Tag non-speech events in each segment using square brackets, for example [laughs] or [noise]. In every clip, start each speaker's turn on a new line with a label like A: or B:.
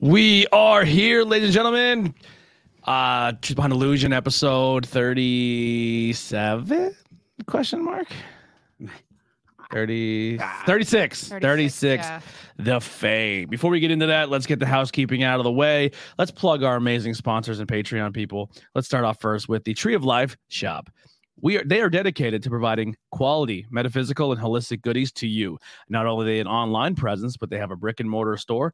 A: We are here, ladies and gentlemen. Uh Truth Behind Illusion, episode 37? Question mark? 30, 36. 36.
B: 36, yeah.
A: The Fame. Before we get into that, let's get the housekeeping out of the way. Let's plug our amazing sponsors and Patreon people. Let's start off first with the Tree of Life shop. We are, they are dedicated to providing quality metaphysical and holistic goodies to you. Not only are they an online presence, but they have a brick and mortar store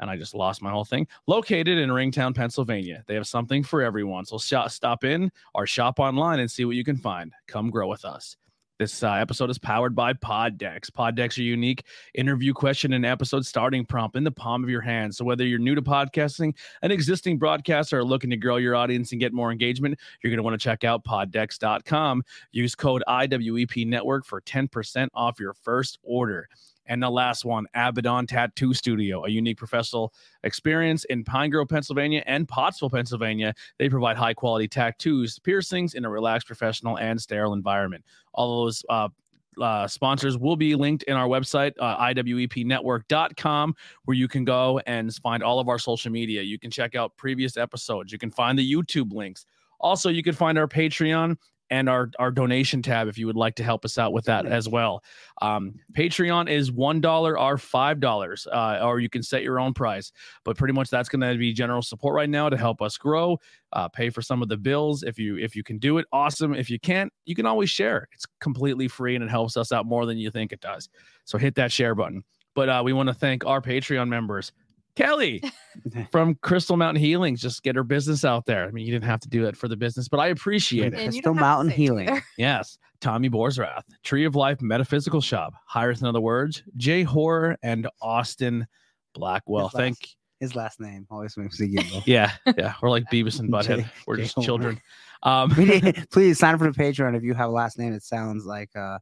A: and I just lost my whole thing. Located in Ringtown, Pennsylvania, they have something for everyone. So shop, stop in or shop online and see what you can find. Come grow with us. This uh, episode is powered by Poddex. Poddex are unique interview question and episode starting prompt in the palm of your hand. So whether you're new to podcasting, an existing broadcaster, or looking to grow your audience and get more engagement, you're going to want to check out poddex.com. Use code IWEP Network for 10% off your first order. And the last one, Abaddon Tattoo Studio, a unique professional experience in Pine Grove, Pennsylvania and Pottsville, Pennsylvania. They provide high quality tattoos, piercings in a relaxed, professional, and sterile environment. All those uh, uh, sponsors will be linked in our website, uh, iwepnetwork.com, where you can go and find all of our social media. You can check out previous episodes, you can find the YouTube links. Also, you can find our Patreon and our, our donation tab if you would like to help us out with that as well. Um, Patreon is $1 or $5, uh, or you can set your own price. But pretty much that's going to be general support right now to help us grow, uh, pay for some of the bills. If you if you can do it, awesome. If you can't, you can always share. It's completely free and it helps us out more than you think it does. So hit that share button. But uh, we want to thank our Patreon members. Kelly from Crystal Mountain Healings, just get her business out there. I mean, you didn't have to do it for the business, but I appreciate it.
B: And you
C: Crystal
B: don't have to
C: Mountain
B: say it
C: Healing.
B: [laughs] either.
A: Yes, Tommy Borsrath, Tree of Life Metaphysical Shop, Hires in Other Words, Jay Horror, and Austin Blackwell.
C: His last-
A: Thank
C: His last name always makes me giggle.
B: [laughs]
A: yeah, yeah. We're like Beavis and Butthead.
C: Jay-
A: We're
C: Jay
A: just
C: Horror.
A: children. Um,
C: We need- Please sign up for the Patreon if you have a last name that sounds like uh,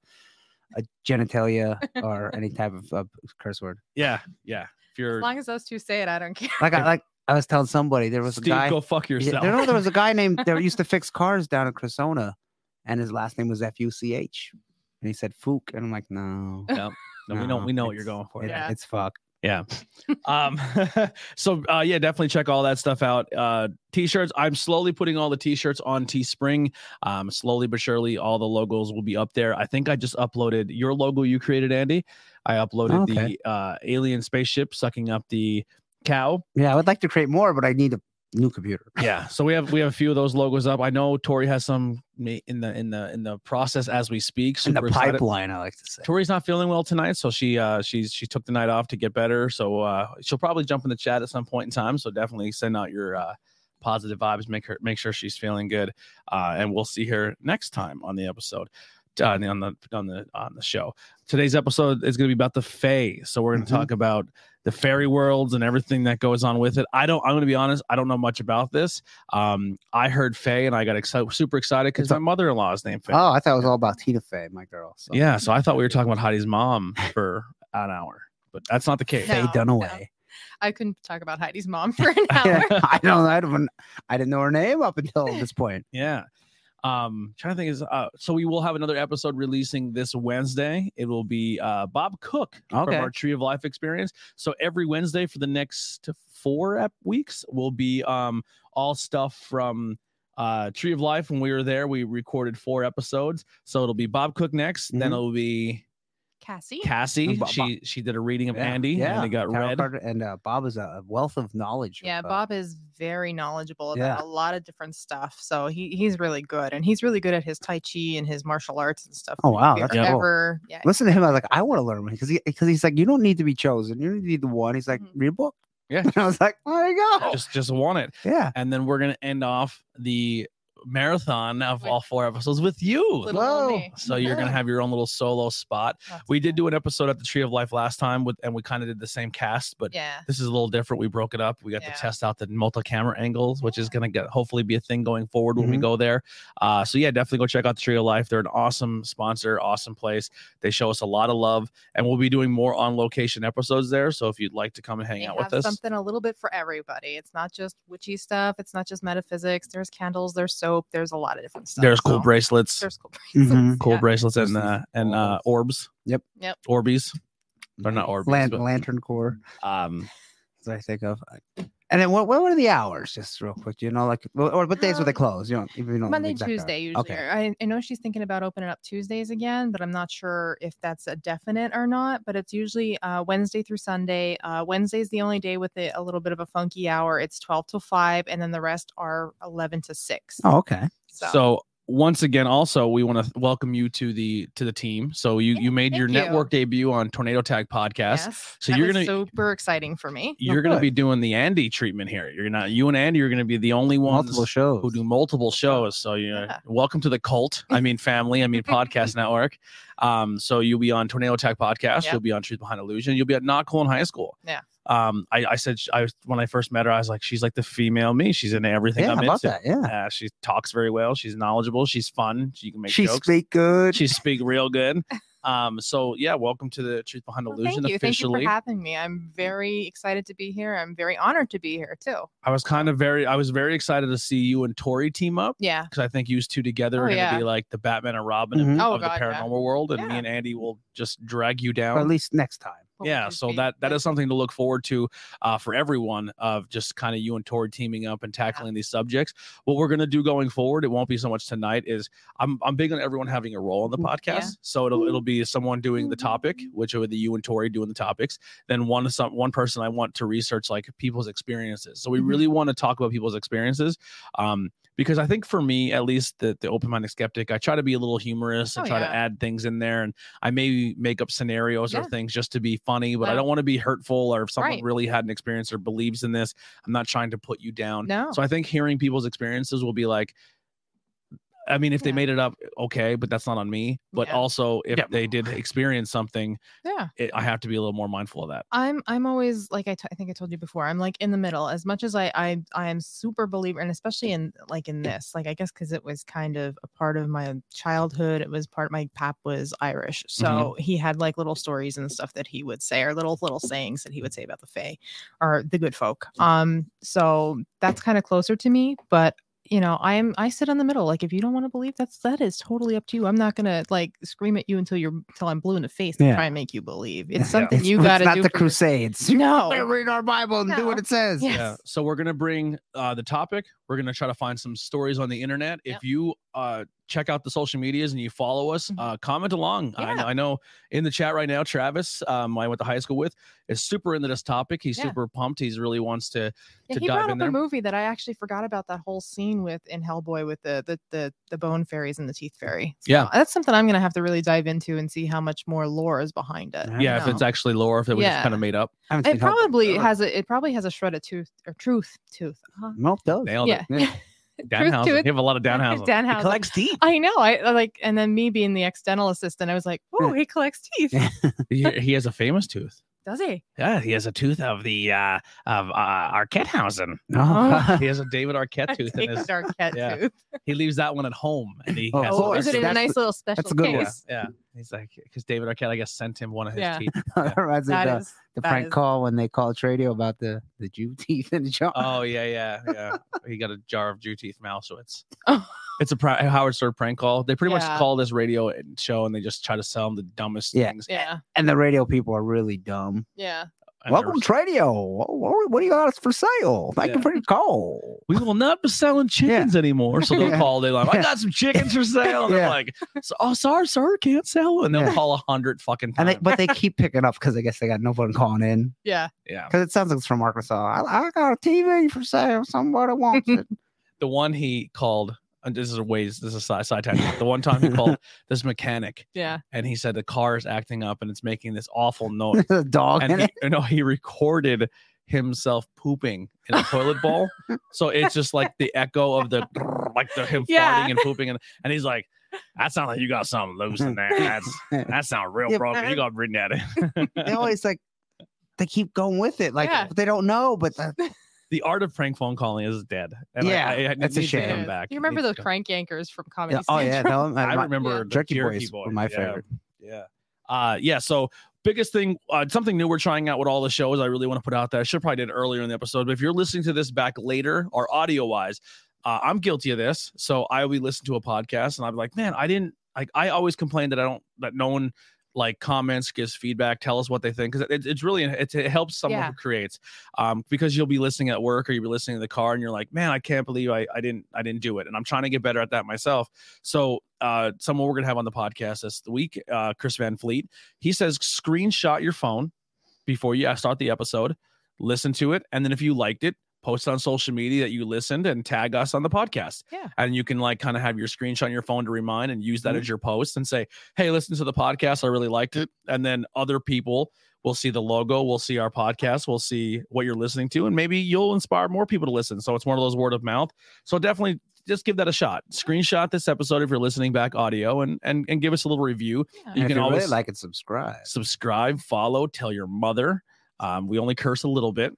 C: a genitalia or any type of uh, curse word.
A: yeah, yeah. If
B: As
A: you're
B: long as those two say it, I don't care.
C: Like I like I was telling somebody there was
A: Steve,
C: a guy.
A: go fuck
C: Yeah,
A: yourself.
C: there, no, there was a guy named
A: [laughs]
C: that used to fix cars down in Cressona, and his last name was F U C H, and he said Fook, and I'm like, no,
A: No, we know
C: no,
A: we know what you're
C: it's-
A: going for.
C: it-
B: Yeah.
C: it's fuck.
A: Yeah. um [laughs] so uh yeah, definitely check all that stuff out. Uh t-shirts. I'm slowly putting all the t-shirts on Teespring. Um slowly but surely all the logos will be up there. I think I just uploaded your logo you created, Andy. I uploaded
C: Okay.
A: the uh alien spaceship sucking up the
C: [laughs]
A: cow.
C: Yeah, I would like to create more, but I need a new computer.
A: Yeah. So we have we have a few of those logos up. I know Tori has some ma- in the in the in the process as we speak.
C: In the
A: Super excited.
C: pipeline, I like to say.
A: Tori's not feeling well tonight, so she uh she's she took the night off to get better. So uh she'll probably jump in the chat at some point in time. So definitely send out your uh positive vibes, make her make sure she's feeling good. Uh and we'll see her next time on the episode. Uh, on the on the on the show. Today's episode is going to be about the Fae. So we're going
C: Mhm.
A: to talk about the fairy worlds and everything that goes on with it. I don't. I'm going to be honest. I don't know much about this. Um, I heard Fae and I got exci- super excited because
C: It's a-
A: my mother-in-law is named Fae.
C: Oh, I thought it was all about Tina Fey, my girl. So.
A: Yeah, so I thought we were talking about Heidi's mom for an hour, but that's not the case.
B: No,
C: Faye Dunaway.
B: [laughs] [laughs] I couldn't talk about Heidi's mom for an hour.
C: [laughs] I don't. I don't. I didn't know her name up
B: [laughs]
C: until this point.
A: Yeah. Um, trying to think is uh, so we will have another episode releasing this Wednesday. It will be uh, Bob Cook
C: Okay.
A: from our Tree of Life experience. So every Wednesday for the next four ep- weeks will be um, all stuff from uh, Tree of Life. When we were there, we recorded four episodes. So it'll be Bob Cook next. Then
C: Mhm.
A: it'll be
B: Cassie.
A: Cassie.
C: And Bob-
A: she she did a reading of Andy. and they got
C: Tarot
A: read.
C: card- and uh, Bob is a wealth of knowledge.
B: Yeah,
C: of, uh,
B: Bob is very knowledgeable about
C: Yeah.
B: a lot of different stuff. So he, he's really good. And he's really good at his Tai Chi and his martial arts and stuff.
C: Oh,
B: too. If
C: wow,
B: you're
C: that's cool.
B: ever- yeah.
C: Listen to him. I was like, I want to learn because he because he's like, you don't need to be chosen. You don't need the one. He's like,
B: Mhm.
C: read a book.
A: Yeah.
C: And [laughs] I was like, oh, there you go.
A: Just just want it.
C: yeah.
A: and then we're gonna end off the marathon of
B: With-
A: all four episodes with you.
B: Little
C: Whoa.
B: old me.
A: So you're gonna
B: Yeah.
A: have your own little solo spot.
B: That's
A: We did
B: cool.
A: do an episode at the Tree of Life last time with, and we kind of did the same cast, but
B: Yeah.
A: this is a little different. We broke it up. We got
B: Yeah.
A: to test out the multi-camera angles, which is
B: Yeah.
A: gonna get hopefully be a thing going forward when we go there. Uh, so yeah, definitely go check out the Tree of Life. They're an awesome sponsor, awesome place. They show us a lot of love, and we'll be doing more on location episodes there. So if you'd like to come and hang
B: They
A: out with
B: have
A: us,
B: something a little bit for everybody. It's not just witchy stuff. It's not just metaphysics. There's candles. There's soap. There's a lot of different stuff.
A: there's cool
B: so-
A: bracelets.
B: There's cool
C: Mhm.
B: bracelets.
A: cool
B: [laughs] yeah.
A: bracelets and
C: Bracelets.
A: uh, and uh, orbs.
C: Yep.
B: Yep.
A: Orbies. They're not Orbeez,
C: Lan-
A: but-
C: lantern core.
A: Um,
C: that I think of. And then what, what were the hours? Just real quick, you know, like or or what days were they closed? You know,
A: Oh,
C: even if you don't know the
B: Um, Monday,
C: exact hour.
B: Tuesday, usually.
C: Okay.
B: or I, I know she's thinking about opening up Tuesdays again, but I'm not sure if that's a definite or not. But it's usually uh, Wednesday through Sunday. Uh, Wednesday's the only day with a, a little bit of a funky hour. It's 12 to 5, and then the rest are 11 to 6.
C: Oh, okay.
A: So. once again, also we want to welcome you to the to the team. So you
B: Yeah,
A: you made your
B: thank you.
A: network debut on Tornado Tag Podcast.
B: yes.
A: So
B: that
A: you're
B: was
A: gonna-
B: super exciting for me.
A: You're going to
C: good.
A: be doing the Andy treatment here. You're not you and Andy are going to be the only ones
C: Multiple shows.
A: who do multiple shows. So you know,
B: Yeah.
A: welcome to the cult. I mean family. I mean
B: [laughs]
A: podcast network. Um, so you'll be on Tornado Tech Podcast.
B: Yeah.
A: You'll be on Truth Behind Illusion. You'll be at Not Cool in High School.
B: Yeah.
A: Um, I, I said sh- I was when I first met her, I was like, she's like the female me. She's in everything
C: yeah,
A: I'm
C: I love
A: into.
C: that. Yeah.
A: Uh, she talks very well. She's knowledgeable. She's fun. She can make
C: she
A: jokes.
C: speak good.
A: She speak real
B: [laughs]
A: good. Um, so yeah, welcome to the Truth Behind
B: Well,
A: Illusion
B: thank you.
A: officially.
B: Thank you for having me. I'm very excited to be here. I'm very honored to be here, too.
A: I was kind of very, I was very excited to see you and Tori team up
B: Yeah.
A: because I think you two together
B: Oh,
A: are going to
B: yeah.
A: be like the Batman and Robin of-
C: Mhm.
A: of,
B: Oh, God,
A: the
B: yeah.
A: paranormal world, and me
B: Yeah.
A: and Andy will just drag you
C: or at
A: down.
C: least next time.
B: what would
A: Yeah,
B: you
A: so
B: be?
A: that that is something to look forward to uh, for everyone of just kind of you and Tori teaming up and tackling these subjects. What we're going to do going forward, it won't be so much tonight. Is I'm I'm big on everyone having a role on the podcast,
B: Mm, Yeah. Mm-hmm.
A: so it'll it'll be someone doing the topic, which would be you and Tori doing the topics. Then one some one person I want to research like people's experiences. So we
B: Mhm.
A: really want to talk about people's experiences. Um, because I think for me, at least the, the open-minded skeptic, I try to be a little humorous and
B: Oh,
A: try to
B: yeah.
A: add things in there. And I may make up scenarios or
B: Yeah.
A: things just to be funny, but I
B: No.
A: don't want to be hurtful or if someone
B: Right.
A: really had an experience or believes in this, I'm not trying to put you down.
B: No.
A: So I think hearing people's experiences will be like, I mean, if they
B: Yeah.
A: made it up, okay, but that's not on me. But
B: Yeah.
A: also, if
C: Yeah.
A: they did experience something,
B: yeah.
A: it, I have to be a little more mindful of that.
B: I'm I'm always like I, t- I think I told you before. I'm like in the middle. As much as I I I am super believer, and especially in like in this, like I guess because it was kind of a part of my childhood. It was part. My pap was Irish,
C: Mm-hmm.
B: so he had like little stories and stuff that he would say, or little little sayings that he would say about the Fae or the good folk. Um, so that's kind of closer to me, but. You know, I am. I sit in the middle. Like, if you don't want to believe, that's that is totally up to you. I'm not gonna like scream at you until you're until I'm blue in the face to
C: Yeah.
B: try and make you believe.
C: [laughs]
B: It's
A: Yeah.
B: something
C: It's-
B: you
C: it's
B: got to do.
C: not the
B: for yourself.
C: Crusades. You better
B: [laughs] No.
C: read our Bible and do what
B: No.
C: it says.
B: Yeah.
A: Yeah.
B: Yes.
A: So we're gonna bring uh, the topic. We're gonna try to find some stories on the internet. If
B: Yep.
A: you uh, check out the social medias and you follow us,
B: Mhm.
A: uh, comment along. I,
B: Yeah.
A: know, I know in the chat right now, Travis, um, I went to high school with, is super into this topic. He's
B: Yeah.
A: super pumped. He's really wants to.
B: Yeah,
A: to
B: he
A: dive
B: brought
A: in
B: up
A: there.
B: a movie that I actually forgot about that whole scene with in Hellboy with the the the, the bone fairies and the teeth fairy. So
A: Yeah.
B: that's something I'm gonna have to really dive into and see how much more lore is behind it.
C: Yeah,
B: you
A: Yeah, if it's
B: know?
A: actually lore, if it was just
B: Yeah.
A: kind of made up,
C: I haven't seen Hellboy
B: it probably
C: forever.
B: has a it probably has a shred of tooth or truth tooth. Uh-huh.
C: Nope, does.
A: nailed
B: Yeah,
C: [laughs]
B: [laughs]
A: it.
B: Truth
A: Downhousen.
B: to
A: You
B: it.
A: have a lot
B: [laughs]
A: of Downhousen.
B: Danhausen.
A: He collects teeth.
B: I know. I I like, and then me being the ex dental assistant, I was like,
C: [laughs]
B: "Oh, he collects teeth,
C: Yeah.
A: [laughs] he, he has a famous tooth.
C: [laughs]
B: does he?"
A: Yeah, he has a tooth of the uh, of uh,
B: [laughs]
A: Arquettehausen.
C: No. [laughs]
A: He has a David Arquette
B: I [laughs]
A: tooth in
B: take
A: his.
B: Darkette
A: Yeah.
B: tooth.
A: He leaves that one at home, and he.
C: [laughs] Oh,
A: has
C: of
B: Oh, is
C: course,
B: it in a
C: that's
B: nice
C: the-
B: little special
C: a good one.
B: case?
A: Yeah. He's like, because David Arquette, I guess, sent him one of his
B: Yeah.
A: teeth.
C: that reminds me of
B: That
C: the,
B: is
C: the
B: that
C: prank
B: is-
C: call when they called Tradio about the, the Jew [laughs] teeth in the jar.
A: Oh yeah, yeah, yeah. he got a jar of Jew teeth Malsowitz.
B: Oh.
A: It's a pri- Howard Stern prank call. They pretty much
B: Yeah.
A: call this radio show, and they just try to sell them the dumbest
C: Yeah.
A: things.
B: Yeah,
C: and the radio people are really dumb.
B: yeah.
A: And they're-
C: Welcome, Tradio. What, what- what do you got us for sale? Thank
A: Yeah.
C: you for your call.
A: We will not be selling chickens anymore. So they'll
C: Yeah.
A: call. They like, I
C: Yeah.
A: got some chickens for sale. And they're
C: Yeah.
A: like, "So- oh, sorry, sir, can't sell. And they'll
C: Yeah.
A: call a hundred fucking
C: And
A: times.
C: they, but
B: [laughs]
C: they keep picking up because I guess they got no one calling in
B: Yeah.
A: yeah.
C: because it sounds like it's from Arkansas. I, I got a TV for sale. Somebody
B: [laughs]
C: wants it.
A: the one he called and this is a ways this is a side, side tangent. the one time
C: [laughs]
A: he called this mechanic
B: Yeah.
A: and he said the car is acting up and it's making this
C: [laughs]
A: awful noise
C: There's a dog in
A: and
C: it.
A: he, no he recorded himself pooping in a toilet bowl so it's just like the echo of the [laughs] like the him
B: Yeah.
A: farting and pooping and, and he's like that sounds like you got something loose in there
C: [laughs]
A: that's that sounds real
C: Yeah,
A: broken you
C: man.
A: gotta bring that
C: [laughs]
A: in
C: They always like they keep going with it, like
B: Yeah.
C: but they don't know. But
B: [laughs]
C: the-
A: [laughs] the art of prank phone calling is dead and
C: Yeah,
A: I, I, it
C: that's a
A: needs to
C: shame.
A: come
B: Yes.
A: back
B: You
A: It
B: remember
A: needs to
B: those
A: come-
B: prank anchors from Comedy
C: yeah, oh yeah,
B: Central?
C: no, my-
A: I
C: my-
A: remember the
C: Jerky
A: Jerky
C: Boys were my
A: yeah,
C: favorite.
A: Yeah. Uh yeah. So biggest thing, uh, something new we're trying out with all the shows. I really want to put out that I should probably did earlier in the episode, but if you're listening to this back later or audio wise, uh, I'm guilty of this. So I will be listening to a podcast and I'm like, man, I didn't like I always complain that I don't that no one like comments, gives feedback, tell us what they think because it, it's really it, it helps someone
B: Yeah.
A: who creates um, because you'll be listening at work or you'll be listening in the car and you're like, man, I can't believe I, I didn't I didn't do it and I'm trying to get better at that myself. So uh, someone we're gonna have on the podcast this week, uh, Chris Van Fleet, he says screenshot your phone before you start the episode, listen to it, and then if you liked it. Post on social media that you listened and tag us on the podcast.
B: Yeah.
A: And you can like kind of have your screenshot on your phone to remind and use that
C: Mhm.
A: as your post and say, hey, listen to the podcast. I really liked it. And then other people will see the logo, we'll see our podcast, we'll see what you're listening to, and maybe you'll inspire more people to listen. So it's one of those word of mouth. So definitely just give that a shot. Screenshot this episode if you're listening back audio and and, and give us a little review.
B: Yeah.
A: You
C: And if
A: can
C: you
A: always
C: really like it, subscribe.
A: subscribe, follow, tell your mother. Um, we only curse a little bit.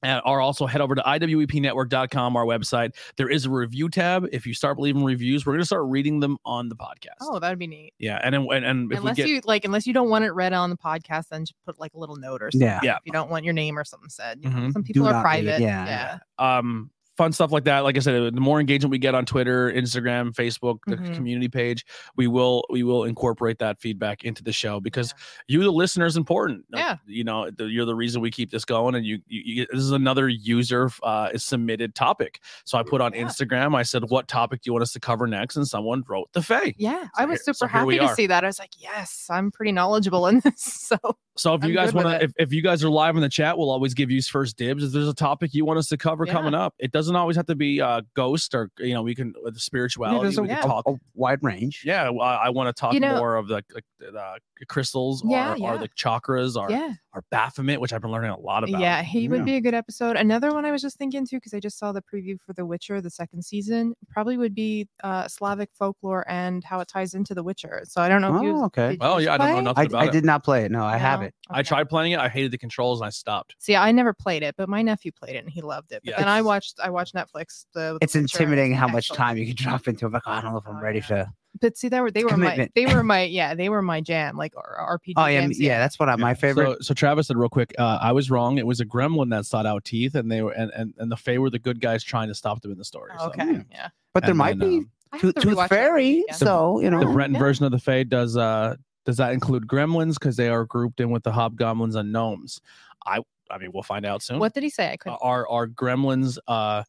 A: And or also head over to E iwepnetwork.com, our website. There is a review tab. If you start leaving reviews, we're going to start reading them on the podcast.
B: Oh, that'd be neat.
A: Yeah, and and, and if
B: unless
A: we get
B: you like, unless you don't want it read on the podcast, then just put like a little note or something.
C: Yeah.
A: Yeah.
B: If you don't want your name or something said, you know,
A: Mhm.
B: some people
C: not
B: are
C: read,
B: private.
C: yeah.
B: yeah.
A: um fun stuff like that like i said the more engagement we get on twitter instagram facebook the
B: Mhm.
A: community page we will we will incorporate that feedback into the show because you the listener is important Like,
B: Yeah.
A: you know the, you're the reason we keep this going and you, you, you this is another user uh submitted topic so i put on
B: Yeah.
A: instagram i said what topic do you want us to cover next and someone wrote the fae
B: Yeah,
A: So
B: I was
A: here- so
B: super
A: here we
B: happy to
A: are.
B: see that. I was like, yes, I'm pretty knowledgeable in this. [laughs] So
A: So if you
B: I'm
A: guys
B: good with
A: want to,
B: it.
A: if, if you guys are live in the chat, we'll always give you first dibs. If there's a topic you want us to cover
B: Yeah.
A: coming up, it doesn't always have to be uh, ghost or you know we can with the
C: Yeah,
A: spirituality.
C: there's a,
A: we can
B: yeah.
A: talk.
C: a- a Oh, wide range.
A: Yeah, well, I, I want to talk
B: You know-
A: more of the like, uh, crystals
B: Yeah,
A: or,
B: yeah.
A: or the chakras or,
B: yeah,
A: or Baphomet, which I've been learning a lot about.
B: yeah, he
C: Yeah.
B: would be a good episode. Another one I was just thinking too, because I just saw the preview for The Witcher, the second season, probably would be uh, Slavic folklore and how it ties into The Witcher. So I don't know. if you,
C: Oh, okay.
B: did you
A: Well, yeah, I don't know
B: play?
A: nothing
C: I,
A: about
C: I
A: it.
C: did not play it. No, I have
B: No?
C: it.
A: I
B: Okay.
A: tried playing it. I hated the controls and I stopped.
B: See, I never played it, but my nephew played it and he loved it. But
A: Yeah.
B: then I watched I watched Netflix. The The
C: It's
B: Witcher, and
C: intimidating how much
B: excellent.
C: time you can drop into. it. I'm like, oh, I don't know if I'm
B: Oh,
C: ready
B: yeah.
C: to.
B: But see, they were they
C: It's
B: were my
C: commitment.
B: they
C: [laughs]
B: were my yeah they were my jam like R- RPG.
C: Oh, yeah, m-
B: jams,
C: yeah. That's one of my favorite.
A: So, so Travis said real quick, uh, I was wrong. It was a gremlin that sought out teeth, and they were and and, and the Fae were the good guys trying to stop them in the story.
B: Oh,
A: So,
B: okay,
C: Mm.
B: yeah.
C: but there
A: and
C: might
A: then,
C: be
A: um,
B: I have
C: Tooth,
B: to
C: Tooth
B: rewatch it.
C: Fairy.
B: Yeah.
C: So you know,
A: the
B: Oh,
A: Renton
B: yeah.
A: version of the Fae does uh does that include gremlins because they are grouped in with the hobgoblins and gnomes? I I mean we'll find out soon. Uh,
B: What did he say? I couldn't.
A: are are gremlins uh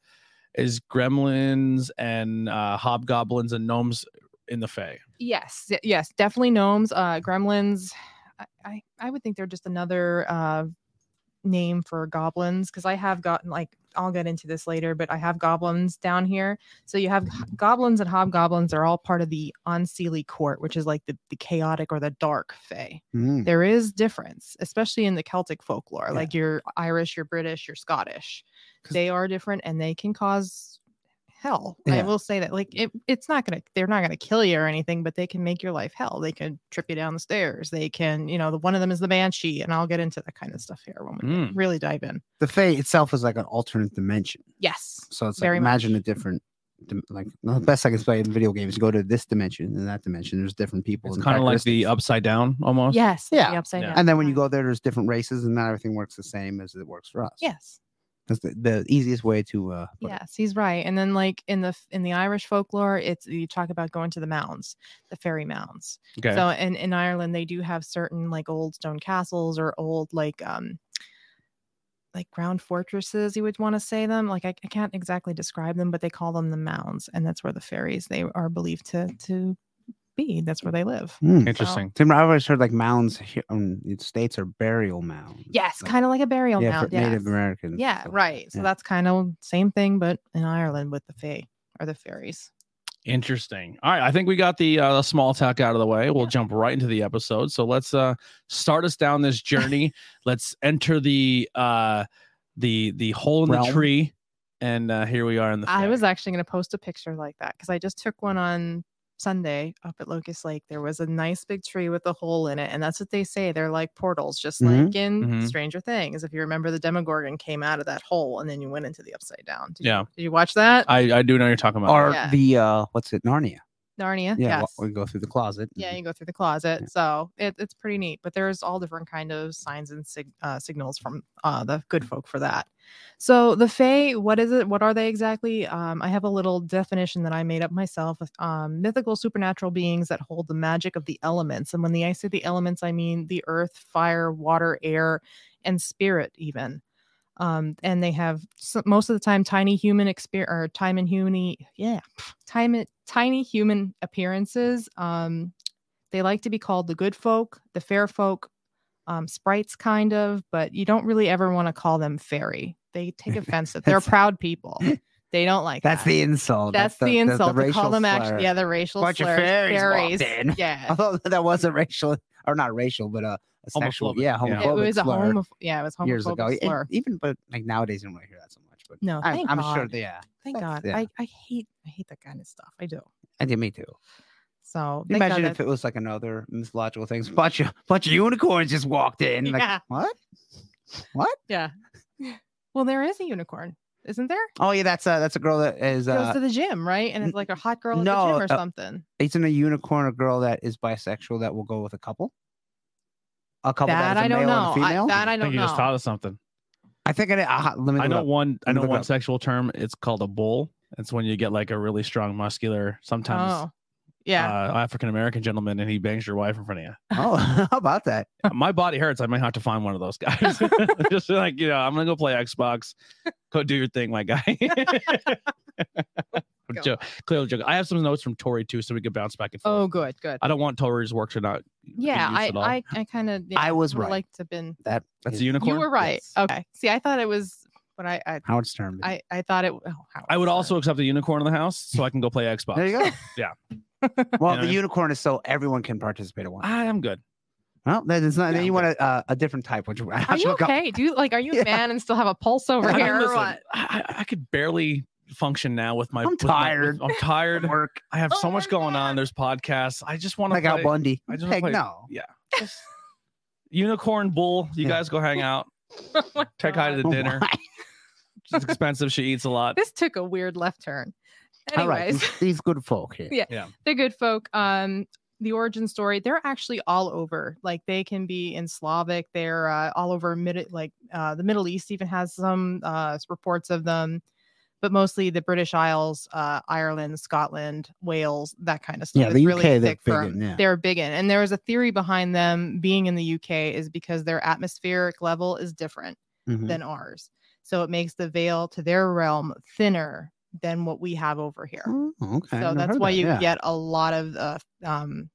A: is gremlins and uh hobgoblins and gnomes in the Fae?
B: yes, y- yes, definitely gnomes, uh, gremlins. I, I I would think they're just another uh, name for goblins because I have gotten like I'll get into this later, but I have goblins down here. So you have h- goblins and hobgoblins are all part of the Unseelie court, which is like the, the chaotic or the dark fae.
C: Mm.
B: there is difference, especially in the Celtic folklore.
C: Yeah.
B: Like you're Irish, you're British, you're Scottish.
A: 'Cause-
B: They are different and they can cause hell. I
C: Yeah.
B: will say that. Like it, it's not gonna they're not gonna kill you or anything, but they can make your life hell. They can trip you down the stairs. They can, you know, the one of them is the banshee, and I'll get into that kind of stuff here when we
A: Mm.
B: really dive in.
C: the Fae itself is like an alternate dimension.
B: Yes.
C: So it's like
B: Very
C: imagine a different. dim- Like the best I can play in video games, go to this dimension and that dimension. There's different people.
A: It's
C: and
A: kind of like the
C: characteristics.
A: upside down almost.
B: Yes. like the
C: Yeah.
B: Upside
A: Yeah.
B: down.
C: And then when you
B: time.
C: go there, there's different races, and not everything works the same as it works for us.
B: Yes.
C: that's the, the easiest way to. uh put it.
B: Yes, he's right. And then like in the in the Irish folklore, it's you talk about going to the mounds, the fairy mounds.
A: Okay.
B: So in, in Ireland, they do have certain like old stone castles or old like um like ground fortresses, you would want to say them. Like I, I can't exactly describe them, but they call them the mounds, and that's where the fairies they are believed to to be. That's where they live.
C: Hmm.
A: Interesting.
C: Tim, I've always heard like mounds here um, in the states are burial mounds.
B: Yes,
C: like-
B: kind of like a burial
C: yeah,
B: mound.
C: for Native
B: yes.
C: Americans. and
B: Yeah,
C: stuff like
B: right.
C: that.
B: So
C: Yeah.
B: that's kind of same thing, but in Ireland with the fae or the fairies.
A: Interesting. All right, I think we got the uh, small talk out of the way. We'll jump right into the episode. So let's uh, start us down this journey. let's enter the uh, the the hole in the
C: Realm.
A: tree, and uh, here we are in the.
B: I was
A: fae.
B: actually going to post a picture like that because I just took one on Sunday up at Locust Lake. There was a nice big tree with a hole in it, and that's what they say. They're like portals, just
C: Mhm.
B: like in
A: Mhm.
B: Stranger Things. If you remember, the Demogorgon came out of that hole, and then you went into the Upside Down. Did
A: Yeah.
B: You, did you watch that?
A: I I do know you're talking about.
C: Or
B: Yeah.
C: the uh what's it, Narnia.
B: Narnia.
C: Yeah,
B: yes.
C: well, we go through the closet.
B: yeah,
C: and-
B: you go through the closet.
C: Mm-hmm. Yeah.
B: So it, it's pretty neat. But there's all different kind of signs and sig- uh, signals from uh, the good folk for that. So the Fae, what is it? What are they exactly? Um, I have a little definition that I made up myself. Um, mythical supernatural beings that hold the magic of the elements. And when the, I say the elements, I mean the earth, fire, water, air, and spirit even. Um, and they have s- most of the time tiny human experience or time and human yeah time tiny human appearances um they like to be called the good folk, the fair folk, um, sprites, kind of, but you don't really ever want to call them fairy.
C: [laughs]
B: They take offense that they're
C: That's-
B: proud
C: [laughs]
B: people. They don't like
C: That's
B: that.
C: the insult.
B: that's, the, insult to
C: racial
B: call them
C: slur.
B: actually yeah the racial
C: Bunch of
B: slurs,
C: fairies walked in.
B: Yeah,
C: Although [laughs] that was a racial, or not racial, but a, a sexual,
A: Homophobic,
C: yeah,
A: yeah.
C: homophobic
B: it was a
C: slur
B: homoph- yeah it was homophobic
C: years ago. And
B: slur.
C: even, but like nowadays, you don't really hear that so much. But
B: No,
C: I,
B: thank
C: I'm
B: God.
C: sure, they- yeah,
B: Thank
C: that's-
B: God,
C: yeah.
B: I, I hate I hate that kind of stuff. I do.
C: I did me too.
B: So thank God
C: Imagine
B: that-
C: if it was like another mythological thing. [laughs] Bunch of bunch of unicorns just walked in. Like,
B: Yeah.
C: What? What?
B: yeah. Well, there is a unicorn, isn't there?
C: Oh yeah, that's uh that's a girl that is
B: Goes
C: uh
B: to the gym, right? And
C: n-
B: it's like a hot girl at the
C: no,
B: gym or
C: uh,
B: something.
C: isn't a unicorn a girl that is bisexual that will go with a couple? A couple
B: That
C: that, is a
B: I don't
C: male
B: know.
C: and a female.
B: I, that I
A: I
B: don't
A: think you
B: know.
A: just taught us something.
C: I think I did. Uh, let me.
A: I
C: look it
A: know
C: up.
A: one. I
C: Let me
A: know
C: look it
A: one
C: up.
A: sexual term. It's called a bull. It's when you get like a really strong, muscular, sometimes
B: Oh, yeah.
A: uh, African American gentleman, and he bangs your wife in front of you.
C: Oh, [laughs] how about that?
A: [laughs] my body hurts. I might have to find one of those
B: [laughs]
A: guys. [laughs] Just like, you know, I'm gonna go play Xbox. Go do your thing, my guy. [laughs]
B: [laughs]
A: I'm
B: Go.
A: jo- clearly joking. I have some notes from Tori too, so we could bounce back and forth.
B: oh, good, good.
A: I don't want Tori's work to not. be
B: yeah,
A: used
B: I,
A: at all.
B: I, I kind
C: [laughs]
B: of.
C: I was right.
B: Like to been.
C: That
A: That's
C: is
A: a unicorn.
B: You were right.
C: Yes.
B: Okay. See, I thought it was, but I, I,
C: Howard Stern.
B: I, I thought it. Oh, how
A: I would
B: absurd.
A: also accept a unicorn in the house so I can
B: [laughs]
A: go play Xbox.
C: there you go.
A: [laughs] Yeah.
C: Well,
A: You know what I
C: the
A: mean?
C: unicorn is so everyone can participate at once.
A: I am good.
C: Well, then it's not.
A: Yeah,
C: then you
A: I'm
C: want a, uh, a different type, which I
B: Are
C: should
B: you
C: look up.
B: okay? Do you like? Are you
C: [laughs]
B: a
C: Yeah.
B: man and still have a
C: [laughs]
B: pulse over
A: I mean,
B: here? or
A: listen,
B: what?
A: I, I- I could barely function now with my.
C: I'm
A: with my- with-
C: tired.
A: I'm
B: [laughs]
A: tired.
C: Work
A: I have so
B: Oh
A: much
B: my
A: going on.
B: God.
A: There's podcasts. I just want to
C: like Al
A: play
C: Bundy.
A: I just wanna
C: Heck
A: play-
C: no.
A: unicorn bull. You
C: Yeah.
A: guys go hang out.
B: [laughs]
A: Take Heidi to
C: Why? [laughs]
A: dinner. She's expensive. She eats a lot.
B: This took a weird left turn.
C: All right,
B: Anyways.
C: these, [laughs] these good folk here.
B: Yeah.
A: Yeah.
B: the good folk um the origin story they're actually all over like they can be in slavic they're uh, all over mid like uh, the middle east even has some uh, reports of them but mostly the british isles uh, ireland scotland wales that kind of stuff
C: Yeah,
B: It's
C: the UK they're
B: thick
C: big
B: for 'em.
C: in, yeah.
B: they're big in and there was a theory behind them being in the uk is because their atmospheric level is different
C: Mhm.
B: than ours so it makes the veil to their realm thinner than what we have over here
C: Oh, okay. I
B: so
C: never
B: that's
C: heard
B: why
C: that,
B: you
C: yeah.
B: get a lot of uh, um,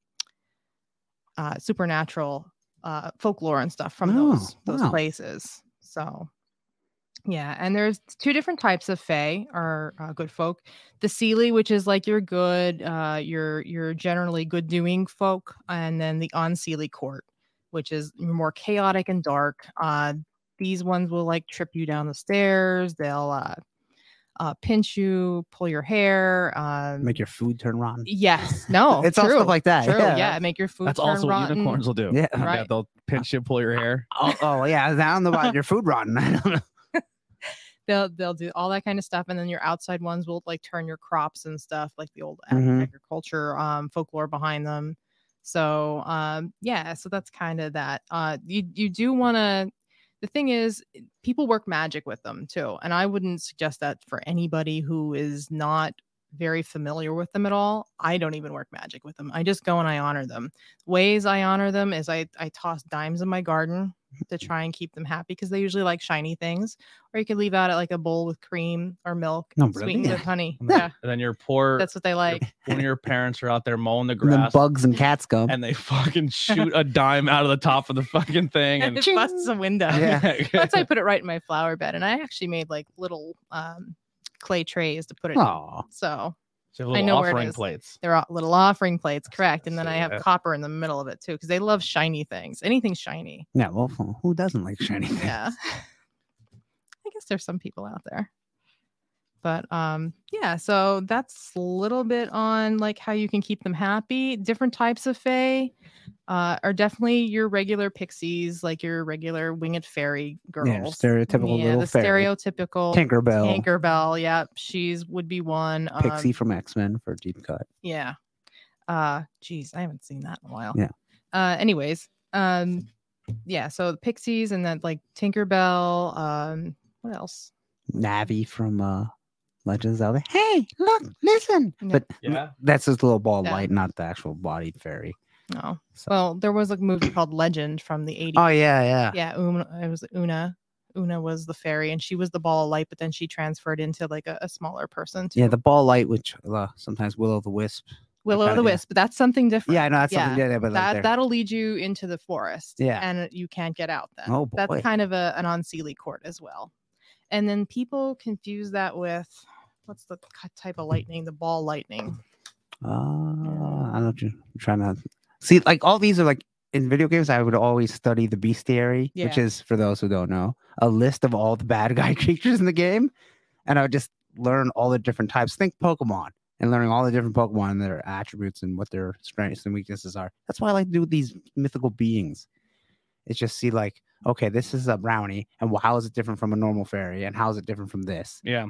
B: uh, supernatural uh, folklore and stuff from
C: Oh,
B: those those
C: wow.
B: places. So yeah, and there's two different types of fae or uh, good folk. The Seelie, which is like your good, uh, your your generally good doing folk, and then the Unseelie court, which is more chaotic and dark. Uh, these ones will like trip you down the stairs. They'll uh, uh, pinch you, pull your hair. Um,
C: make your food turn rotten.
B: yes,
C: [laughs]
B: no,
C: it's all
B: true,
C: stuff like that.
B: true. Yeah.
C: yeah.
B: make your food.
A: That's
B: turn
A: also what
B: rotten.
A: unicorns will do.
C: Yeah.
A: Yeah,
B: Right.
A: they'll pinch you, pull your hair.
C: Oh, oh, yeah. I don't know about your food rotten. [laughs] I don't know.
B: They'll they'll do all that kind of stuff, and then your outside ones will like turn your crops and stuff, like the old ag-
C: Mhm.
B: agriculture um, folklore behind them. So um, yeah, so that's kind of that. Uh, you you do want to. The thing is, people work magic with them too, and I wouldn't suggest that for anybody who is not very familiar with them at all. I don't even work magic with them. I just go and I honor them. Ways I honor them is I I toss dimes in my garden to try and keep them happy because they usually like shiny things. Or you could leave out at like a bowl with cream or milk,
C: No,
B: sweetened with
C: brilliant.
A: [laughs]
B: honey.
A: And then,
B: Yeah,
A: and then your poor,
B: that's what they like.
A: one of your parents are out there mowing the
C: And then
A: grass,
C: bugs and cats come.
A: and they fucking shoot a dime out of the top of the fucking thing,
B: And [laughs]
A: and [laughs]
B: it busts a window.
C: Yeah.
B: [laughs] That's why I put it right in my flower bed, and I actually made like little um, clay trays to put it. in.
C: Oh,
B: So
A: So
B: I
A: little
B: know where it
A: offering
B: is.
A: plates.
B: they're all little offering plates, correct? And then I
A: So,
B: have
A: uh,
B: copper in the middle of it too, because they love shiny things. Anything shiny.
C: yeah. Well, who- who doesn't like shiny things?
B: yeah [laughs] i guess there's some people out there but um yeah so that's a little bit on like how you can keep them happy different types of fae uh, are definitely your regular pixies like your regular winged fairy girls
C: Yeah, stereotypical
B: Yeah,
C: little
B: the
C: fairy.
B: stereotypical
C: Tinkerbell,
B: Tinkerbell, yeah, she's would be one. Um,
C: Pixie from X Men for deep cut.
B: yeah. Uh, geez, I haven't seen that in a while.
C: Yeah.
B: Uh, anyways, um, yeah. So the Pixies and then like Tinkerbell. Um, what else?
C: Navi from uh, Legend of Zelda. Hey, look, listen.
B: Yeah.
C: But
A: Yeah.
C: that's his little ball of
B: Yeah.
C: light, not the actual body fairy.
B: No.
C: So.
B: Well, there was a movie called Legend from the 80s.
C: oh yeah, yeah,
B: yeah una it was una una was the fairy and she was the ball of light but then she transferred into like a, a smaller person too.
C: Yeah, the ball of light, which uh, sometimes will o' the wisp.
B: willow o'
C: kinda-
B: the
C: yeah.
B: wisp but that's something different
C: Yeah, I know that's something.
B: Yeah,
C: Yeah, yeah, but
B: that
C: like that,
B: that'll lead you into the forest
C: Yeah.
B: and you can't get out then
C: Oh, boy.
B: that's kind of a, an unseelie court as well and then people confuse that with what's the ki- type
C: [laughs]
B: of lightning the ball lightning
C: uh, I don't know. What you're trying to see, like all these are like in video games. I would always study the bestiary, which
B: Yeah.
C: is for those who don't know, a list of all the bad [laughs] guy creatures in the game, and I would just learn all the different types. Think Pokemon and learning all the different Pokemon and their attributes and what their strengths and weaknesses are. That's why I like to do with these mythical beings. It's just see like, okay, this is a brownie, and wh- how is it different from a normal fairy, and how is it different from this?
A: Yeah.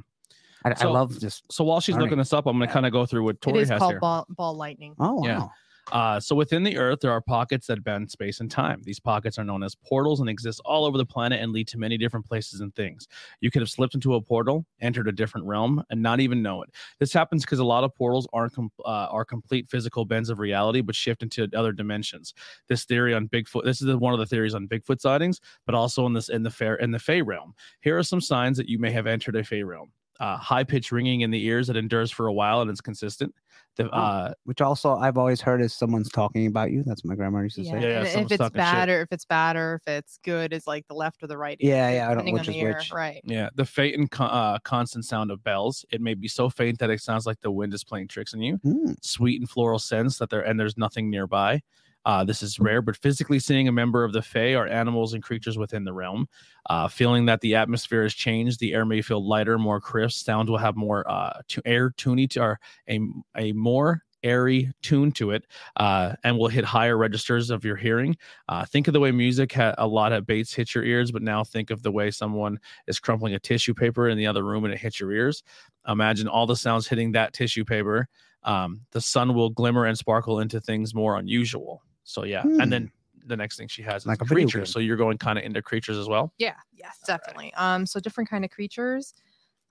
C: I, I
A: So-
C: love just
A: So while she's
C: All right.
A: looking this up, I'm going to kind of go through what Tori
B: it is
A: has
B: called
A: here.
B: ball, ball lightning
C: oh wow.
A: Yeah. Uh, so within the Earth, there are pockets that bend space and time. These pockets are known as portals and exist all over the planet and lead to many different places and things. You could have slipped into a portal, entered a different realm, and not even know it. This happens because a lot of portals aren't com- uh, are complete physical bends of reality, but shift into other dimensions. This theory on Bigfoot. This is the- one of the theories on Bigfoot sightings, but also in this in the fair in the Fey realm. Here are some signs that you may have entered a Fey realm. Uh, high pitched ringing in the ears that endures for a while and is consistent. The, uh,
C: which also I've always heard is someone's talking about you. That's what my grandma used to
B: yeah,
C: say.
A: Yeah, yeah,
B: and
A: someone's
B: if it's
A: talking shit.
B: bad or if it's bad or if it's good is like the left or the right ear,
C: Yeah, yeah, I don't-
B: depending
C: which is
B: on the ear
C: which.
B: right
A: Yeah, the faint and con- uh, constant sound of bells. It may be so faint that it sounds like the wind is playing tricks on you.
C: Mm.
A: Sweet and floral scents that there and there's nothing nearby. Uh, this is rare, but physically seeing a member of the Fae or animals and creatures within the realm, uh, feeling that the atmosphere has changed, the air may feel lighter, more crisp. Sounds will have more uh, to air tuny to, or a a more airy tune to it, uh, and will hit higher registers of your hearing. Uh, think of the way music ha- a lot of baits hit your ears, but now think of the way someone is crumpling a tissue paper in the other room and it hits your ears. Imagine all the sounds hitting that tissue paper. Um, the sun will glimmer and sparkle into things more unusual. So yeah, and then the next thing she has is
C: Hmm. Like a video game.
A: creatures. So you're going kind of into creatures as well.
B: Yeah, yes, definitely. Um, so different kind of creatures.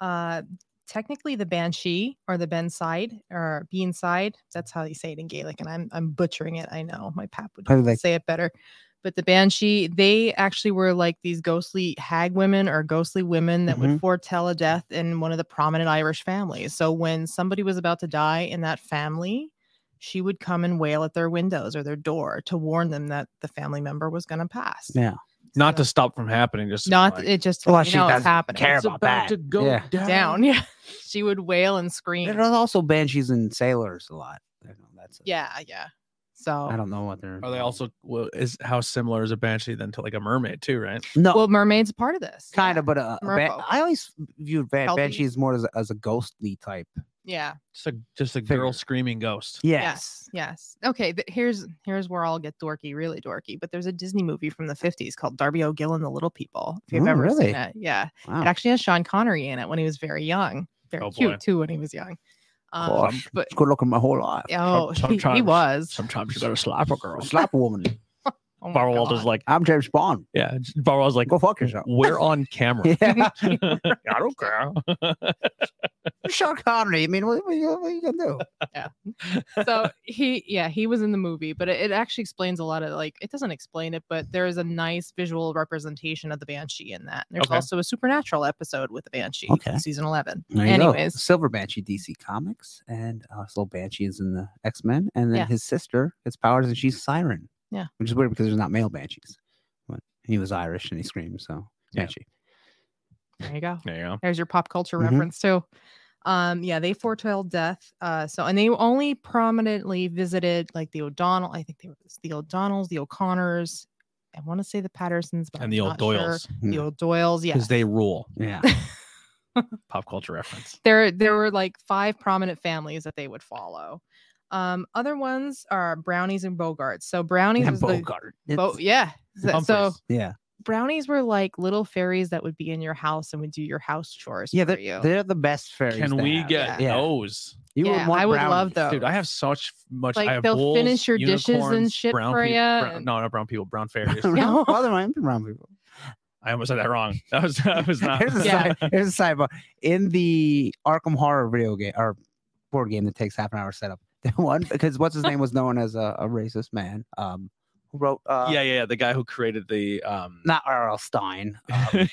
B: Uh, technically, the banshee or the benside or beanside. That's how you say it in Gaelic, and I'm I'm butchering it. I know my pap would
C: Probably like-
B: say it better. But the banshee, they actually were like these ghostly hag women or ghostly women that
A: Mm-hmm.
B: would foretell a death in one of the prominent Irish families. So when somebody was about to die in that family, she would come and wail at their windows or their door to warn them that the family member was going to pass.
C: Yeah.
A: Not
B: So-
A: to stop from happening, just
B: not
A: like,
B: it just
C: Well,
B: well,
C: she
B: you know it's
C: doesn't
B: happening
C: care
A: "It's
C: about
A: about
C: that."
A: to go
C: Yeah.
A: down.
B: down [laughs] yeah she would wail and
C: There's
B: scream
C: also banshees and sailors a lot. I don't know, that's a-
B: yeah yeah so
C: I don't know what they're.
A: Are they also well, is how similar is a banshee then to like a mermaid too, right?
C: no?
B: well mermaids a part of this
C: kind of, but uh, a ban-
B: merfolk.
C: I always viewed ban-
B: Kelpie.
C: banshees more as a, as a ghostly type.
B: yeah
A: Just a just a
C: Figure.
A: girl screaming ghost.
C: Yes.
B: yes yes. okay th- here's here's where i'll get dorky really dorky but there's a disney movie from the 50s called darby o'gill and the little people if you've
C: Oh,
B: ever
C: really?
B: seen it yeah
C: Wow.
B: it actually has sean connery in it when he was very young very
A: Oh, boy.
B: cute too when he was young um,
C: Gosh,
B: but
C: good looking my whole life.
B: oh he, he
A: sometimes-
B: was
A: Sometimes you gotta slap a
B: [laughs]
A: girl.
C: Slap a woman.
B: oh my
A: Barwald
B: God.
A: is like,
C: I'm James Bond.
A: yeah. Barwald's like,
C: Go fuck
B: [laughs]
C: yourself.
A: we're on camera.
C: [laughs] Yeah,
A: [laughs] I don't care.
C: Sean Connery. I mean, what, what, you- what you gonna do?
B: so he yeah he was in the movie but it, it actually explains a lot of like it doesn't explain it but there is a nice visual representation of the banshee in that there's
A: Okay.
B: also a supernatural episode with the banshee
C: Okay.
B: season 11
C: There you go.
B: anyways
C: Silver Banshee DC Comics, and also Banshee is in the X Men, and then
B: Yeah.
C: his sister gets powers, and she's Siren.
B: Yeah.
C: which is weird because there's not male Banshees. But he was Irish and he screamed, so
A: Yeah.
C: Banshee.
B: there you go
A: There you go.
B: there's your pop culture
C: Mhm.
B: reference too um yeah they foretold death uh so and they only prominently visited like the o'donnell i think they were the o'donnells the o'connors i want to say the pattersons but
A: And
B: I'm
A: the old
B: not sure.
A: Doyles
B: the old doyles yeah
A: because they rule.
C: Hmm.
B: [laughs]
C: Yeah,
A: Pop culture reference.
B: there there were like five prominent families that they would follow. Um, other ones are brownies and bogarts. So brownies
C: and
B: was the
C: Bogart.
B: bo-
C: It's-
B: yeah. So, so
A: Humphreys.
C: yeah,
B: brownies were like little fairies that would be in your house and would do your house chores
C: Yeah,
B: for
C: they're,
B: you.
C: they're the best fairies.
A: Can
C: to
A: we
C: have.
A: get
C: Yeah.
A: those?
C: You
B: Yeah,
C: want
B: I would love
C: brownies.
A: Dude, I have such much.
B: Like,
A: I have
B: they'll
A: wolves,
B: finish your dishes and
A: unicorns,
B: shit
A: brown
B: for
A: people,
B: ya
A: Brown,
B: and-
A: no, not brown people.
C: [laughs]
A: Brown fairies.
C: Brown-
B: No.
C: [laughs] Well, there might be brown people.
A: I almost said that wrong. [laughs] That was that was not.
C: [laughs] Here's a,
B: Yeah.
C: side, here's a sidebar. In the Arkham Horror video game or board game that takes half an hour setup, [laughs] that one because what's his name was known as a, a racist man. Um, who wrote? Uh,
A: yeah, yeah, yeah. The guy who created the um. [laughs]
C: Not R.L. Stein. [laughs] Um,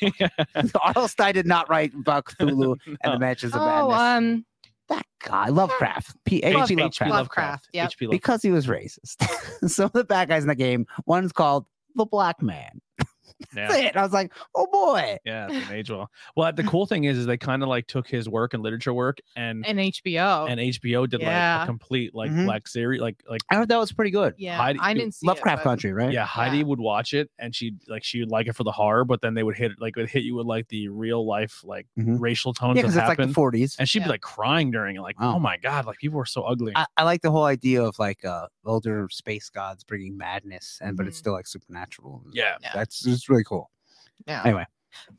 C: R.L. Stein did not write about Cthulhu and
A: No. [laughs]
C: the Mansions of
B: Oh,
C: Madness.
B: um,
C: that guy, Lovecraft. P- H.P.
A: H.P.
C: Lovecraft.
B: Lovecraft, yep.
A: H.P. Lovecraft.
C: because he was racist. [laughs] Some of the bad guys in the game, one's called the black man.
A: Yeah.
C: That's it. I was like, oh boy.
A: Yeah, it's an age well. Well, the cool thing is, is they kind of like took his work and literature work, and Mm-hmm.
B: and HBO.
A: and HBO did like
B: Yeah.
A: a complete like
C: Mhm.
A: black series, like like
C: I heard that was pretty good.
B: yeah,
A: Heidi-
B: I didn't see
C: Lovecraft
B: it, but-
C: Country, right?
A: yeah. Heidi would watch it, and she would like she would like it for the horror, but then they would hit like would hit you with like the real life like
C: Mhm.
A: racial
C: Yeah,
A: tones that
C: because it's like the
A: happen,
C: 40s.
A: and she'd
B: Yeah.
A: be like crying during it, like
C: Wow.
A: oh my god, like people were so ugly.
C: I, I like the whole idea of like uh older space gods bringing madness, and but it's
B: Mhm.
C: still like supernatural.
A: Mm-hmm. yeah,
B: Yeah.
C: that's it's really cool.
B: Yeah.
C: Anyway.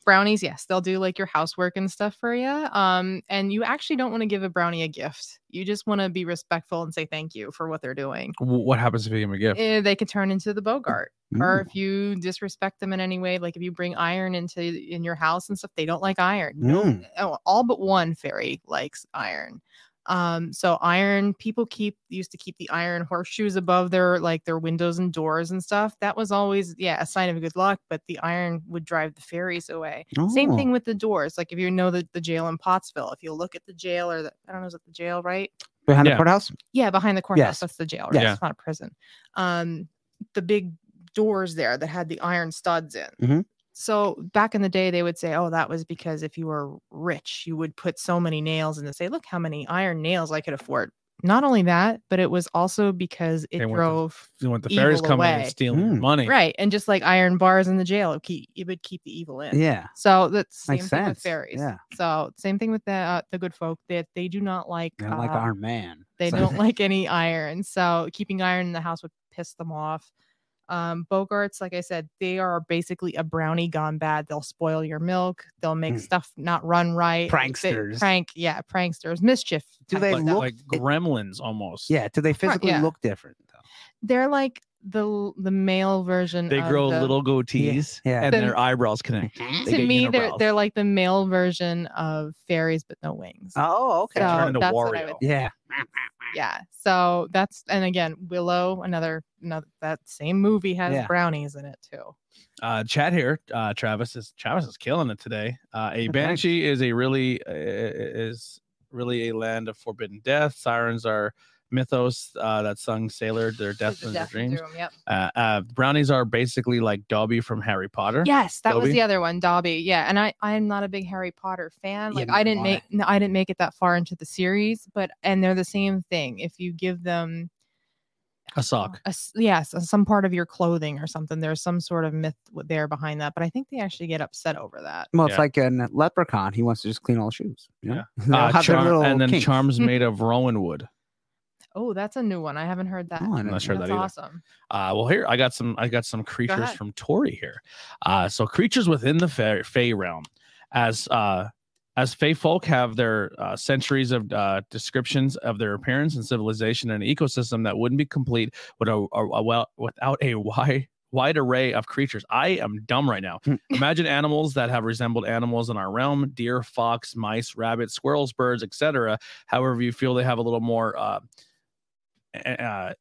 B: brownies, yes, they'll do like your housework and stuff for you. Um, and you actually don't want to give a brownie a gift. You just want to be respectful and say thank you for what they're doing.
A: W- what happens if you give him a gift?
B: Eh, They could turn into the Bogart, or
C: Mm.
B: if you disrespect them in any way, like if you bring iron into in your house and stuff, they don't like iron. No,
C: Mm.
B: oh, all but one fairy likes iron. Um, so iron people keep used to keep the iron horseshoes above their like their windows and doors and stuff. That was always yeah a sign of good luck, but the iron would drive the fairies away. Same
C: Oh.
B: thing with the doors. Like if you know the, the jail in Pottsville, if you look at the jail or the I don't know is it the jail right?
C: behind
A: Yeah.
C: the courthouse.
B: Yeah, behind the courthouse.
C: Yes.
B: That's the jail, right?
A: Yes.
B: It's not a prison. Um, the big doors there that had the iron studs in.
C: Mhm.
B: So back in the day, they would say, "Oh, that was because if you were rich, you would put so many nails in to say, look how many iron nails I could afford." Not only that, but it was also because it
A: They weren't the-
B: drove
A: You want the
B: Evil
A: fairies coming in
B: away.
A: and stealing your
C: Mm.
A: money?
B: right, and just like iron bars in the jail, it, keep, it would keep the evil in.
C: Yeah.
B: So that's same
C: Makes
B: thing with
C: sense.
B: fairies.
C: Yeah.
B: So same thing with the uh, the good folk that they do not like
C: They don't like
B: uh,
C: our man.
B: They
C: So-
A: [laughs]
B: don't like any iron. So keeping iron in the house would piss them off. Um, Bogarts, like I said, they are basically a brownie gone bad. They'll spoil your milk. They'll make
C: Hmm.
B: stuff not run right. They-
C: Pranksters.
B: prank, yeah, pranksters, mischief.
C: [laughs] Do
B: type
C: they
B: stuff.
A: Like,
C: look-
A: like gremlins almost.
C: Yeah. Do they physically
B: yeah.
C: look different though?
B: They're like the the male version.
A: They
B: of
A: grow
B: the-
A: little goatees
C: Yeah.
A: and
B: Then-
C: [laughs]
A: their eyebrows connect. They
B: [laughs] To
A: get
B: me, they're
A: unibrows.
B: they're like the male version of fairies, but no wings.
C: Oh, okay.
A: They
B: So-
A: turn into
B: that's what I
A: Wario.
B: would
C: Yeah.
B: yeah so that's and again willow another another that same movie has
C: Yeah.
B: brownies in it too
A: uh chat here uh travis is travis is killing it today uh a
C: thanks.
A: banshee is a really uh, is really a land of forbidden death sirens are mythos uh that sung sailor their death in their dreams uh, uh brownies are basically like dobby from harry potter
B: yes that was
A: Dobby?
B: the other one dobby yeah and i i'm not a big harry potter fan
C: Yeah,
B: like
C: neither
B: i didn't
C: am I.
B: make no, i didn't make it that far into the series but and they're the same thing if you give them
A: a sock
B: a s- yes some part of your clothing or something there's some sort of myth w- there behind that but i think they actually get upset over that
C: Well, it's
A: Yeah.
C: like an leprechaun. He wants to just clean all the shoes. You [laughs] know? They all
A: uh,
C: have their
A: charm-
C: little
A: and then
C: kinks.
A: charms
C: [laughs]
A: made of rowan wood
B: oh that's a new one i haven't heard that
C: Oh, I didn't
A: Not sure
C: know
B: that's
A: that either.
B: awesome
A: Uh, well, here I got some. I got some creatures
B: ahead.
A: from Tori here. Uh, so creatures within the fae, fae realm, as uh, as fae folk have their uh, centuries of uh, descriptions of their appearance and civilization and ecosystem that wouldn't be complete without a, a well without a wide wide array of creatures. I am dumb right now.
C: Hmm.
A: Imagine animals that have resembled animals in our realm: deer, fox, mice, rabbits, squirrels, birds, etc. However, you feel they have a little more. Uh, a- uh,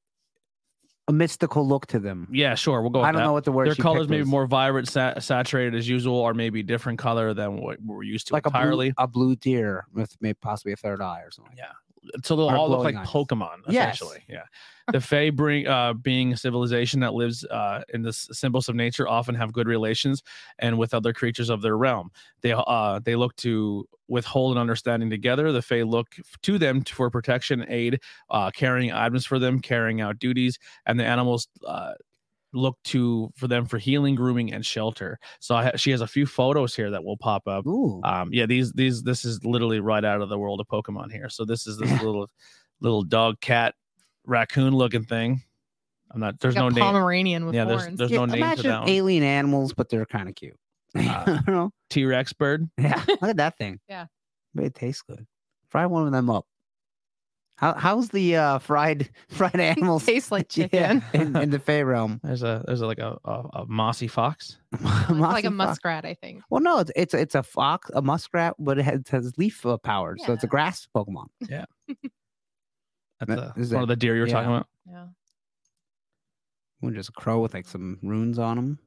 C: a mystical look to them.
A: yeah, sure. We'll go. With
C: I don't
A: that
C: know what the word.
A: their
C: she
A: colors
C: picked
A: may be
C: was.
A: more vibrant, sa- saturated as usual, or maybe different color than what we're used to
C: like
A: entirely.
C: a blue, a blue deer with maybe possibly a third eye or something.
A: Yeah. so they'll
C: or
A: all look
C: glowing
A: like
C: eyes.
A: Pokemon,
C: Yes.
A: essentially.
C: [laughs]
A: Yeah. The Fae bring uh, being a civilization that lives uh, in the s- symbols of nature often have good relations and with other creatures of their realm. They uh, they look to withhold an understanding together. The Fae look to them for protection, aid, uh, carrying items for them, carrying out duties, and the animals uh, look to for them for healing, grooming, and shelter. So I ha- she has a few photos here that will pop up.
C: Ooh.
A: Um, yeah, these these this is literally right out of the world of Pokemon here. So this is this little little dog cat raccoon looking thing. I'm not. There's
B: Like
A: no
B: a
A: name.
B: Pomeranian with
A: Yeah, there's-
B: horns.
A: there's-
C: Yeah,
A: no name to
C: imagine
A: that one.
C: alien animals, but they're kind of cute. [laughs]
A: Ah.
C: I don't know.
A: T Rex bird.
C: Yeah, [laughs] look at that thing.
B: Yeah.
C: but it tastes good. Fry one of them up. How, how's the uh, fried [laughs] fried animals
B: tastes like
C: [laughs] Yeah,
B: chicken.
C: in, in the Fey
B: [laughs]
C: realm?
A: There's a there's a, like a, a a mossy fox.
B: like
C: Mossy
B: a
C: fox.
B: muskrat, I think.
C: Well, no, it's it's, it's a fox, a muskrat, but it has, has leaf uh, power, so it's a
B: Yeah.
C: grass Pokemon.
A: That's
C: That-
A: the,
C: is
A: one of the deer you were
C: yeah.
A: talking about.
B: Yeah.
C: One just a crow with like some runes on them.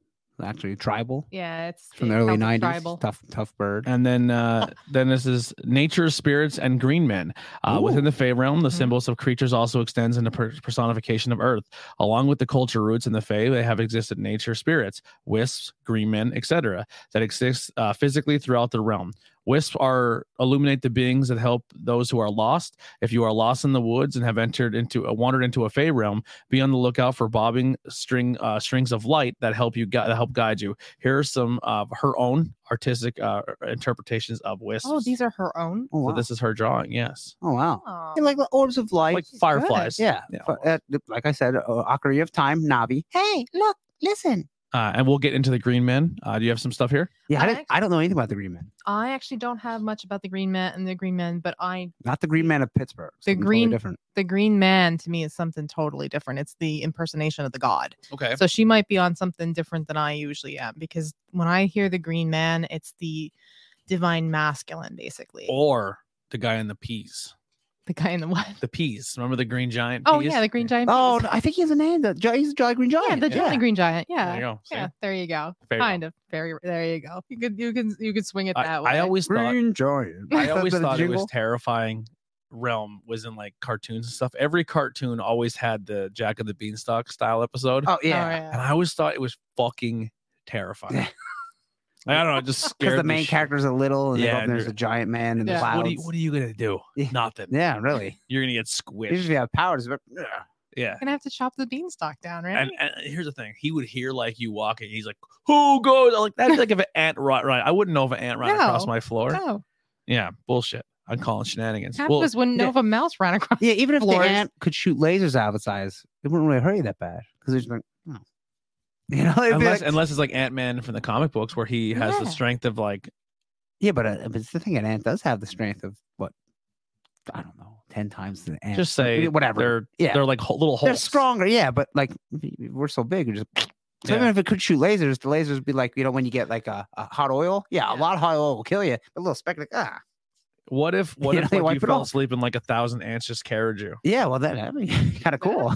C: Actually, tribal
B: Yeah, it's
C: from the
B: it
C: early
B: sounds
C: '90s.
B: Tribal.
C: Tough, tough bird.
A: And then uh, then this is nature, spirits, and green men. Uh, within
C: Ooh.
A: the Fey realm, the
B: Mhm.
A: symbols of creatures also extends into per- personification of Earth. Along with the culture roots in the Fey, they have existed nature, spirits, wisps, green men, etc., that exist uh, physically throughout the realm. Wisps are illuminate the beings that help those who are lost. If you are lost in the woods and have entered into uh, wandered into a Fey realm, be on the lookout for bobbing string uh, strings of light that help you gui- that help guide you. Here are some of her own artistic uh, interpretations of wisps.
B: Oh, these are her own.
C: oh, wow.
A: So this is her drawing. Yes,
C: oh wow!
B: Oh,
C: Hey, like the orbs of light.
A: like fireflies.
C: Yeah.
A: Yeah.
C: But, uh, th- like I said, uh, Ocarina of Time, Navi. Hey, look, listen.
A: Uh, and we'll get into the green men. Uh, do you have some stuff here?
C: Yeah, I,
B: I
C: didn't, I don't know anything about the Green Men.
B: I actually don't have much about the Green Man and the Green Men, but I
C: Not the Green Men of Pittsburgh.
B: The
C: something
B: Green-
C: different.
B: the Green Man to me is something totally different. It's the impersonation of the god.
A: Okay.
B: So she might be on something different than I usually am because when I hear the Green Man, it's the divine masculine, basically.
A: Or the guy in the peas.
B: The guy in the [laughs] what?
A: The peas. Remember the green giant?
B: Oh
A: peas?
B: yeah, the Green Giant.
C: Oh,
B: peas.
C: no, I think he has a name. The, Gi- he's a Jolly Green Giant.
B: yeah, the
A: yeah.
B: Jolly Green Giant.
A: There you
B: Yeah.
A: go. See?
B: Yeah, there you go.
A: Fair enough.
B: kind of very there you go. You could you can you could swing it
A: I,
B: that way.
A: I always thought
C: Green Giant.
A: I
C: [laughs] Is that
A: always
C: the
A: thought it was
C: jingle?
A: terrifying. Realm was in like cartoons and stuff. Every cartoon always had the Jack of the Beanstalk style episode,
C: Oh,
B: Oh,
C: yeah.
A: and I always thought it was fucking terrifying. Like, [laughs] I don't know, it
C: [laughs]
A: just
C: Because
A: scared
C: the main
A: sh-
C: character's a little, and, they go
A: Yeah,
C: up and there's
A: dude.
C: a giant man in the
B: Yeah.
C: clouds.
A: What are, you, what are you gonna do?
C: [laughs] Yeah.
A: Nothing.
C: yeah, really.
A: You're gonna get
C: You
A: squished.
C: usually have powers, but yeah. [laughs]
A: Yeah.
B: gonna have to chop the beanstalk down, right?
A: And, and here's the thing: he would hear like you walking. He's like, "Who goes?" I'm like that's like if an ant rot right. I wouldn't know if an ant ran across
B: No.
A: my floor.
B: no,
A: Yeah, bullshit. I'm calling shenanigans.
B: Oh, half
A: Well,
B: of us wouldn't know
C: yeah.
B: if a mouse ran across.
C: Yeah, even if
B: Floors.
C: the ant could shoot lasers out of its eyes, it wouldn't really hurt you that bad. Because it's like, oh. You know, [laughs] it'd be
A: unless,
C: like-
A: unless it's like Ant Man from the comic books, where he has the
B: Yeah.
A: strength of like
C: Yeah, but, uh, but it's the thing, an ant does have the strength of what? I don't know, ten times the ant.
A: just say
C: whatever. They're,
A: They're
C: Yeah.
A: they're like ho- little holes.
C: stronger, yeah, but like we- we- we're so big, we just. [sniffs] So
A: Yeah.
C: even if it could shoot lasers, the lasers would be like you know when you get like a, a hot oil. Yeah, a
B: Yeah.
C: lot of hot oil will kill you. But a little speck, like ah,
A: What if what
C: [laughs] You know,
A: if
C: they
A: like, you
C: wipe it
A: fell
C: off.
A: asleep and like a thousand ants just carried you?
C: yeah. Well, that that'd be [laughs] kind of cool.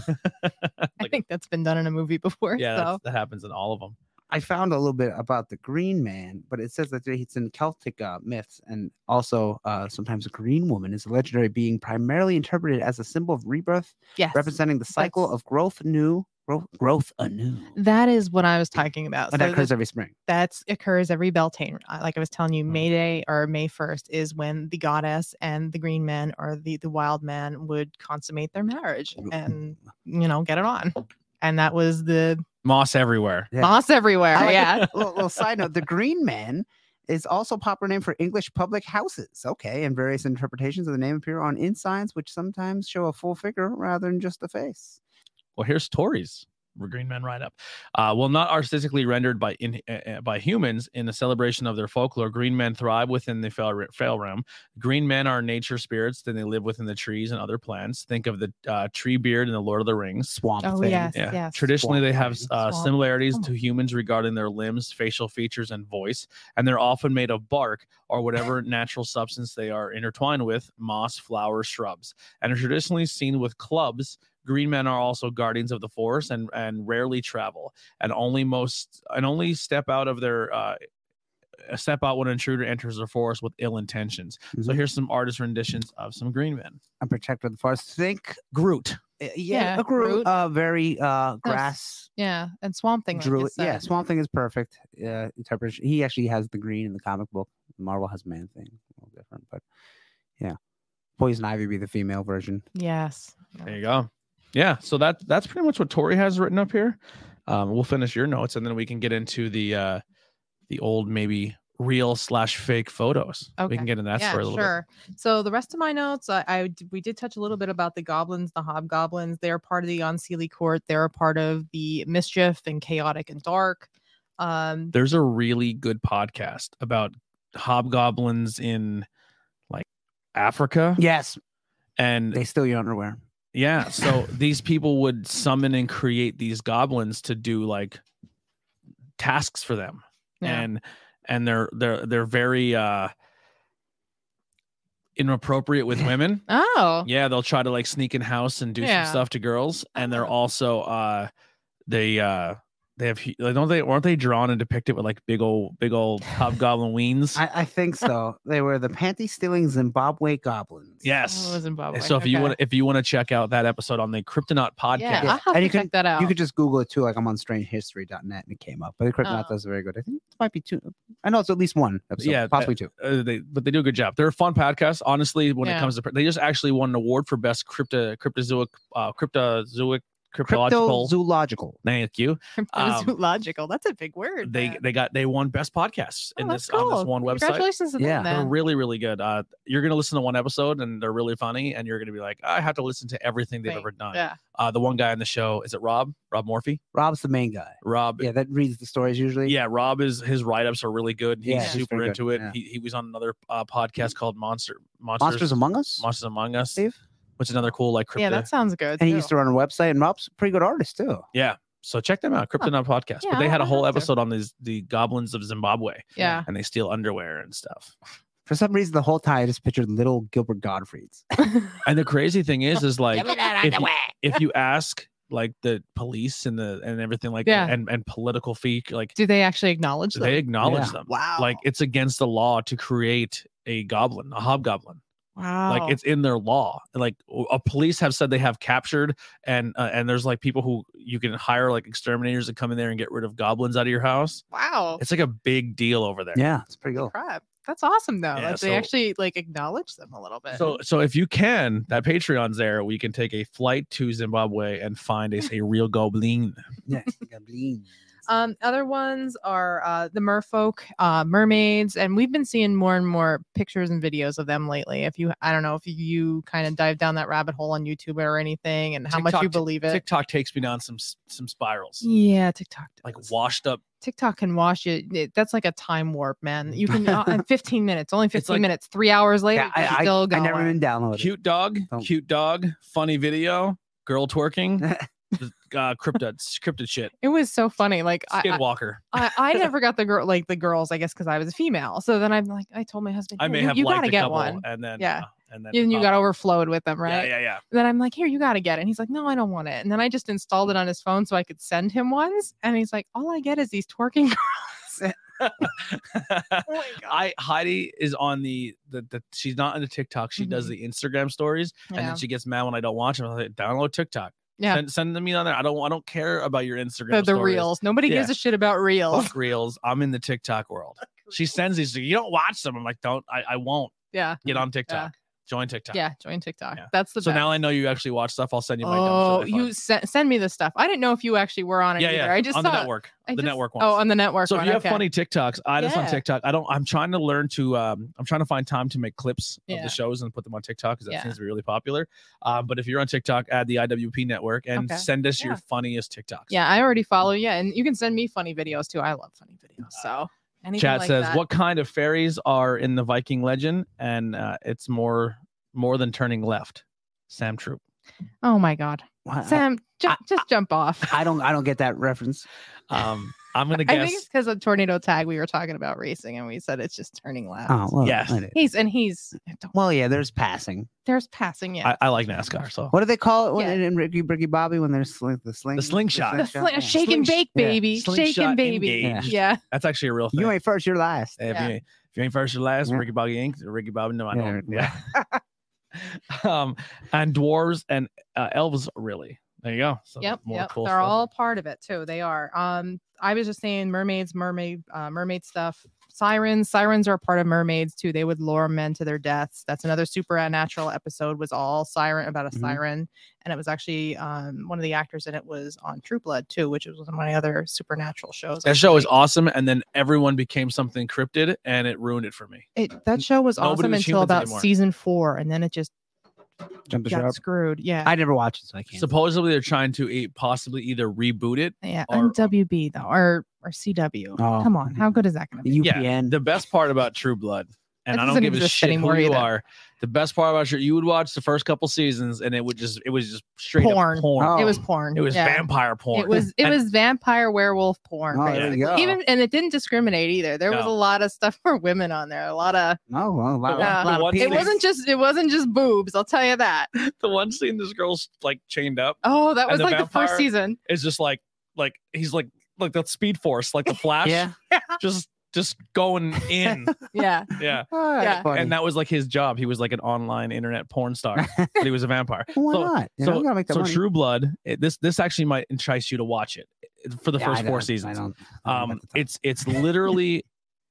B: I think that's been done in a movie before.
A: Yeah,
B: so
A: that's that happens in all of them.
C: I found a little bit about the Green Man, but it says that it's in Celtic uh, myths and also uh, sometimes a Green Woman is a legendary being primarily interpreted as a symbol of rebirth
B: yes,
C: representing the cycle
B: That's-
C: of growth new growth, growth anew.
B: that is what I was talking about.
C: And that
B: So
C: occurs
B: that-
C: every spring.
B: that's occurs every Beltane. Uh, Like I was telling you,
C: Mm-hmm.
A: Hmm.
B: May Day or May first is when the goddess and the Green Men or the the Wild Men would consummate their marriage
C: Mm.
B: and you know get it on. And that was the
A: Moss everywhere.
C: Yeah. [laughs]
B: moss everywhere.
C: I like-
B: yeah.
C: [laughs] little, little side note: the Green Man is also a popular name for English public houses. Okay, and various interpretations of the name appear on insigns, which sometimes show a full figure rather than just a face.
A: Well, here's Tories. Green men ride up. Uh, well, not artistically rendered by in, uh, uh, by humans in the celebration of their folklore, green men thrive within the fell, fell realm. Green men are nature spirits. Then they live within the trees and other plants. Think of the uh, tree beard in the Lord of the Rings.
C: Swamp
B: Oh,
C: thing.
B: yes.
A: Yeah. Traditionally, they have
C: Swamp
A: uh,
B: Swamp.
A: similarities
B: Oh my-
A: to humans regarding their limbs, facial features, and voice, and they're often made of bark or whatever natural substance they are intertwined with moss, flowers, shrubs, and are traditionally seen with clubs. Green men are also guardians of the forest and, and rarely travel and only most and only step out of their uh, step out when an intruder enters the forest with ill intentions. So
C: Mhm.
A: here's some artist renditions of some green men.
C: And protector of the forest. Think,
A: Groot.
C: uh, yeah,
B: Yeah,
C: a Groot,
B: Groot.
C: uh, very uh, grass.
B: Yeah, and Swamp Thing. like you
C: Druid,
B: said.
C: yeah, Swamp Thing is perfect. Uh, interpretation. He actually has the green in the comic book. Marvel has Man Thing, a little different, but yeah. Poison Ivy would be the female version.
B: Yes.
A: There you go. Yeah. So that that's pretty much what Tori has written up here. Um, we'll finish your notes and then we can get into the uh the old maybe real slash fake photos. We
B: Okay.
A: can get into that
B: yeah,
A: story a little
B: sure. So the rest of my notes, I, I d- we did touch a little bit about the goblins, the hobgoblins. They're part of the unseelie court. They're a part of the mischief and chaotic and dark. Um,
A: bit. There's a really good podcast about hobgoblins in like Africa.
C: Yes,
A: And
C: they steal your underwear.
A: Yeah. So these people would summon and create these goblins to do like tasks for them.
B: yeah.
A: And and they're they're they're very uh inappropriate with
B: [laughs]
A: women.
B: oh,
A: Yeah, they'll try to like sneak in house and do
B: Yeah.
A: some stuff to girls. And they're
B: Oh.
A: also uh they uh they have hu- like don't they aren't they drawn and depicted with like big old big
B: [laughs]
A: old hobgoblin weens?
C: I, I think [laughs] so. they were the panty stealing Zimbabwe goblins.
A: yes.
B: Oh, it was Zimbabwe.
A: so if you
B: Okay.
A: want if you want to check out that episode on the Kryptonaut podcast,
B: yeah,
C: Yeah.
B: I'll have
C: And you
B: to check
C: can-
B: that out.
C: You
B: [laughs]
C: could just Google it too. Like I'm on strangehistory.net and it came up. But the Kryptonaut
B: Oh.
C: does very good. I think it might be two. I know it's at least one episode.
A: Yeah,
C: Yeah, possibly two.
A: uh, they but they do a good job. They're a fun podcast, honestly. When it
B: Yeah.
A: comes to they just actually won an award for best crypto cryptozoic uh, cryptozoic cryptological.
C: Cryptozoological.
A: Thank you. um,
B: logical. That's a big word.
A: They
B: man.
A: they got they won best podcasts
B: Oh,
A: in
B: that's
A: this on this
B: cool.
A: one website.
B: Congratulations to them.
C: Yeah.
A: They're
B: then.
A: really really good. Uh, you're gonna listen to one episode and they're really funny, and you're gonna be like, I have to listen to everything they've
B: Thank-
A: ever done.
B: Yeah.
A: Uh, the one guy on the show is it Rob Rob Morphy
C: Rob's the main guy.
A: Rob. Yeah.
C: Yeah, that reads the stories usually.
A: Rob is his write ups are really good. He's
C: Yeah, he's
A: super
C: pretty good,
A: into it.
C: yeah.
A: He, he was on another uh, podcast called Monster Monsters
C: Monsters Among Us.
A: Monsters Among Us.
C: Steve?
A: which is another cool like crypto.
B: Yeah, that sounds good.
C: And he
B: too.
C: used to run a website. And Rob's a pretty good artist too.
A: so check them out, Kryptonaut Podcast. but
B: Yeah,
A: they had a
B: I'll
A: whole
B: have to.
A: episode on these the goblins of Zimbabwe,
B: yeah.
A: and they steal underwear and stuff.
C: For some reason, the whole time I just pictured little Gilbert Gottfried's.
A: And the crazy thing is, is like
B: [laughs]
C: that
A: if you, if you ask like the police and the and everything like
B: Yeah.
A: and and political feet, like
B: Do they actually acknowledge them?
A: they acknowledge
C: Yeah.
A: them.
B: wow.
A: Like it's against the law to create a goblin, a hobgoblin.
B: wow.
A: Like it's in their law. Like a police have said they have captured and uh, and there's like people who you can hire like exterminators to come in there and get rid of goblins out of your house.
B: wow.
A: It's like a big deal over there.
C: [laughs] Yeah, it's pretty cool.
B: crap. That's awesome though.
A: Yeah,
B: like, they
A: so-
B: actually like acknowledge them a little bit.
A: So, so if you can, that Patreon's there. We can take a flight to Zimbabwe and find us a real
B: [laughs]
A: goblin.
C: Yeah, [laughs] Gablin.
B: um, other ones are uh, the merfolk, uh, mermaids, and we've been seeing more and more pictures and videos of them lately. If you, I don't know if you kind of dive down that rabbit hole on YouTube or anything, and how much
A: TikTok
B: you
A: t-
B: believe it.
A: TikTok takes me down some s- some spirals,
B: Yeah, TikTok.
A: like
B: does.
A: washed up.
B: TikTok can wash you. It- That's like a time warp, man. You can uh, in 15 minutes, only 15
A: Mm. like-
B: minutes, three hours later,
C: Yeah, I,
B: you're
C: I,
B: still
C: I
B: going.
C: never even downloaded.
A: Cute dog,
C: Don't-
A: cute dog, funny video, girl
C: [laughs]
A: twerking, [laughs] th- uh, cryptid, s- cryptid shit,
B: it was so funny. Like I,
A: Skidwalker. [laughs]
B: I, I never got the girl, like the girls, I guess, because I was a female. So then I'm like, I told my husband,
A: I,
B: "Hey,
A: may
B: you,
A: have
B: you
A: liked
B: gotta
A: a
B: get
A: couple,
B: one.
A: and then
B: Yeah.
A: uh, and then
B: And you
A: uh,
B: got overflowed with them, right?
A: Yeah, yeah, yeah.
B: Then I'm like, here, you gotta get it. And he's like, no, I don't want it. And then I just installed it on his phone so I could send him ones. And he's like, all I get is these twerking [laughs] girls. Oh
A: I Heidi is on the the, the she's not on the TikTok. She does
B: Mhm.
A: the Instagram stories, and
B: Yeah.
A: then she gets mad when I don't watch them. I'm like, download TikTok.
B: Yeah.
A: Send, send them me on there. I don't I don't care about your Instagram.
B: The, the
A: stories.
B: reels. Nobody gives a shit about
A: [laughs]
B: reels.
A: Fuck reels. I'm in the TikTok world. She sends these. You don't watch them. I'm like, don't. I, I won't
B: Yeah.
A: get on TikTok. Join TikTok.
B: Mm, Yeah. Join TikTok.
A: Yeah.
B: That's the
A: So
B: best.
A: now I know you actually watch stuff. I'll send you my.
B: Oh,
A: dumb shit I
B: you
A: find.
B: se- send me this stuff. I didn't know if you actually were on it
A: Yeah,
B: either.
A: yeah.
B: I just
A: on
B: saw
A: the network.
B: I
A: the
B: just-
A: network ones.
B: Oh, on the network.
A: So if
B: one,
A: you have
B: okay.
A: funny TikToks, add us on
B: Yeah.
A: TikTok. I don't. I'm trying to learn to. Um, I'm trying to find time to make clips of
B: Yeah.
A: the shows and put them on TikTok because that
B: Yeah.
A: seems to be really popular. Um, but if you're on TikTok, add the IWP network and
B: Okay.
A: send us your
B: Yeah.
A: funniest TikToks.
B: Yeah, I already follow you, and you can send me funny videos too. I love funny videos. So anything
A: Uh, Chat
B: like
A: says,
B: that.
A: "What kind of fairies are in the Viking legend?" And uh, it's more more than turning left. Sam Troop.
B: Oh my God,
A: Uh,
C: Why- I,
B: Sam, ju- just jump off.
C: I don't. I don't get that reference.
A: Um, I'm gonna
B: [laughs] I think it's
A: guess.
B: because of tornado tag. We were talking about racing, and we said it's just turning left.
C: Oh well.
A: Yes.
C: I did.
B: He's and he's
C: Well, yeah. There's passing.
B: there's passing. Yeah,
A: I, I like NASCAR, so
C: What do they call it when,
B: Yeah.
C: in Ricky Ricky Bobby when there's sling, the sling
A: slingshot.
B: the sli-
C: yeah.
B: shake and
A: Slingsh-
B: bake,
C: yeah,
B: baby, shake
A: slingshot
B: and baby.
A: engaged.
B: Yeah,
A: that's actually a real thing.
C: You ain't first, you're last.
A: Hey, if,
B: Yeah.
A: you, ain't- if you ain't first or last,
C: Yeah.
A: Ricky Bobby Inc. Ricky Bobby, no, I
C: Yeah,
A: know.
C: Ricky
A: Yeah. [laughs]
B: [laughs]
A: um, and dwarves and uh, elves, really. There you go. So
B: yep,
A: more
B: yep.
A: cool
B: they're
A: stuff.
B: all part of it too. They are. Um, I was just saying mermaids, mermaid, uh, mermaid stuff. sirens. Sirens are a part of mermaids too. They would lure men to their deaths. That's another supernatural episode. Was all siren about a
A: Mm-hmm.
C: Mhm.
B: siren, and it was actually um, one of the actors in it was on True Blood too, which was one of my other supernatural shows. I
A: That show
B: really-
A: is awesome, and then everyone became something cryptid, and it ruined it for me.
B: It, that show was
A: Nobody
B: awesome
A: was
B: until
A: humans
B: about
A: anymore.
B: season four, and then it just
C: Jump the
B: got
C: shark.
B: screwed. Yeah,
C: I never watched it, so I can't.
A: Supposedly, they're trying to e- possibly either reboot it.
B: yeah,
A: Or-
B: on WB though, or or CW.
C: Oh.
B: Come on,
A: mm-hmm.
B: how good is that going to be?
C: UPN.
A: The best part about True Blood, and
B: That
A: I don't
B: doesn't
A: give a
B: exist
A: shit
B: anymore
A: who you
B: either.
A: are. The best part about True, you would watch the first couple seasons, and it would just, it was just straight
B: Porn.
A: up porn.
C: Oh.
B: It was porn.
A: It was
B: Yeah.
A: vampire porn.
B: It was it
A: And-
B: was vampire werewolf porn.
C: Oh, there
B: basically.
C: you go.
B: Even and it didn't discriminate either. There was a
A: No.
B: lot of stuff [laughs] for women on there. A lot of
C: No, Oh, well, a lot,
B: Yeah.
C: a lot
A: The
C: of
A: one
B: it
A: Penis.
C: people.
B: wasn't just it wasn't just boobs. I'll tell you that.
A: [laughs] the one scene this girl's like chained up
B: Oh, that
A: And
B: was
A: the
B: like the
A: vampire-
B: first season.
A: is just like like he's like like the speed force like the flash
C: Yeah.
A: just just going
B: [laughs]
A: in
B: Yeah,
A: yeah
C: Oh, that's
B: Yeah.
C: funny.
A: and that was like his job he was like an online internet porn star
B: [laughs]
A: but he was a vampire
C: Why
A: so-
C: not? You
A: so-
C: know, you gotta make that
A: so
C: money.
A: true blood it, this this actually might entice you to watch it for the
C: Yeah, I
A: first four
C: don't- I
A: seasons
C: don't- I don't
A: um
C: got the time.
A: it's
C: [laughs]
A: it's literally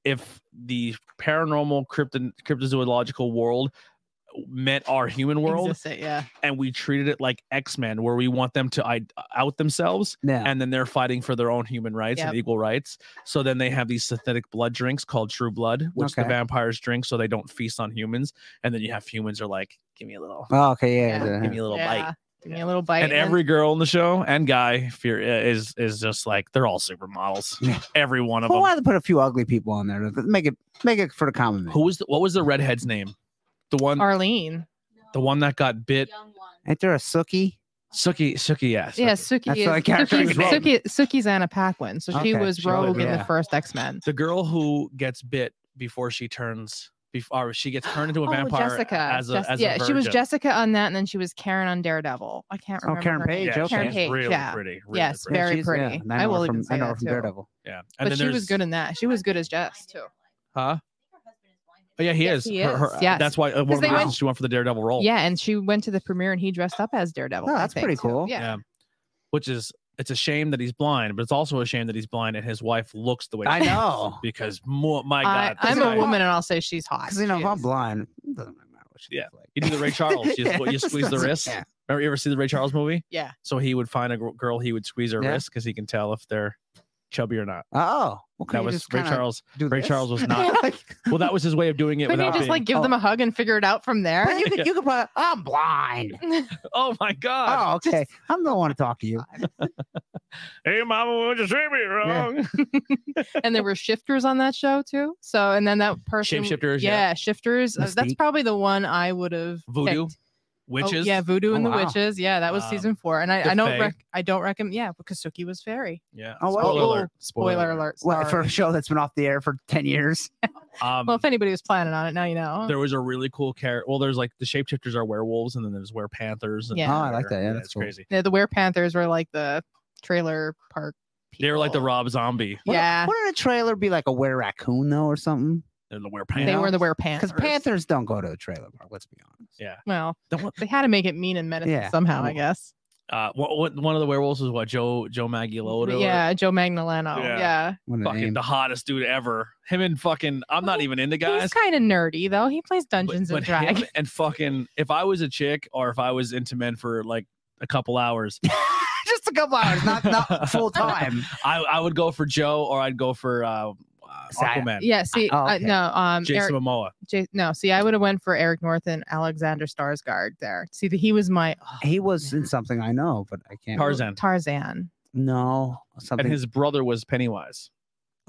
A: if the paranormal crypto cryptozoological world met our human [laughs] world
B: Exists it, yeah.
A: and we treated it like x-men where we want them to I- out themselves
C: yeah.
A: and then they're fighting for their own human rights and equal rights. So then they have these synthetic blood drinks called True Blood, which the
C: Okay.
A: vampires drink so they don't feast on humans. And then you have humans are like, give me a little,
C: oh, okay, yeah,
B: Yeah.
C: yeah.
A: give me a little
B: yeah.
A: bite.
B: Give me a little bite.
A: And every girl in the show and guy fear is is just like they're all supermodels, every one of
C: Well,
A: them.
C: why put a few ugly people on there? to Make it, make it for the common man.
A: Who was the, what was the redhead's name? The one,
B: Arlene.
A: the one that got bit.
D: Young one.
C: Ain't there a Sookie?
A: Suki, Suki, yes.
B: Yeah, Suki
C: That's
B: is
C: what I characterized
B: Suki's,
A: Rogue.
B: Suki, Suki's Anna Paquin. So she
C: Okay,
B: was
C: she was,
B: Rogue in
C: yeah.
B: the first X Men.
A: The girl who gets bit before she turns, before she gets turned
B: [gasps]
A: into a vampire
B: Oh, Jessica.
A: as a,
B: Jess-
A: as a
B: yeah, she was
A: virgin.
B: Jessica on that, and then she was Karen on Daredevil. I can't
C: Oh,
B: remember.
C: Karen
B: her
C: Page,
B: name.
A: Yeah,
C: okay.
B: Karen
A: she's
B: Page.
A: really
B: yeah.
A: pretty. really
B: Yes,
A: pretty.
B: very
C: she's-
B: pretty.
C: and
B: I
C: know
B: will
C: her
B: even
C: from,
B: say
C: I know
B: that
C: her from
B: too.
C: Daredevil.
A: Yeah, and
B: but she
A: then
B: was
A: there's-
B: good in that. She was good as Jess too.
A: Huh? Oh, yeah, he
B: Yes,
A: is.
B: he
A: Her- her-
B: is, yes.
A: That's why uh, one of the
B: they
A: reasons
B: went-
A: she went for the Daredevil role.
B: Yeah, and she went to the premiere and he dressed up as Daredevil.
C: Oh,
B: I
C: that's
B: think,
C: pretty
B: too.
C: cool.
B: Yeah.
A: Which is, it's a shame that he's blind, but it's also a shame that he's blind and his wife looks the way
C: I
A: [laughs] she does.
C: know.
A: Because, mo- my
B: I,
A: God.
B: I'm
A: this
B: a
A: guy-
B: woman and I'll say she's hot.
C: Because you know,
B: She
C: if I'm
B: is.
C: blind, it doesn't really matter what she
A: Yeah.
C: looks like.
A: You do
C: [laughs]
A: the Ray Charles. You,
C: Yeah,
A: you
C: it
A: squeeze the
C: doesn't-
A: wrist.
C: yeah.
A: Remember, you ever see the Ray Charles movie?
B: Yeah.
A: So he would find a gr- girl, he would squeeze her
C: Yeah.
A: wrist because he can tell if they're chubby or not.
C: Oh, okay.
A: That was Ray Charles. Ray Charles
C: [laughs]
A: was not-
C: not.
A: Well, that was his way of doing it
B: [laughs] Couldn't you
A: without
B: just
A: being.
B: like give
C: oh.
B: them a hug and figure it out from there?
C: you could, you could put, I'm
B: [laughs]
C: blind.
A: [laughs] oh my God!
C: Oh, okay. I don't want to talk to you.
A: Hey, mama, would you treat me
C: Yeah.
A: wrong?
B: and there were shifters on that show too. So and then that person
A: Shapeshifters, yeah.
B: Yeah, shifters. Uh, That's
C: Mystique.
B: probably the one I would have
A: Voodoo,
B: picked. Oh,
A: witches.
B: yeah, voodoo and
C: Oh,
B: the
C: wow.
B: witches. Yeah, that was
A: Um,
B: season four. And I,
A: the
B: I don't
A: Fae.
B: rec- I don't recommend. Yeah, because Suki was fairy.
A: Yeah.
C: Oh, wow.
A: Spoiler
B: Oh,
A: alert.
B: Spoiler, alert. Sorry.
C: Well, for a show that's been off the air for 10 years.
A: Um,
B: well, if anybody was planning on it, now you know.
A: there was a really cool character. Well, there's like the shapeshifters are werewolves, and then there's werepanthers. And
B: Yeah.
C: Oh, I like that. Yeah, that's
A: it's
C: cool.
A: crazy.
B: Yeah, the Were Panthers were like the trailer park.
A: They were like the
B: people.
A: Rob Zombie.
C: Wouldn't-
B: Yeah.
C: Wouldn't a trailer be like a were raccoon, though, or something?
A: They're the
B: they
A: werepants.
C: know?
B: were the Were
C: Because
B: Panthers.
C: Panthers don't go to a trailer park, let's be honest.
B: Well,
A: The one-
B: they had to make it mean and menacing
C: Yeah.
B: somehow, I guess.
A: Uh, what, what, one of the werewolves was what Joe Joe Maguilota.
B: yeah, Joe Magnolano.
A: Yeah.
B: Yeah.
C: What a
A: Fucking
C: name.
A: the hottest dude ever. Him and fucking I'm not
B: Well,
A: even into
B: Oh,
A: guys.
B: He's kind of nerdy though. He plays
A: but-
B: Dungeons
A: but
B: and Dragons.
A: him and fucking if I was a chick or if I was into men for like a couple hours,
C: [laughs] Just a couple hours,
A: [laughs]
C: not, not full time.
A: I, I would go for Joe or I'd go for uh, uh,
C: Zach-
A: Aquaman.
B: Yeah, see,
C: Oh,
B: uh,
C: okay.
B: no, um,
A: Jason
B: Eric,
A: Momoa.
B: J- no, see, I would have went for Eric North and Alexander Skarsgård there. See, that he was my oh,
C: He was in something I know, but I can't.
A: Tarzan.
B: Tarzan.
C: No, something.
A: And his brother was Pennywise.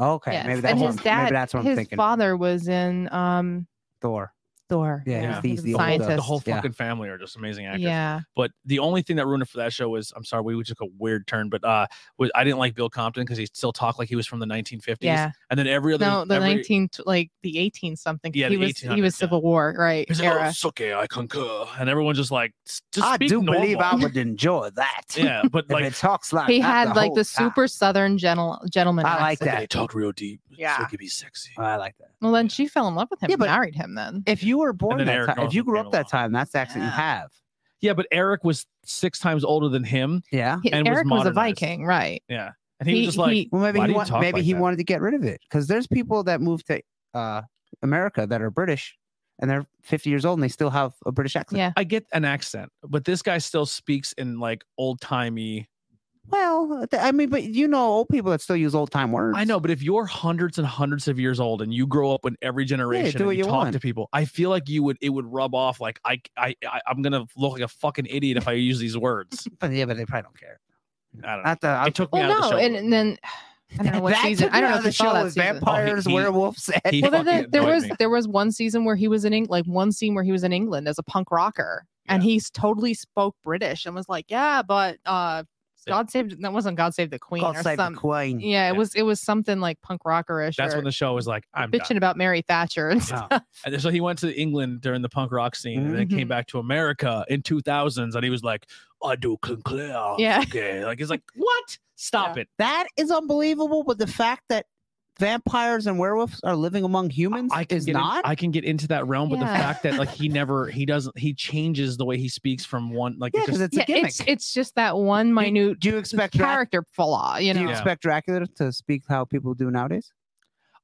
C: okay,
B: Yes,
C: maybe that's
B: and
C: what
B: his
C: I'm-
B: dad,
C: maybe that's what I'm
B: his
C: thinking.
B: father was in um
C: Thor.
B: Thor.
A: he's
C: Yeah, the-
B: he was
C: the old, uh,
B: a
A: The whole,
B: scientist.
A: the whole
C: Yeah.
A: fucking family are just amazing actors.
B: yeah,
A: But the only thing that ruined it for that show was I'm sorry, we took a weird turn, but uh, was, I didn't like Bill Compton because he still talked like he was from the 1950s.
B: yeah.
A: And then every other
B: No, the
A: every,
B: nineteen, tw- like the eighteen something.
A: Yeah,
B: he
A: the
B: was he
A: 1800s,
B: was
A: yeah.
B: Civil War, right?
A: He's like, oh,
B: era.
A: it's okay, I concur. And everyone's just like, "S- just
C: I
A: speak
C: do
A: normal.
C: believe
A: [laughs]
C: I would enjoy that.
A: Yeah, but
C: [laughs] If
A: like
C: it talks like
B: he
C: that
B: had like
C: whole time.
B: the super Southern gentle gentleman.
C: I like
A: "Okay,
C: that.
A: they talk real deep, so
B: Yeah.
A: it could be sexy.
C: Oh, I like that.
B: Well, then she fell in love with him.
C: Yeah,
B: and
C: but-
B: married him then.
C: If you were born
A: then
C: that
A: Eric
C: time, if
A: North
C: you grew
A: came
C: up that
A: along.
C: time, that's the accent you
B: Yeah.
C: have.
A: Yeah, but Eric was six times older than him.
C: Yeah.
B: He-
A: and was
B: Eric was a
A: modernized.
B: Viking, right?
A: Yeah. And he, was
B: He-
A: just like,
B: he-
C: Well, maybe
A: Why do
C: he
A: you
C: want,
A: talk
C: maybe
A: like
C: he
A: that?
C: wanted to get rid of it because there's people that move to uh, America that are British and they're 50 years old and they still have a British accent.
B: Yeah.
A: I get an accent, but this guy still speaks in like old timey.
C: Well, th- I mean, but you know, old people that still use old time words.
A: I know, but if you're hundreds and hundreds of years old and you grow up in every generation
C: do
A: and
C: what
A: you,
C: you
A: talk
C: want.
A: to people, I feel like you would it would rub off like I I, I I'm gonna look like a fucking idiot if I use these words.
C: [laughs] but yeah, but they probably don't care.
A: I don't know.
C: Not the, I,
A: It took me
B: Well,
A: out of the
B: no,
A: show.
B: and, and then I don't know
C: [laughs]
B: what
C: That
B: season.
C: took
B: I
C: me
B: don't
C: out of
B: know if you
C: the
B: saw
C: show
B: that
C: was
B: season.
C: vampires,
A: Oh, he- he-
C: werewolves. and-
A: he
B: Well, there, there,
A: fucking
B: there
A: annoyed
B: was
A: me.
B: there was one season where he was in Eng- like one scene where he was in England as a punk rocker, and
A: Yeah.
B: he s- totally spoke British and was like, "Yeah, but uh,
A: Yeah.
B: God saved that wasn't God save the Queen
C: God
B: or
C: save the
B: something."
C: queen.
B: Yeah,
A: Yeah.
B: it was it was something like punk rockerish.
A: That's
B: or
A: when the show was like, I'm done.
B: bitching about Mary Thatcher. and [laughs]
C: Oh.
B: stuff.
A: [laughs] And so he went to England during the punk rock scene and then came
B: Mhm.
A: back to America in 2000s and he was like, I do conclare. [laughs]
B: Yeah.
A: Okay. Like, he's like, what? Stop it.
C: That is unbelievable. But the fact that vampires and werewolves are living among humans
A: I can
C: is
A: get in-
C: not.
A: I can get into that realm, but the
B: Yeah.
A: fact that like
B: [laughs]
A: he never, he doesn't, he changes the way he speaks from one, like
C: yeah,
A: it
C: because
A: just,
C: it's
B: yeah,
C: a gimmick.
B: it's it's just that one
C: Do-
B: minute
C: Do you expect Drac-
B: character flaw, you
C: Do you
B: know.
A: Yeah.
C: expect Dracula to speak how people do nowadays?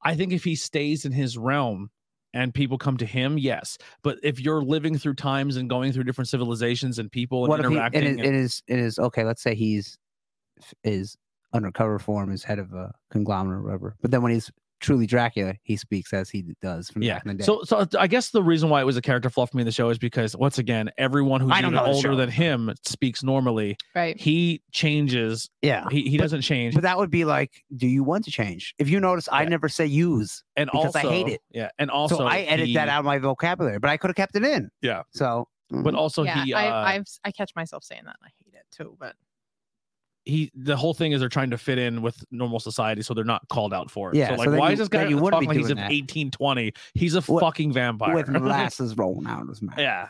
A: I think if he stays in his realm and people come to him, yes. But if you're living through times and going through different civilizations and people and
C: What if he, it,
A: interacting,
C: is,
A: and-
C: it is it is okay? Let's say he's is undercover form is head of a conglomerate, or whatever. But then when he's truly Dracula, he speaks as he does from
A: yeah.
C: back in the day.
A: So, so I guess the reason why it was a character flaw for me in the show is because once again, everyone who's
C: I don't
A: even
C: know the
A: older
C: show.
A: than him speaks normally.
B: Right.
A: He changes.
C: yeah,
A: He, he
C: But-
A: doesn't change.
C: but that would be like, do you want to change? If you notice, I
A: Yeah.
C: never say use,
A: and
C: because
A: also,
C: I hate it.
A: Yeah. And also,
C: so I edit
A: he-
C: that out of my vocabulary. But I could have kept it in.
A: Yeah.
C: So, mm,
A: But also,
B: yeah,
A: he, uh,
B: I, I've s- I catch myself saying that. and I hate it too, but
A: he, the whole thing is they're trying to fit in with normal society, so they're not called out for it.
C: Yeah,
A: So,
C: so
A: like,
C: then
A: why
C: you-
A: is this
C: then
A: guy
C: you wouldn't
A: talking
C: be
A: like he's
C: doing
A: an
C: that.
A: 1820? He's a
C: What-
A: fucking vampire.
C: [laughs] with molasses rolling out of his mouth.
A: [laughs] yeah.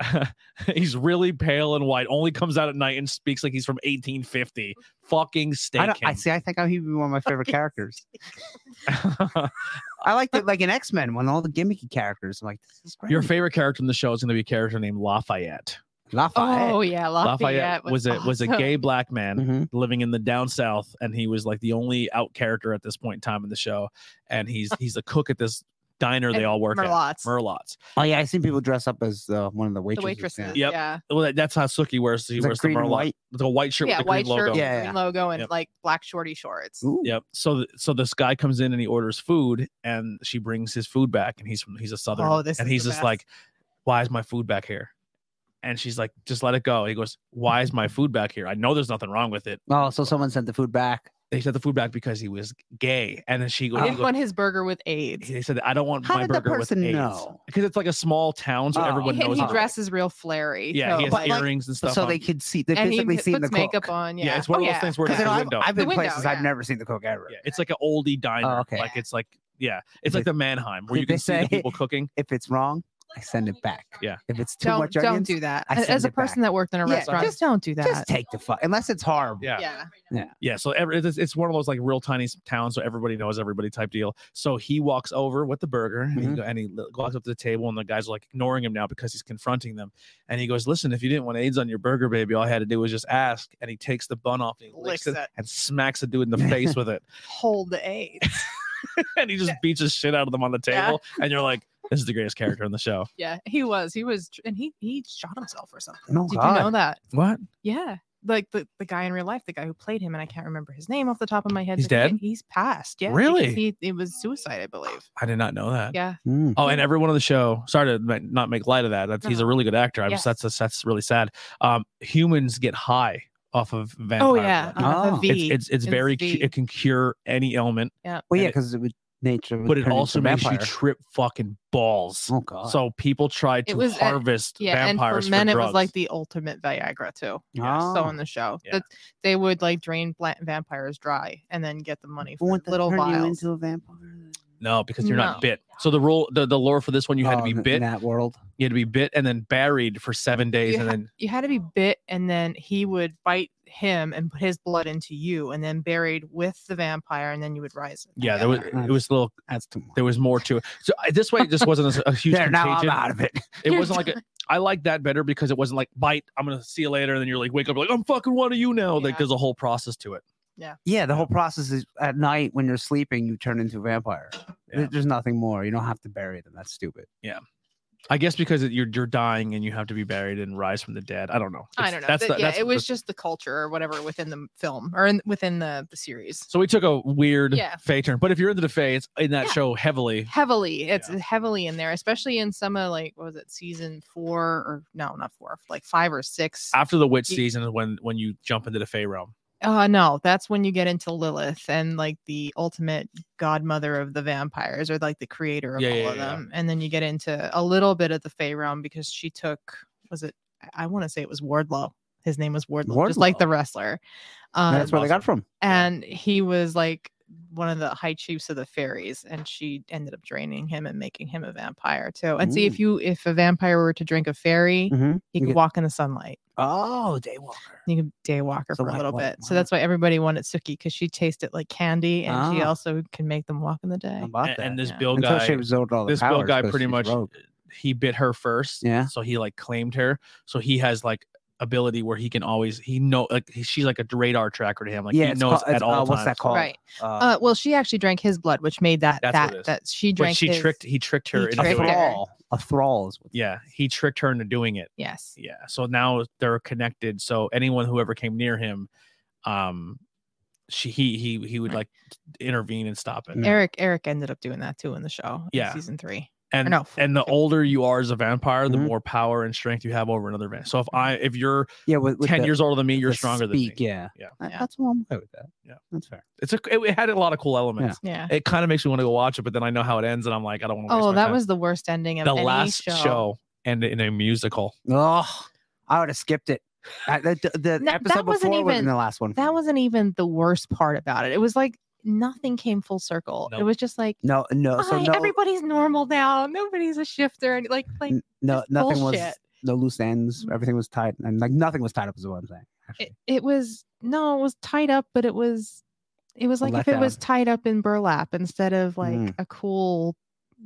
A: [laughs] he's really pale and white, only comes out at night and speaks like he's from 1850. Fucking
C: I,
A: stake
C: don't, I
A: him.
C: see. I think he'd be one of my favorite characters. I liked it like an X Men when all the gimmicky characters. I'm like, this is
A: [laughs]
C: great.
A: Your favorite character in the show is going to be a character named Lafayette.
C: Lafayette.
B: oh yeah, Lafayette,
A: Lafayette was a was a
B: awesome.
A: gay black
B: [laughs]
A: man
C: Mhm.
A: living in the down south, and he was like the only out character at this point in time in the show. And he's he's a cook at this diner they
B: And
A: all work at.
B: Merlots.
A: Merlots.
C: Oh yeah, I seen people dress up as uh, one of the
B: the
C: waitresses.
B: waitresses.
A: Yep.
B: Yeah.
A: Well, that- that's how Sookie wears. He
C: Is that
A: wears the
C: green and
A: Merlot,
C: white?
A: the white shirt
B: yeah,
A: with the
B: white
A: green logo.
B: shirt,
C: Yeah,
B: green
C: yeah.
B: logo, and
A: Yep.
B: like black shorty shorts.
C: Ooh.
A: Yep. So th- so this guy comes in and he orders food, and she brings his food back, and he's from he's a southern,
B: Oh, this
A: and
B: is
A: he's
B: the
A: just
B: best.
A: like, "Why is my food back here?" And she's like, "Just let it go." He goes, "Why is my food back here? I know there's nothing wrong with it."
C: Oh, so someone sent the food back.
A: They sent the food back because he was gay, and then she goes,
B: He
C: Oh.
A: he
B: didn't
A: goes-
B: want his burger with AIDS.
A: They said, "I don't want
C: How
A: my
C: did that
A: burger with
C: person
A: AIDS."
C: know?
A: Because it's like a small town, so
C: Oh.
A: everyone
B: and
A: knows.
B: he
A: it's-
B: dresses real flary.
A: yeah, he
B: so,
A: has
B: but, like,
A: earrings and stuff.
C: so
A: on.
C: they could see. They
B: and he
C: basically
B: puts
C: seen the
B: makeup
C: cook.
B: on.
A: yeah.
B: Yeah,
A: it's one
B: Oh,
A: of those
B: yeah.
A: things where it's
C: Because
A: a
C: you know, I've,
A: window.
C: I've
B: The
C: been
B: window,
C: places I've
B: yeah.
C: never seen the cook ever.
A: Yeah, it's like an oldie diner.
C: Oh, okay.
A: Like it's like yeah, it's
C: Did
A: like
C: they-
A: the Mannheim
C: [laughs]
A: where
C: did
A: you can
C: they
A: see the
C: say-
A: people cooking.
C: If it's wrong, I send it back.
A: Yeah.
C: If it's too
B: Don't
C: much
B: don't
C: onions,
B: do that.
C: I
B: As- As
C: send
B: a
C: it back.
B: person that worked in a
C: Yeah,
B: restaurant,
C: just-
B: don't do that.
C: just take the fuck. Unless it's horrible.
A: Yeah.
B: yeah.
A: Yeah, so every, it's, it's one of those like real tiny s- towns, so everybody knows everybody type deal. So he walks over with the burger and,
B: Mm-hmm.
A: he,
C: Mhm.
A: go- and he li- walks up to the table, and the guys are like ignoring him now because he's confronting them. And he goes, "Listen, if you didn't want AIDS on your burger, baby, all I had to do was just ask." And he takes the bun off, and he licks,
B: Licks
A: it,
B: it.
A: and smacks the dude
B: [laughs]
A: in the face with it,
B: [laughs] Hold the AIDS.
A: and he just beats the shit out of them on the
B: Yeah.
A: table. And you're like, "This is the greatest character in the show."
B: Yeah, he was. He was, and he he shot himself or something.
C: No
B: Did
C: Oh, God.
B: you know that?
A: What?
B: Yeah. Like the, the guy in real life, the guy who played him, and I can't remember his name off the top of my head.
A: He's
B: but he-
A: dead?
B: he's passed. Yeah. because
A: Really?
B: He it was suicide, I believe.
A: I did not know that.
B: Yeah.
C: Mm.
A: Oh, and everyone on the show. Sorry to ma- not make light of that. That's, He's a
B: No.
A: really good actor. I'm just,
B: Yes.
A: that's, that's that's really sad. Um, humans get high off of vampire.
B: Oh yeah.
A: blood.
B: off of
C: Oh.
B: V.
A: It's it's, it's
B: It's
A: very cu-
B: V.
A: it can cure any ailment,
C: Well,
A: and
C: yeah,
A: it-
C: because it would nature. Would
A: but it
C: turn into
A: also
C: a
A: makes you
C: vampire.
A: trip fucking balls.
C: oh God.
A: So people try to
B: was- uh,
A: harvest
B: yeah, and for
A: vampires
B: men, it was
A: drugs.
B: like the ultimate Viagra too.
C: oh.
B: So on the show,
A: Yeah.
B: that they would like drain bla- vampires dry and then get the money for
C: Wouldn't that
B: little
C: turn you
B: vials.
C: into a vampire.
A: no, because you're not
B: No.
A: bit. So the rule, the, the lore for this one, you had to
C: Oh,
A: be
C: in
A: bit,
C: that world.
A: you had to be bit, and then buried for seven days,
B: You
A: and
B: ha-
A: then
B: you had to be bit, and then he would bite him and put his blood into you, and then buried with the vampire, and then you would rise. [laughs]
A: yeah, there was
C: Yeah.
A: it was a little,
C: That's too much.
A: there was more to it. So I- this way, it just wasn't a, a huge
C: There, now I'm
A: contagion.
C: out of it.
A: It
B: You're
A: wasn't like a, I like that better because it wasn't like bite. I'm gonna see you later, and then you're like wake up like I'm fucking one of you now. Like
B: Yeah.
A: there's a whole process to it.
C: Yeah, the whole process is at night when you're sleeping, you turn into a vampire. There-
A: Yeah.
C: There's nothing more. You don't have to bury them. That's stupid.
A: I guess because it, you're you're dying and you have to be buried and rise from the dead. I don't know.
B: I
A: It's-
B: don't know.
A: That's
B: Th-
A: the-
B: yeah,
A: that's
B: it was
A: the-
B: just the culture or whatever within the film or in, within the, the series.
A: so we took a weird
B: Yeah.
A: fae turn. But if you're into the fae, it's in that
B: Yeah.
A: show heavily.
B: Heavily, it's heavily in there, especially in some of like what was it season four or no, not four, like five or six.
A: After the witch
B: You-
A: season is when when you jump into the fae realm.
B: Uh no, that's when you get into Lilith and like the ultimate godmother of the vampires or like the creator of
A: Yeah,
B: all
A: yeah,
B: of
A: yeah, yeah.
B: them. And then you get into a little bit of the Fey realm because she took was it I want to say it was Wardlow. His name was Wardlow, just like the
C: Wardlow.
B: wrestler. Um,
C: That's where they got it from.
A: Yeah.
B: and he was like one of the high chiefs of the fairies and she ended up draining him and making him a vampire too and see if you if a vampire were to drink a fairy
A: Mm,
C: Mm-hmm.
B: he could
C: Yeah.
B: walk in the sunlight
C: Oh, Daywalker.
B: you could daywalker
C: So
B: for a
C: why-
B: little
C: why-
B: bit so
C: why
B: that's why everybody wanted suki because she tasted like candy and she
C: Ah. Um,
B: also can make them walk in the day
C: How about
A: And,
C: that?
A: and this
B: yeah.
A: Bill
C: Until
A: guy,
C: she absorbed all the
A: this Bill
C: powers
A: guy
C: 'cause
A: pretty
C: she's
A: much
C: rogue.
A: he bit her first.
C: Yeah.
A: So he like claimed her. So he has like ability where he can always he know like he- she's like a radar tracker to him. Like
C: yeah,
A: he
C: it's
A: knows
C: called-
A: at
C: it's,
A: all
C: uh, what's that
A: times.
C: called?
B: Right.
C: Uh,
B: uh well she actually drank his blood which made that
A: That's what it
B: that
A: is.
B: that she
A: But
B: drank
A: she
B: his-
A: tricked he tricked her
B: he
A: into
C: a
B: tricked
A: doing it.
B: her.
C: thrall. A thrall is what
A: Yeah. He tricked her into doing it.
B: yes
A: Yeah. So now they're connected. So anyone who ever came near him, um she he he he would
B: Right.
A: like intervene and stop it.
C: Yeah.
B: eric eric ended up doing that too in the show in
A: Mm. Yeah.
B: season three
A: and
B: no, four-
A: and the
B: two.
A: older you are as a vampire, the
C: Mhm.
A: more power and strength you have over another vampire. So if I if you're
C: yeah. With, with
A: ten
C: the-
A: years older than me, you're
C: the
A: stronger
C: speak,
A: than me.
C: Yeah.
A: Yeah.
C: That-
B: Yeah.
C: That's why I'm okay with that.
A: Yeah.
C: That's fair.
A: It's a it, it had a lot of cool elements.
B: yeah
A: It kind of makes me want to go watch it, but then I know how it ends, and I'm like, I don't want to.
B: oh that was the worst ending of
A: the
B: any
A: last show,
B: show,
A: and in a musical.
C: Oh, I would have skipped it. I, the the- the
B: No, that
C: episode
B: wasn't
C: before wasn't
B: even-
C: the last one. for
B: that
C: me.
B: wasn't even the worst part about it it was like nothing came full circle it
A: Nope.
B: was just like
C: no no so
B: "Hi,
C: no
B: everybody's normal now nobody's a shifter and like like
C: n- no
B: just
C: nothing was
B: bullshit.
C: no loose ends.
B: Mhm.
C: Everything was tight and like nothing was tied up is what I'm saying. actually.
B: it, it was no it was tied up but it was it was
C: A
B: like if it was
C: letdown.
B: tied up in burlap instead of like
C: Mm.
B: a cool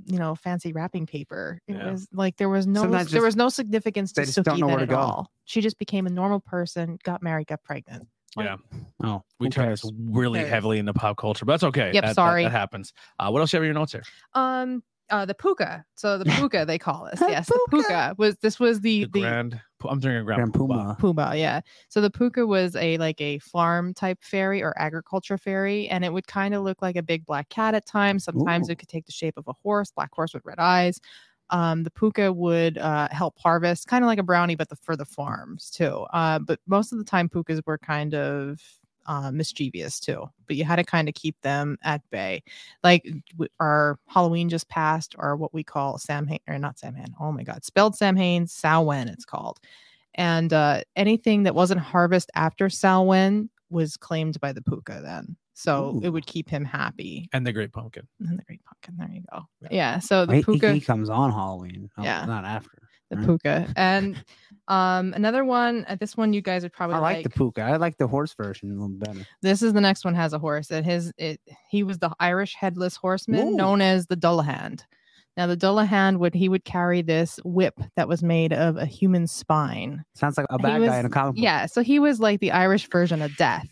B: you know fancy wrapping paper it
A: Yeah.
B: was like there was no
C: Sometimes
B: there
C: just-
B: was no significance to
C: they just don't
B: Suki
C: know where
B: then
C: to
B: at
C: go.
B: all she just became a normal person got married got pregnant Like,
A: yeah,
C: Oh,
A: we
C: who
A: turned
C: cares?
A: this really
B: Cares.
A: heavily into pop culture, but that's okay. That-
B: Yep,
A: that-
B: sorry.
A: that, happens. Uh, what else you have in your notes here?
B: um uh the puka
C: [laughs]
B: so the puka they call this
C: The
B: yes the
C: puka.
B: puka was this was the
A: The,
B: the,
A: grand, I'm drinking a grand,
C: Grand
A: Poobah.
C: Puma.
B: Pumbaa, yeah. So the puka was a like a farm type fairy or agriculture fairy, and it would kind of look like a big black cat at times. Sometimes
C: Ooh.
B: it could take the shape of a horse, black horse with red eyes. Um, the puka would uh, help harvest, kind of like a brownie, but the, for the farms too. Uh, but most of the time, pukas were kind of uh, mischievous too. But you had to kind of keep them at bay. Like w- our Halloween just passed, or what we call Sam or not Sam Oh my God, spelled Sam Hain, Samhain. It's called and uh, anything that wasn't harvest after Salwyn was claimed by the puka then. So it
C: Ooh.
B: would keep him happy.
A: and the great pumpkin.
B: And the great pumpkin, there you go. Yeah. so the
C: Wait, he,
B: puka,
C: he mm. comes on Halloween. not-
B: Yeah.
C: Not after.
B: the
C: right?
B: puka, and um, another one. Uh, this one you guys would probably
C: I like the puka. I like the horse version a little better.
B: This is the next one has a horse, and his it he was the Irish headless horseman
C: Ooh.
B: known as the Dullahan. Now the Dullahan would he would carry this whip that was made of a human spine.
C: Sounds like a
B: He
C: bad
B: was-
C: guy in a
A: Oh
C: comic book.
B: Yeah, so he was like the Irish version of death.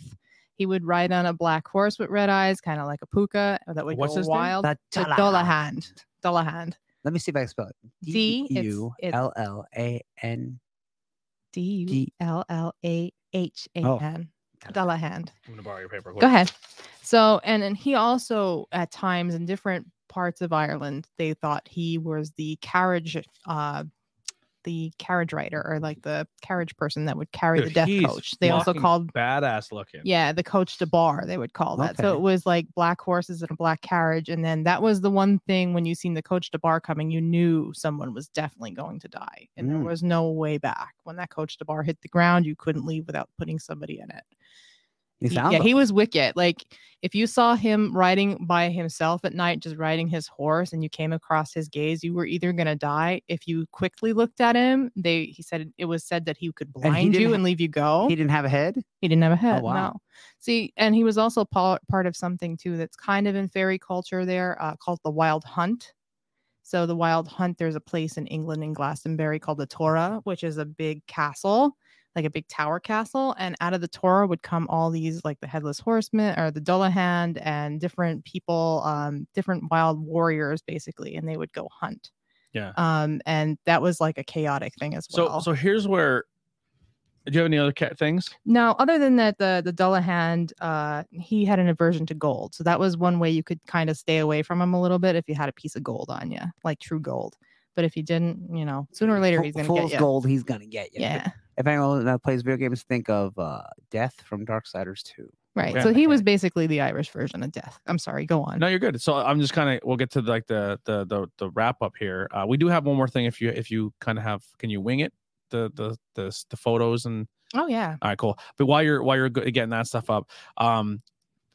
B: He would ride on a black horse with red eyes, kind of like a puka that would
A: What's
B: go
A: his name?
B: wild.
C: The
B: The
C: Dullahan.
B: Dullahan. Dullahan.
C: Let me see if I can spell it. E
B: D, it's-
C: U
B: it's-
C: L L A N.
B: D U L L A H A N.
A: Oh.
B: Dullahan.
A: I'm gonna borrow your paper.
B: Go ahead. So, and then he also, at times in different parts of Ireland, they thought he was the carriage, uh, the carriage rider or like the carriage person that would carry the death coach. They also called
A: badass looking.
B: Yeah, the coach de bar, they would call that. So
C: Okay.
B: it was like black horses and a black carriage. And then that was the one thing when you seen the coach de bar coming, you knew someone was definitely going to die. And there
C: Mm.
B: was no way back. When that coach de bar hit the ground, you couldn't leave without putting somebody in it.
C: He
B: He-
C: sounds
B: yeah, he
C: like-
B: was wicked. Like if you saw him riding by himself at night, just riding his horse, and you came across his gaze, you were either gonna die. If you quickly looked at him, they he said it was said that he could
C: he
B: blind
C: didn't
B: you
C: ha-
B: and leave you go.
C: He didn't have a head.
B: He didn't
A: Oh,
B: have a head.
C: wow.
B: No. See, and he was also pa- part of something too that's kind of in fairy culture there uh, called the Wild Hunt. So, the Wild Hunt, there's a place in England in Glastonbury called the Tora, which is a big castle like a big tower castle, and out of the Torah would come all these like the headless horseman or the Dullahan and different people, um, different wild warriors basically, and they would go hunt.
A: Yeah.
B: Um, and that was like a chaotic thing as
A: So
B: well.
A: so here's where. Do you have any other cat things?
B: Now, other than that, the the Dullahan, uh, he had an aversion to gold, so that was one way you could kind of stay away from him a little bit if you had a piece of gold on you, like true gold. But if you didn't, you know, sooner or later
C: Fo-
B: he's gonna
C: Fool's
B: get you.
C: gold, he's gonna get you.
B: Yeah,
C: If anyone that plays video games, think of uh, Death from Darksiders 2.
B: right.
A: Yeah,
B: so he was basically the Irish version of death. I'm sorry. Go on.
A: No, you're good. So I'm just kind of we'll get to like the the the, the wrap up here. Uh, we do have one more thing. If you if you kind of have, can you wing it? The the the the photos and
B: Oh yeah.
A: all right, cool. But while you're while you're go- getting that stuff up, um,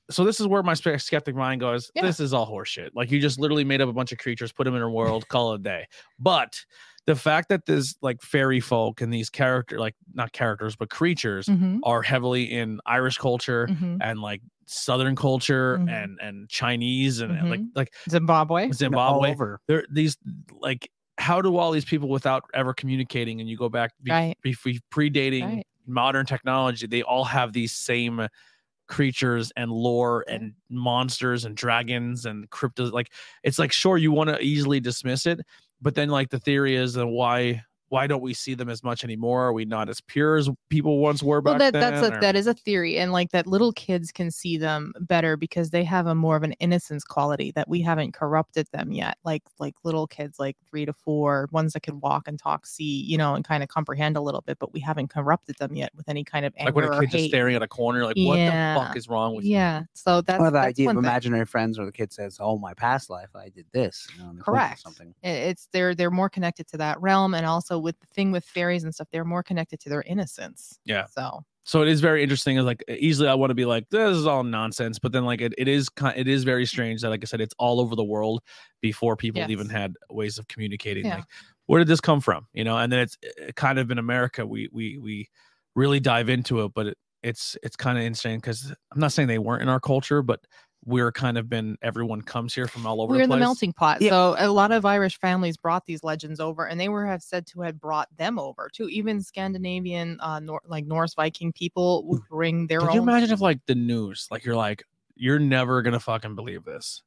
A: so this is where my spe- skeptic mind goes.
B: Yeah.
A: This is all horseshit. Like you just literally made up a bunch of creatures, put them in a world, call it a day. But the fact that there's like fairy folk and these character like not characters but creatures
B: Mm-hmm.
A: are heavily in Irish culture
B: hmm
A: and like Southern culture
B: Mhm.
A: and and Chinese and, and, like like
B: Zimbabwe.
A: Zimbabwe.
C: All over.
A: There these like how do all these people without ever communicating and you go back be,
B: Right.
A: be, be- predating
B: Right.
A: modern technology they all have these same creatures and lore and monsters and dragons and cryptos like it's like sure you want to easily dismiss it but then like the theory is that why why don't we see them as much anymore are we not as pure as people once were
B: Well,
A: back
B: that
A: then
B: that's a,
A: or-
B: that is a theory, and like that little kids can see them better because they have a more of an innocence quality that we haven't corrupted them yet. Like like little kids, like three to four, ones that can walk and talk, see, you know, and kind of comprehend a little bit, but we haven't corrupted them yet with any kind of anger
A: like when a
B: or
A: kid just
B: hate.
A: staring at a corner like what
B: Yeah.
A: the fuck is wrong with you?
B: yeah, so that's,
C: or the
B: that's
C: idea
B: one
C: of
B: thing.
C: imaginary friends where the kid says, Oh, my past life, I did this. You know, and they point to
B: Correct.
C: Something.
B: It- It's they're they're more connected to that realm, and also with the thing with fairies and stuff, they're more connected to their innocence.
A: Yeah.
B: So
A: so it is very interesting. Is like easily I want to be like this is all nonsense, but then like it, it is ki- it is very strange that like I said it's all over the world before people
B: Yes.
A: even had ways of communicating.
B: Yeah.
A: Like where did this come from? You know, and then it's uh, kind of in America we we we really dive into it, but it, it's it's kind of insane because I'm not saying they weren't in our culture, but we're kind of been everyone comes here from all over.
B: we're
A: the
B: in the
A: place.
B: melting pot
C: Yeah.
B: so a lot of irish families brought these legends over and they were have said to have brought them over too even scandinavian uh Nor- like norse viking people would bring their
A: Could
B: own
A: you imagine if like the news, like you're like, you're never gonna fucking believe this.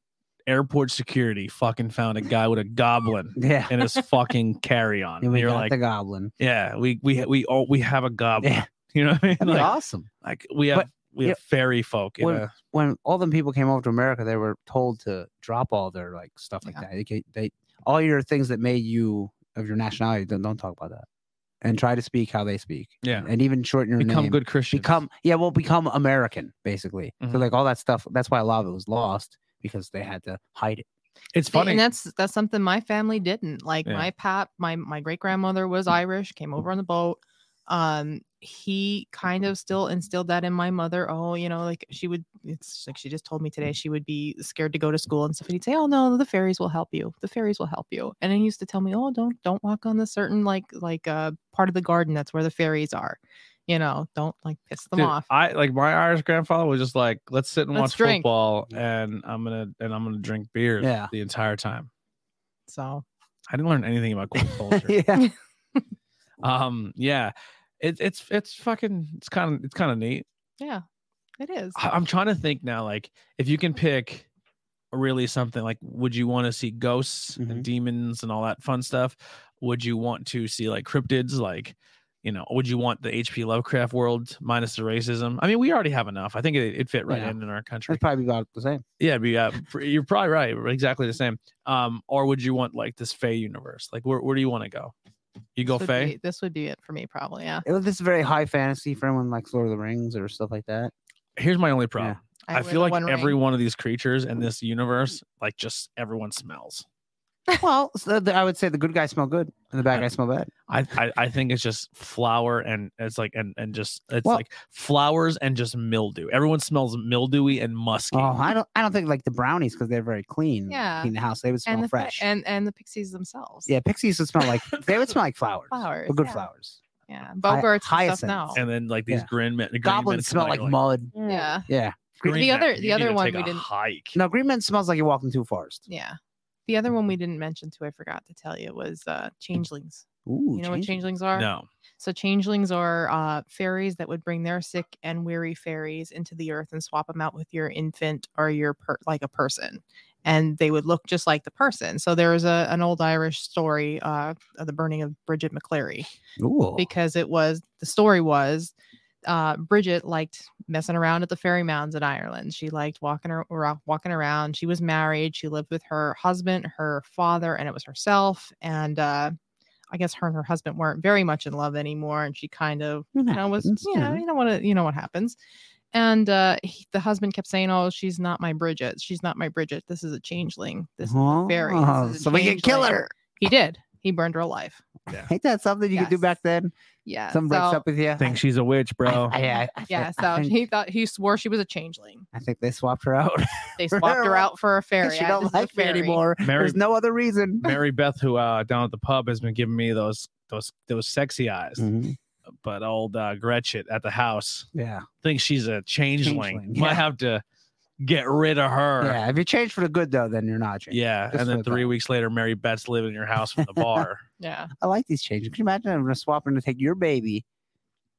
A: Airport security fucking found a guy with a goblin
C: Yeah.
A: in his fucking carry on.
C: And we
A: You're
C: got
A: like,
C: the goblin.
A: yeah, we we we all we have a [laughs] goblin.
C: Yeah.
A: You know what I mean?
C: That'd be
A: Like,
C: awesome.
A: like, we have
C: But-
A: we have fairy folk. in
C: When-
A: a-
C: When all them people came over to America, they were told to drop all their like stuff like
B: Yeah.
C: that. They, ca- they all your things that made you of your nationality. Don't, don't talk about that, and try to speak how they speak.
A: yeah,
C: and even shorten your
A: become
C: name.
A: good Christians.
C: become yeah well become american basically so
A: Mhm.
C: like all that stuff that's why a lot of it was lost because they had to hide it
A: it's
B: Th-
A: funny.
B: and that's that's something my family didn't like
A: Yeah. Mm.
B: my pap my my great grandmother was irish came over on the boat um he kind of still instilled that in my mother oh you know like she would it's like she just told me today she would be scared to go to school and stuff and he'd say oh no the fairies will help you the fairies will help you and he used to tell me oh don't don't walk on this certain like like uh part of the garden that's where the fairies are you know don't like piss them
A: Dude,
B: off
A: I like my Irish grandfather was just like, let's sit and
B: Let's
A: watch
B: drink."
A: football, and I'm gonna and I'm gonna drink beer
C: Yeah. [laughs]
A: the entire time.
B: so
A: I didn't learn anything
C: [laughs]
A: about culture.
C: yeah
A: um yeah it, it's it's fucking it's kind of it's kind of neat
B: yeah it is
A: I- i'm trying to think now like if you can pick really something like would you want to see ghosts
C: Mhm.
A: and demons and all that fun stuff would you want to see like cryptids like you know would you want the hp lovecraft world minus the racism i mean we already have enough i think it, it fit right
C: Yeah.
A: in in our country
C: that's probably about the same
A: yeah but yeah pr- you're probably right we're exactly the same um or would you want like this fey universe like where, where do you want to go you go
B: this would
A: fey
B: be- this would be it for me probably yeah
C: it was this is very high fantasy for anyone like lord of the rings or stuff like
B: [laughs]
C: that
A: here's my only problem I,
B: wear
A: feel
B: the
A: like
B: One Ring.
A: every one of these creatures in this universe, like just everyone smells.
C: well so the, i would say the good guys smell good and the bad
A: Yeah.
C: guys smell bad
A: I, I I think it's just flour and it's like and and just it's
C: Well-
A: like flowers and just mildew. Everyone smells mildewy and musky.
C: oh i don't i don't think like the brownies because they're very clean
B: Yeah.
C: in the house they would smell
B: and the fa-
C: fresh
B: and and the pixies themselves.
C: yeah pixies would smell like they would smell like flowers
B: Flowers,
C: but good
B: yeah.
C: flowers
B: yeah. Bogarts and
C: hyacinths.
B: stuff now.
A: and then like these
C: Yeah.
A: green men, green men
C: goblins smell like, mud
B: yeah,
C: yeah
A: green
B: The
A: men,
B: other-
A: you
B: the
A: need
B: other
A: to
B: one
A: take
B: we
A: a
B: didn't-
A: hike.
C: no green men smells like you're walking through a forest
B: yeah. The other one we didn't mention too, I forgot to tell you was uh changelings.
C: Ooh,
B: You know what
C: change-
B: changelings are?
A: No.
B: So changelings are uh, fairies that would bring their sick and weary fairies into the earth and swap them out with your infant or your per- like a person, and they would look just like the person. So there is a an old Irish story uh, of the burning of Bridget McCleary
C: Ooh.
B: because it was the story was uh, Bridget liked messing around at the fairy mounds in Ireland. She liked walking ar- ra- walking around. She was married. She lived with her husband, her father, and it was herself. And uh, I guess her and her husband weren't very much in love anymore. And she kind of you know was
C: Happens,
B: yeah
C: yeah.
B: you know what you know what happens. And uh, he, the husband kept saying, "Oh, she's not my Bridget. She's not my Bridget. This is a changeling. This is a fairy. This
C: Oh,
B: is a
C: so we can kill
B: changeling."
C: her.
B: He did. He burned her alive.
C: Ain't that something you could do
B: Yes.
C: back then?
B: Yeah.
C: Someone breaks
B: so-
C: up with you.
A: Think she's a witch, bro.
C: I, I, I,
B: Yeah,
C: [laughs] I
B: so
C: think,
B: he thought he swore she was a changeling.
C: I think they swapped her out.
B: They swapped her out for a fairy.
C: she
B: I- this
C: don't
B: is a
C: like me
B: fairy.
C: anymore.
A: Mary
C: There's no other reason.
A: Mary Beth, who uh, down at the pub has been giving me those those those sexy eyes,
C: Mhm.
A: but old uh, Gretchen at the house
C: Yeah.
A: thinks she's a changeling.
C: Changeling, yeah.
A: Might have to get rid of her.
C: Yeah. If you change for the good though, then you're not changing.
A: Yeah,
C: Just
A: and then
C: like
A: three
C: that.
A: weeks later, Mary Beth's living in your house from the bar.
B: Yeah,
C: I like these changes. Could you imagine I'm gonna swap them to take your baby?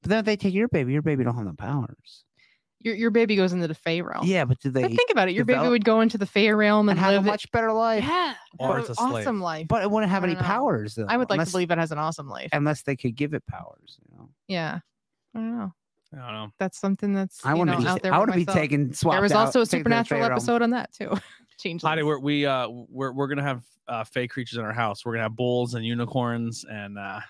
C: But then if they take your baby, your baby don't have the powers.
B: your your baby goes into the fey realm.
C: Yeah, but do they
B: but think about it. Your baby
C: develop-
B: would go into the fey realm
C: and
B: and,
C: have a
B: live it-
C: much better life?
B: yeah,
A: Or
B: have
A: it's
B: an
A: a slave.
B: awesome life.
C: But it wouldn't have
B: I
C: any
B: don't know.
C: powers though.
B: I would like
C: unless,
B: to believe it has an awesome life.
C: unless they could give it powers, you know.
B: yeah, I don't know.
A: I don't know.
B: That's something that's
C: I
B: you
C: want
B: know,
C: to be.
B: out there.
C: I
B: for
C: want to be
B: myself.
C: taken. Swapped
B: There was also
C: out, taken
B: a
C: to the
B: supernatural
C: fey realm.
B: episode on that too. [laughs] Change.
A: Hottie, we're, we uh we're we're gonna have uh, fake creatures in our house. We're gonna have bulls and unicorns and uh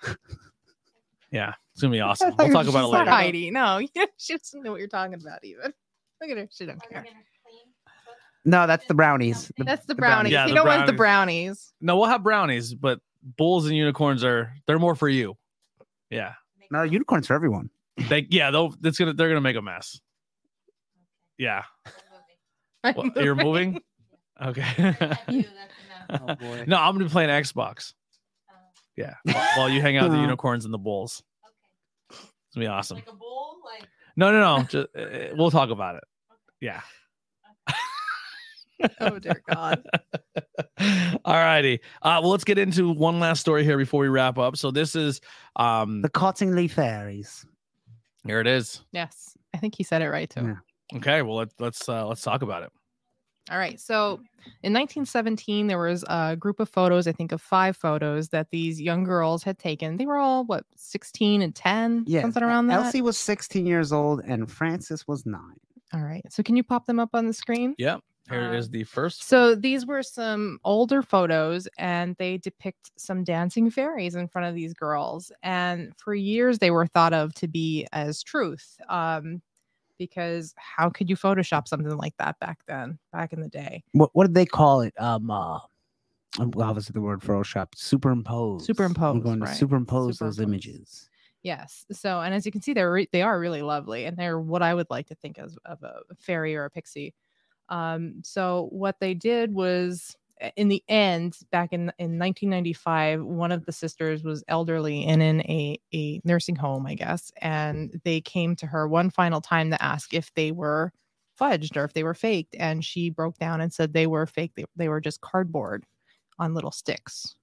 A: [laughs] yeah, it's
C: [laughs]
A: gonna be awesome.
C: thought
A: We'll
C: you
A: talk
C: were
A: about it
C: just like,
A: later.
C: "Hi."
B: Heidi. No, [laughs] she doesn't know what you're talking about even. Look at her. She don't care.
C: No, that's the brownies. The-
B: That's the brownies.
A: Yeah, the
B: you know what? The brownies. [laughs]
A: No, we'll have brownies, but bulls and unicorns are they're more for you. Yeah,
C: No, unicorns for everyone.
A: they yeah they'll it's gonna they're gonna make a mess.
C: [laughs]
A: Yeah, Well, you're moving. Okay. [laughs]
C: Oh boy.
A: no, I'm gonna be playing Xbox.
C: [laughs]
A: Yeah, while- while you hang out with the
C: Aw.
A: unicorns and the bulls. It's gonna be awesome. No, no, no. Just, uh, [laughs] we'll talk about it. Yeah.
B: Oh dear God.
A: [laughs] All righty. Uh, well, let's get into one last story here before we wrap up. So this is, um,
B: [laughs]
C: The Cottingley fairies.
A: here it is.
B: Yes, I think he said it right too.
C: Yeah.
A: Okay. Well, let, let's uh, let's talk about it.
B: All right. So in 1917, there was a group of photos, I think of five photos that these young girls had taken. They were all, what, 16 and 10?
C: Yeah, uh,
B: Something around that.
C: Elsie was 16 years old and Francis was nine.
B: All right. So can you pop them up on the screen?
A: Yep. Here
B: Um,
A: is the first.
B: So these were some older photos, and they depict some dancing fairies in front of these girls. And for years, they were thought of to be as truth, um, because how could you Photoshop something like that back then, back in the day?
C: What what did they call it? Um, uh, um, obviously the word Photoshop. Superimpose.
B: Superimpose,
C: I'm going
B: right.
C: to superimpose, those
B: Superimpose.
C: images.
B: Yes. So, and as you can see, they're re- they are really lovely, and they're what I would like to think as of a fairy or a pixie. Um, so, what they did was, a- in the end, back in in 1995, one of the sisters was elderly and in a a nursing home, I guess, and they came to her one final time to ask if they were fudged or if they were faked, and she broke down and said they were fake. They, they were just cardboard on little sticks.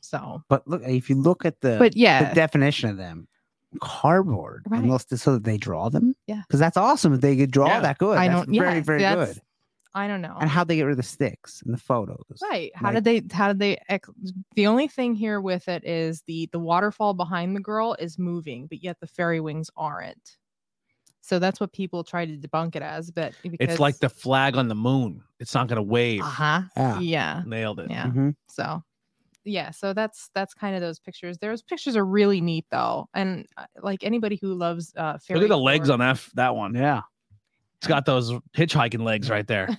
B: So,
C: But look, if you look at the,
B: but yeah,
C: the definition of them, cardboard,
B: Right.
C: unless so that they draw them.
B: Yeah.
C: because that's awesome if they could draw
A: Yeah.
C: that good.
B: I
C: That's
B: don't. yeah,
C: very very
B: that's-
C: good.
B: I don't know.
C: And how they get rid of the sticks and the photos.
B: Right. How
C: Like-
B: did they how did they ex- the only thing here with it is the the waterfall behind the girl is moving, but yet the fairy wings aren't. So that's what people try to debunk it as, but because
A: It's like the flag on the moon. It's not gonna wave.
B: uh-huh.
C: Yeah.
B: Yeah.
A: Nailed it.
B: Yeah.
C: Mhm.
B: So yeah, so that's that's kind of those pictures. Those pictures are really neat though. And uh, like anybody who loves uh fairy
A: Look at the legs
B: lore-
A: on that f- that one.
C: Yeah.
A: It's got those hitchhiking legs right there.
B: [laughs]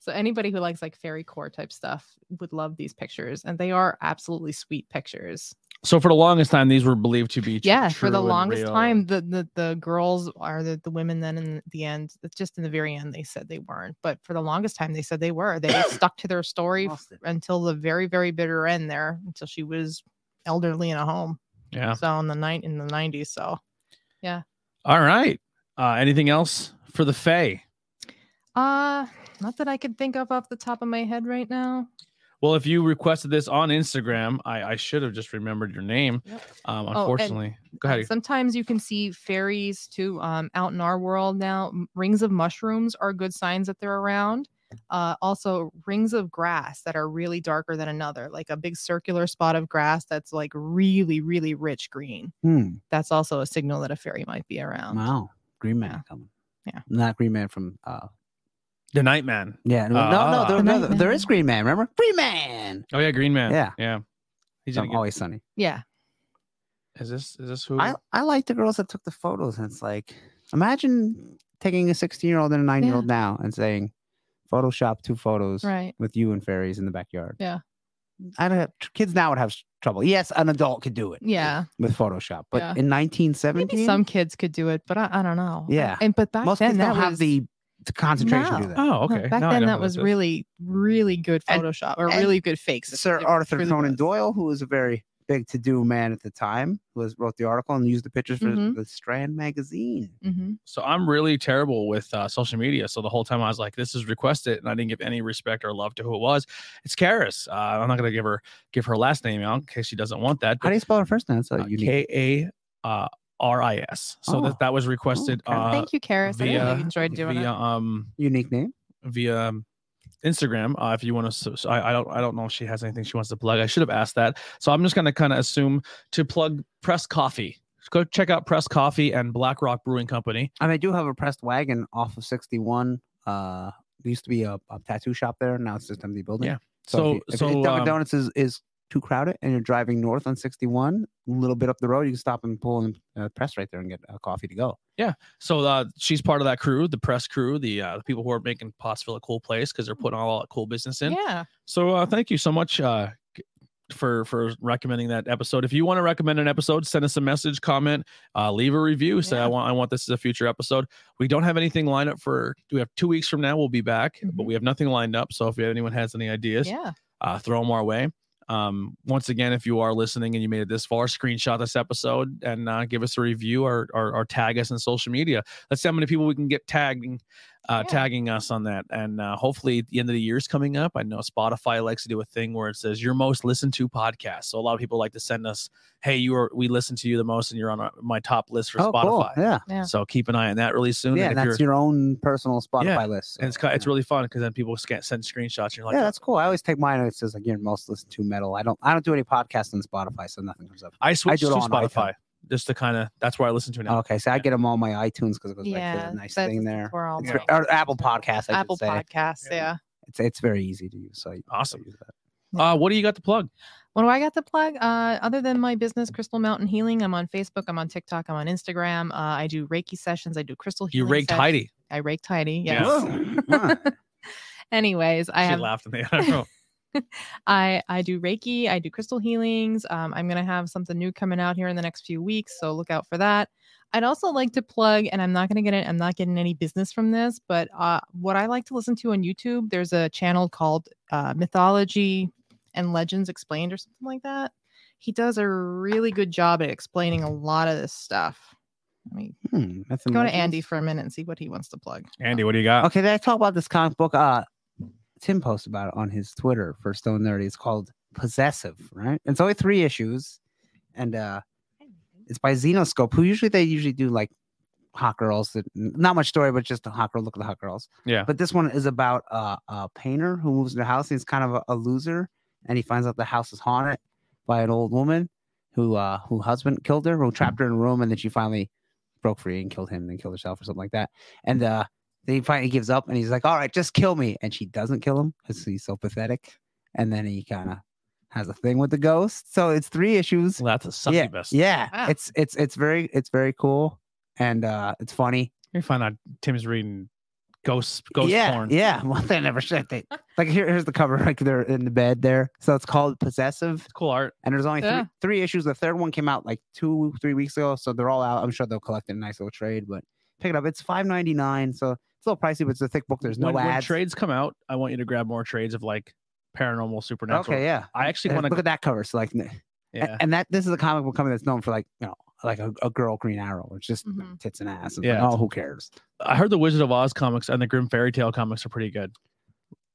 B: So anybody who likes like fairy core type stuff would love these pictures and they are absolutely sweet pictures.
A: So for the longest time, these were believed to be tr-
B: yeah for
A: true
B: the
A: and
B: longest
A: real.
B: time the, the the girls are the, the women then in the end it's just in the very end they said they weren't but for the longest time they said they were they stuck to their story f-
C: Lost it.
B: until the very very bitter end there until she was elderly in a home
A: Yeah.
B: so in the night in the 90s so
A: All right. Uh, anything else for the Fae?
B: uh not that i could think of off the top of my head right now
A: Well, if you requested this on Instagram, I, I should have just remembered your name.
B: Yep. Oh,
A: Um,
B: and-
A: unfortunately, go ahead.
B: Sometimes you can see fairies too um, out in our world now. M- Rings of mushrooms are good signs that they're around. Uh, also, rings of grass that are really darker than another, like a big circular spot of grass that's like really, really rich green.
C: Hmm.
B: That's also a signal that a fairy might be around.
C: Wow. Green Man coming.
B: Um, Yeah.
C: Not Green Man from uh
A: The Nightman.
C: yeah. No,
A: Ah.
C: no, no,
B: The
C: no,
B: Night
C: there is
B: Man.
C: Green Man, remember? Green Man.
A: Oh yeah, Green Man.
C: Yeah.
A: yeah. He's
C: From
A: gonna get-
C: always sunny.
B: Yeah.
A: is this is this who?
C: I, I like the girls that took the photos and it's like imagine taking a sixteen year old and a nine year old now and saying Photoshop two photos
B: Right.
C: with you and fairies in the backyard.
B: Yeah.
C: I don't have kids now would have s- trouble. Yes, an adult could do it.
B: Yeah.
C: With Photoshop. But
B: Yeah.
C: in nineteen
B: Maybe
C: seventeen
B: some kids could do it, but I, I don't know. I-
C: Yeah.
B: And but back
C: most
B: then
C: kids
B: that
C: don't
B: was,
C: have the, the concentration to do
B: No.
C: that.
A: oh
B: no,
A: okay.
B: back
A: Now I
B: then
A: know
B: that
A: who
B: was
A: this is.
B: really, really good
C: And-
B: Photoshop or
C: and
B: really good fakes. It-
C: Sir
B: it
C: Arthur
B: really
C: Conan
B: was.
C: Doyle, who was a very big to-do man at the time, who was, wrote the article and used the pictures for
A: Mm-hmm.
B: Mhm.
C: the Strand magazine.
B: Mhm.
A: So I'm really terrible with uh, social media. So the whole time I was like, "This is requested," and I didn't give any respect or love to who it was. It's Karis. Uh, I'm not gonna give her give her last name out in case she doesn't want that.
C: How do you spell her first name? It's a
A: but, uh,
C: unique.
A: K A uh, R I S. So
C: Oh.
A: that that was requested
C: okay.
A: uh,
B: Thank you, Karis. I
A: via-
B: really enjoyed doing
A: via
B: it.
A: um
C: unique name.
A: via um, Instagram. Uh, if you want to, so, so I, I don't, I don't know if she has anything she wants to plug. I should have asked that. So I'm just gonna kind of assume to plug Press Coffee. Go check out Press Coffee and Black Rock Brewing Company.
C: I mean, I do have a pressed wagon off of 61. Uh, there used to be a, a tattoo shop there. Now it's just empty building.
A: Yeah.
C: So,
A: So,
C: if, you, if
A: so,
C: Dunkin'
A: um,
C: Donuts is, is too crowded and you're driving north on 61, a little bit up the road, you can stop and pull and uh, press right there and get a coffee to go.
A: so uh, she's part of that crew, the press crew, the uh, the people who are making Pottsville a cool place because they're putting all that cool business in.
B: Yeah.
A: So uh, thank you so much uh, g- for for recommending that episode. If you want to recommend an episode, send us a message, comment, uh, leave a review. Say
B: Yeah.
A: I want I want this as a future episode. We don't have anything lined up for. We have two weeks from now. We'll be back, but
B: Mhm.
A: we have nothing lined up. So if anyone has any ideas,
B: Yeah.
A: uh, throw them our way. Um, once again, if you are listening and you made it this far, screenshot this episode and uh, give us a review or, or or tag us on social media. Let's see how many people we can get tagging, uh,
B: Yeah.
A: tagging us on that. And uh, hopefully, at the end of the year is coming up. I know Spotify likes to do a thing where it says your most listened to podcast. So a lot of people like to send us, "Hey, you are we listen to you the most, and you're on our, my top list for
C: oh, cool.
A: Spotify."
C: Yeah.
B: Yeah.
A: So keep an eye on that really soon.
C: Yeah.
A: and
C: And
A: if you're,
C: that's your own personal Spotify
A: Yeah,
C: list.
A: and it's
C: so,
A: ki- it's
C: yeah.
A: really fun because then people scan, send screenshots. And you're like,
C: yeah, that's cool. I always take mine. and It says like your most listened to metal. I don't. I don't do any podcasts on Spotify, so nothing comes up.
A: I switched
C: it
A: to
C: on iPhone.
A: Spotify just to kind of that's where I listen to now.
C: Okay, so I get them on my iTunes because it goes right to
B: Yeah.
C: the nice
B: that's-
C: thing
B: that's
C: there.
B: where I'll
C: It's
B: do
C: ve-
B: it.
C: or Apple Podcasts. I
B: Apple
C: should say.
B: Podcasts.
A: Yeah.
B: Yeah.
C: It's it's very easy to use. So I- I
A: Awesome.
C: use that.
A: Uh, what do you got to plug?
B: What do I got to plug? Uh, other than my business, Crystal Mountain Healing, I'm on Facebook, I'm on TikTok, I'm on Instagram. Uh, I do Reiki sessions, I do crystal
A: You
B: healing.
A: raked
B: sessions.
A: Heidi.
B: I raked Heidi.
A: Yeah.
B: Yes.
A: [laughs]
C: Huh.
B: Anyways, I
A: she
B: have
A: laughed [laughs] in the other room.
B: I I do Reiki, I do crystal healings. Um, I'm gonna have something new coming out here in the next few weeks, so look out for that. I'd also like to plug, and I'm not gonna get it. I'm not getting any business from this, but uh, what I like to listen to on YouTube, there's a channel called uh, Mythology and Legends Explained or something like that. He does a really good job at explaining a lot of this stuff. Let me
C: Hmm, that's
B: go to
C: amazing.
B: Andy for a minute and see what he wants to plug.
A: Andy, what do you got?
C: Okay, did I talk about this comic book? Uh, Tim posted about it on his Twitter for Stone Nerdy. It's called Possessive, right? It's only three issues, and uh, it's by Xenoscope, who usually they usually do like hot girls that not much story, but just a hot girl look at the hot girls.
A: Yeah.
C: But this one is about uh, a painter who moves into a house. He's kind of a, a loser, and he finds out the house is haunted by an old woman who uh who husband killed her, who trapped her in a room, and then she finally broke free and killed him, and then killed herself or something like that. And uh then he finally gives up and he's like, All right, just kill me. And she doesn't kill him because he's so pathetic. And then he kind of has a thing with the ghost. So it's three issues.
A: Well, that's a
C: yeah,
A: succubus.
C: yeah.
B: Wow.
C: It's it's it's very it's very cool and uh it's funny.
A: You find out Tim's reading ghost ghost
C: yeah,
A: porn.
C: yeah. [laughs] Well, they never said
B: [laughs]
C: they like here, here's the cover like they're in the bed there. So it's called possessive,
A: It's cool art.
C: and there's only three,
B: Yeah.
C: three issues. The third one came out like two three weeks ago, so they're all out. I'm sure they'll collect in a nice little trade, but pick it up. It's five ninety nine, so it's a little pricey, but it's a thick book. There's no
A: when, when
C: ads.
A: trades come out, I want you to grab more trades of like paranormal, supernatural.
C: Okay, yeah.
A: I actually
C: And
A: want
C: look
A: to.
C: at that cover. So like, n- a-
A: Yeah.
C: and that this is a comic book company that's known for like you know like a, a girl Green Arrow. It's just you know,
B: Mhm.
C: tits and ass. It's
A: Yeah.
C: Like, oh, who cares?
A: I heard the Wizard of Oz comics and the Grim Fairy Tale comics are pretty good.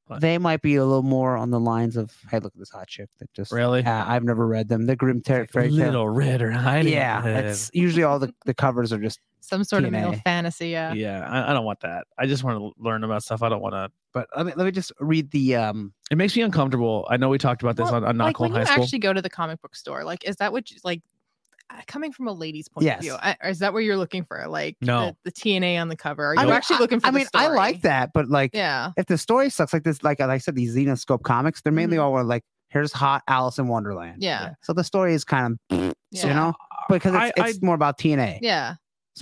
A: What?
C: They might be a little more on the lines of, "Hey, look at this hot chick that just."
A: Really?
C: Uh, I've never read them. They're grim ter- fairy tale.
A: Little Ritter hiding.
C: Yeah,
A: there.
C: it's usually all the, the covers are just.
B: Some sort of male
C: TNA.
B: fantasy. Yeah.
A: yeah. I, I don't want that. I just want to learn about stuff. I don't want to.
C: But let me let me just read the um.
A: It makes me uncomfortable. I know we talked about this
B: Well,
A: on, on Not
B: like
A: Cool
B: when
A: in
B: you
A: High School.
B: actually go to the comic book store, like is that what you like? uh, Coming from a lady's point
C: Yes.
B: of view, I, or is that what you're looking for? Like
A: No.
B: the, the TNA on the cover. Are you
C: I mean,
B: actually looking for?
C: I
B: the
C: mean, I like
B: story?
C: that, but like,
B: Yeah.
C: if the story sucks, like this, like, like I said, these Xenoscope comics, they're mainly
B: Mhm.
C: all like, here's hot Alice in Wonderland.
B: Yeah.
C: So the story is kind of,
B: Yeah.
C: you know, because
A: I-
C: it's, it's more about TNA.
B: Yeah.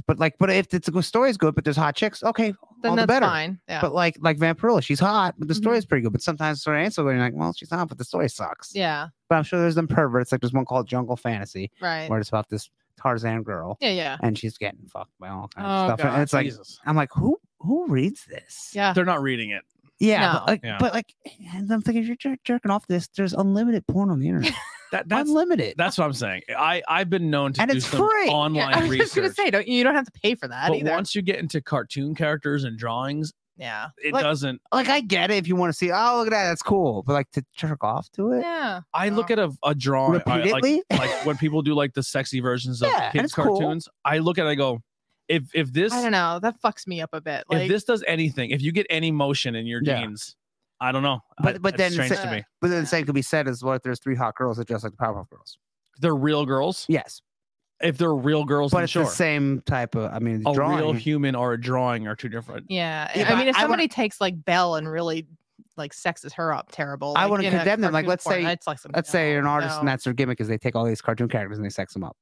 C: But like, but if it's, the story's good, but there's hot chicks, okay,
B: Then
C: all the
B: that's
C: better.
B: fine. Yeah.
C: But like, like Vampirilla, she's hot, but the
B: Mhm.
C: story's pretty good. But sometimes the story ain't so good. and You're like, well, she's hot, but the story sucks.
B: yeah.
C: But I'm sure there's them perverts. Like there's one called Jungle Fantasy,
B: Right.
C: where it's about this Tarzan girl,
B: Yeah. Yeah.
C: and she's getting fucked by all kinds
B: Oh,
C: of stuff. and it's like,
A: Jesus.
C: I'm like, who who reads this?
B: Yeah.
A: They're not reading it.
C: Yeah,
B: No.
C: but like,
A: Yeah.
C: but like, and I'm thinking, if you're jer- jerking off this, there's unlimited porn on the
B: [laughs]
C: internet.
A: That that's
C: unlimited.
A: that's what I'm saying. I I've been known to
C: And
A: do
C: it's
A: some
C: free. Yeah,
A: online
B: [laughs] I was
A: research.
B: just gonna say, don't you don't have to pay for that
A: but
B: either.
A: once you get into cartoon characters and drawings,
B: yeah.
A: it
C: Like-
A: doesn't.
C: like, I get it if you want to see. Oh, look at that, that's cool. But like to jerk off to it
B: Yeah.
A: I look
B: Oh.
A: at a, a drawing I- like
C: repeatedly,
A: like when people do like the sexy versions of
C: Yeah, and
A: kids
C: it's cool.
A: cartoons. I look at it, I go, if if this
B: I don't know. That fucks me up a bit.
A: if
B: Like
A: this does anything, if you get any motion in your
C: Yeah.
A: jeans, I don't know. I-
C: But- but
A: it's
C: then
A: strange
B: say-
A: to me.
C: but then the same could be said as what if there's three hot girls that dress like the Powerpuff Girls.
A: They're real girls.
C: Yes,
A: If they're real girls,
C: but
A: then
C: it's
A: sure.
C: the same type of. I mean, the
A: a
C: drawing.
A: real human or a drawing are two different.
B: Yeah.
C: Yeah,
B: I
C: but
B: mean, if
C: I wanna-
B: somebody takes like Belle and really like sexes her up terrible,
C: I
B: like,
C: wouldn't
B: in a
C: condemn them. Like,
B: cartoon
C: let's
B: form,
C: say-
B: that's like some-
C: Let's say an
B: no,
C: artist, and
B: no.
C: that's their gimmick is they take all these cartoon characters and they sex them up.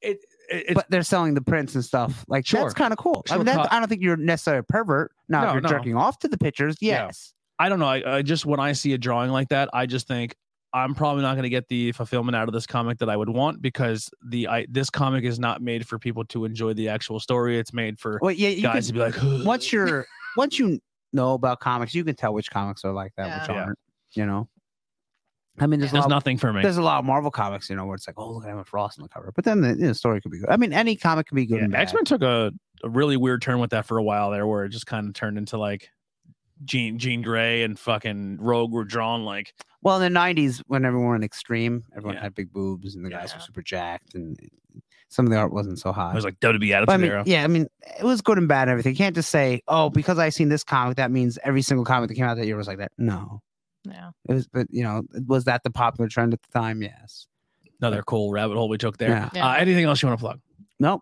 A: It, it it's
C: but they're selling the prints and stuff. Like
A: Sure.
C: that's kind of cool. I
A: Sure,
C: mean, that's,
A: Todd.
C: I don't think you're necessarily a pervert. Now,
A: No,
C: if you're
A: no.
C: jerking off to the pictures,
A: Yeah.
C: yes.
A: I don't know. I, I just when I see a drawing like that, I just think I'm probably not going to get the fulfillment out of this comic that I would want because the I, this comic is not made for people to enjoy the actual story. It's made for
C: Well, yeah, you
A: guys to
C: can,
A: be like, "Ugh."
C: once you're once you know about comics, you can tell which comics are like that, which
A: Yeah. Yeah.
C: aren't. You know, I mean, there's,
A: there's
C: a lot.
A: nothing for me.
C: There's a lot of Marvel comics, you know, where it's like, oh, look at Emma Frost on the cover. But then the you know, story could be good. I mean, any comic could be good. and bad.
A: X Men took a, a really weird turn with that for a while there, where it just kind of turned into like Jean Jean Grey and fucking Rogue were drawn like
C: Well, in the '90s, when everyone went extreme, everyone
A: Yeah.
C: had big boobs, and the guys
B: Yeah.
C: were super jacked, and eh, some of the art wasn't so hot.
A: it was like WWE Attitude
C: But I mean,
A: Era.
C: yeah, I mean, it was good and bad and everything. You can't just say, oh, because I seen this comic, that means every single comic that came out that year was like that. No,
B: Yeah.
C: it was, but you know, was that the popular trend at the time? Yes.
A: Another cool rabbit hole we took there.
C: Yeah.
B: Yeah.
A: Uh, anything else you want to plug?
C: Nope.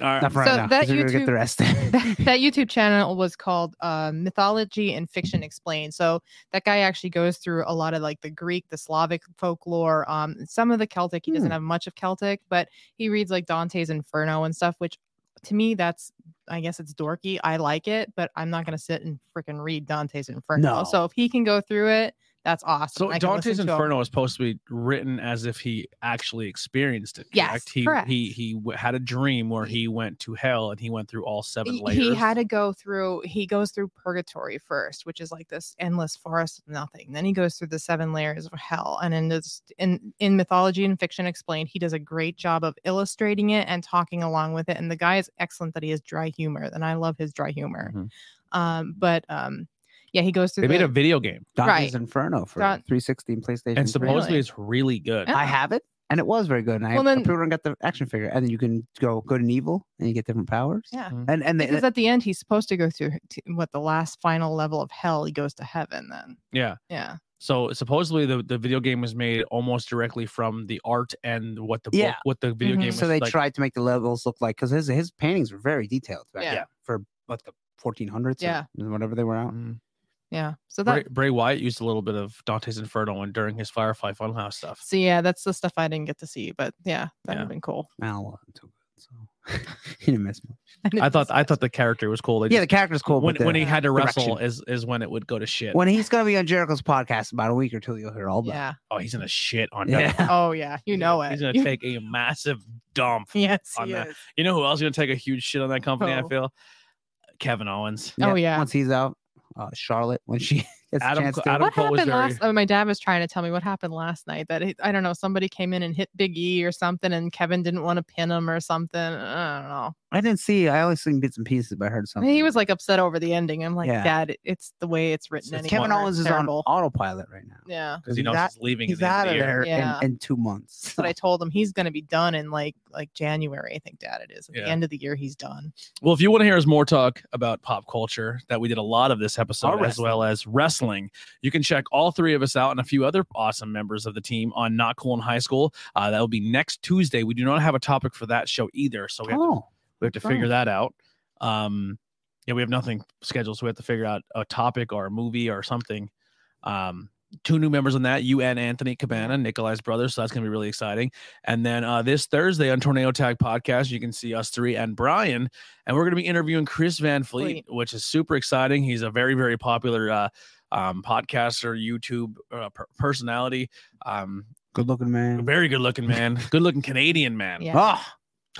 A: All right.
C: Not for
B: So
C: right now.
B: that
C: 'cause You're gonna get the
B: YouTube-
C: rest. [laughs]
B: that, that YouTube channel was called uh, Mythology and Fiction Explained. So that guy actually goes through a lot of like the Greek, the Slavic folklore, um, some of the Celtic. He doesn't
C: Hmm.
B: have much of Celtic, but he reads like Dante's Inferno and stuff, which to me, that's I guess it's dorky. I like it, but I'm not gonna sit and freaking read Dante's Inferno.
C: No.
B: So if he can go through it, that's awesome.
A: So
B: I can
A: Dante's
B: listen to him.
A: Inferno is supposed to be written as if he actually experienced it.
B: Yes,
A: He
B: correct.
A: he he w- had a dream where he went to hell and he went through all seven
B: he-
A: layers.
B: He had to go through, he goes through purgatory first, which is like this endless forest of nothing. Then he goes through the seven layers of hell. And in this, in, in mythology and fiction explained, he does a great job of illustrating it and talking along with it. And the guy is excellent that he has dry humor. And I love his dry humor.
A: Mhm.
B: Um, but um, yeah, he goes through
A: They made
B: the-
A: a video game
C: Dante's
B: Right.
C: Inferno for
B: Done.
C: 360 and PlayStation.
A: and
C: 3.
A: supposedly
B: Really?
A: it's really good.
B: Yeah.
C: I have it, and it was very good. And I
B: Well,
C: well, then,
B: then-
C: everyone got the action figure, and then you can go good and evil, and you get different powers.
B: Yeah.
A: Mm-hmm.
C: And and
B: because
C: they,
B: at the end he's supposed to go through to, what the last final level of hell he goes to heaven then
A: Yeah.
B: yeah
A: So supposedly the, the video game was made almost directly from the art and what the
C: Yeah.
A: book, what the video
B: Mhm.
A: game.
C: Mm-hmm. so
A: was
C: they
A: like.
C: tried to make the levels look like because his his paintings were very detailed. Back
B: Yeah.
C: then, For what the 1400s, or
B: Yeah.
C: whatever they were out.
A: Mhm.
B: yeah so that
A: Bray, Bray Wyatt used a little bit of Dante's Inferno and during his Firefly Funhouse stuff.
B: So yeah, that's the stuff I didn't get to see, but yeah, that would
A: Yeah.
B: have been cool.
C: Mal wasn't too good, so [laughs] he didn't miss much.
B: [laughs]
A: I thought I thought the character was cool. They
C: Yeah,
A: just-
C: the character's cool.
A: when,
C: but the-
A: when he had to wrestle
C: direction.
A: is is when it would go to shit.
C: when he's gonna be on Jericho's podcast about a week or two, you'll hear all about.
B: yeah.
A: Oh, he's gonna shit on.
C: it.
A: WWE.
C: [laughs] yeah.
A: [laughs]
B: Oh yeah, you
A: He's
B: know
A: gonna-
B: it.
A: He's gonna
B: You-
A: take a massive dump.
B: [laughs] yes,
A: on
B: he
A: that.
B: is.
A: You know who else is gonna take a huge shit on that company? I
B: Who?
A: feel Kevin Owens.
B: Oh, yeah.
C: Once he's out, uh, Charlotte when she [laughs] It's
A: Adam
C: chance
A: Co-
C: to.
A: Adam-
B: What
A: Cole was
B: happened
A: very-
B: last? Oh, my dad was trying to tell me what happened last night. That it, I don't know. Somebody came in and hit Big E or something, and Kevin didn't want to pin him or something. I don't know.
C: I didn't see. I only seen bits and pieces, but I heard something.
B: He was like upset over the ending. I'm like,
C: Yeah.
B: Dad, it- it's the way it's written.
A: It's-
B: anymore.
C: Kevin Owens is
B: It's terrible."
C: on autopilot right now.
B: Yeah,
A: because he knows
C: That-
A: he's leaving. at
C: He's
A: the end
C: out
A: the
C: of
A: year.
C: there
B: Yeah.
C: in, in two months.
B: but I told him he's going to be done in like like January. I think Dad, it is at
A: Yeah.
B: the end of the year. He's done.
A: Well, if you want to hear us more talk about pop culture, that we did a lot of this
C: Or
A: episode as
C: wrestling.
A: well as wrestling, you can check all three of us out and a few other awesome members of the team on Not Cool in High School. Uh, that will be next Tuesday. We do not have a topic for that show either, so we have to,
C: [laughs] oh,
A: we have to
C: right.
A: figure that out. Um, yeah, we have nothing scheduled, so we have to figure out a topic or a movie or something. Um, two new members on that, you and Anthony Cabana, Nikolai's brother. So that's gonna be really exciting. And then uh, this Thursday on Tornado Tag Podcast, you can see us three and Brian, and we're gonna be interviewing Chris Van Fleet, which is super exciting. He's a very very popular uh, um, podcaster, YouTube uh, per- personality, um,
C: good looking man.
A: very good looking man, good looking Canadian man.
B: Yeah.
C: Oh,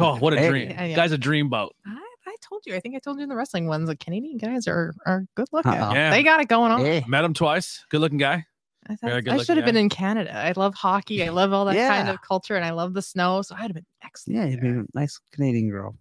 A: Oh, what a
C: Hey.
A: dream!
B: Yeah, yeah.
A: Guy's a dreamboat.
B: I, I told you. I think I told you in the wrestling ones. Like Canadian guys are are good looking.
C: Uh-oh.
A: Yeah.
B: They got it going on.
C: yeah.
A: Met him twice. Good looking guy. Very
B: I, thought-
A: good
B: I
A: looking
B: should have been
A: guy.
B: in Canada. I love hockey. I love all that kind
C: Yeah.
B: of culture, and I love the snow. So I'd have been excellent.
C: Yeah, he'd be
B: there.
C: a nice Canadian girl.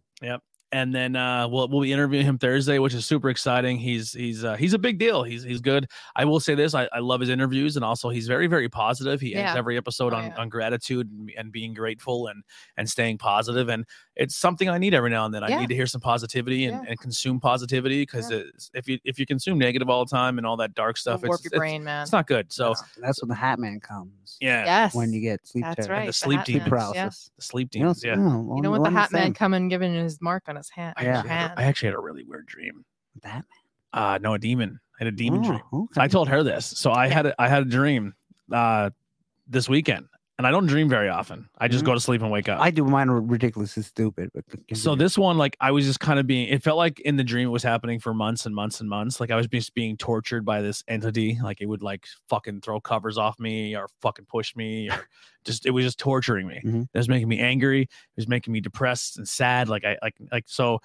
A: and then uh, we'll we'll be interviewing him Thursday, which is super exciting. He's he's uh, he's a big deal. He's he's good. I will say this: I, I love his interviews, and also he's very very positive. He ends
B: Yeah.
A: every episode
B: Oh,
A: on,
B: yeah.
A: on gratitude and, and being grateful and and staying positive. And it's something I need every now and then. I
B: Yeah.
A: need to hear some positivity and,
B: Yeah.
A: and consume positivity because
B: Yeah.
A: if you if you consume negative all the time and all that dark
B: It'll
A: stuff,
B: warp
A: it's,
B: your
A: it's,
B: brain, man.
A: it's not good. So
C: that's when the hat man comes.
A: yeah,
B: yes,
C: When you get sleep
B: that's
C: terror-
B: right.
A: the sleep
B: hat
A: deep
C: Sleep
B: man, Yeah.
C: paralysis.
A: the sleep
C: You know, oh,
A: demons. Yeah,
C: no, one-
B: You know what the
C: one
B: hat man
C: thing.
B: come and giving his mark on his hand.
A: I,
C: Yeah.
A: actually had a- I actually had a really weird dream.
C: The hat
A: Uh no, a demon. I had a demon dream.
C: Oh,
A: I
C: okay.
A: told her this. So I had a, I had a dream uh, this weekend, and I don't dream very often. I just
C: Mhm.
A: go to sleep and wake up.
C: I do mine are ridiculous and stupid. But c-
A: so
C: continue.
A: this one, like I was just kind of being. It felt like in the dream it was happening for months and months and months. Like I was just being tortured by this entity. Like it would like fucking throw covers off me or fucking push me or [laughs] just it was just torturing me.
C: Mhm.
A: It was making me angry. It was making me depressed and sad. Like I like like so.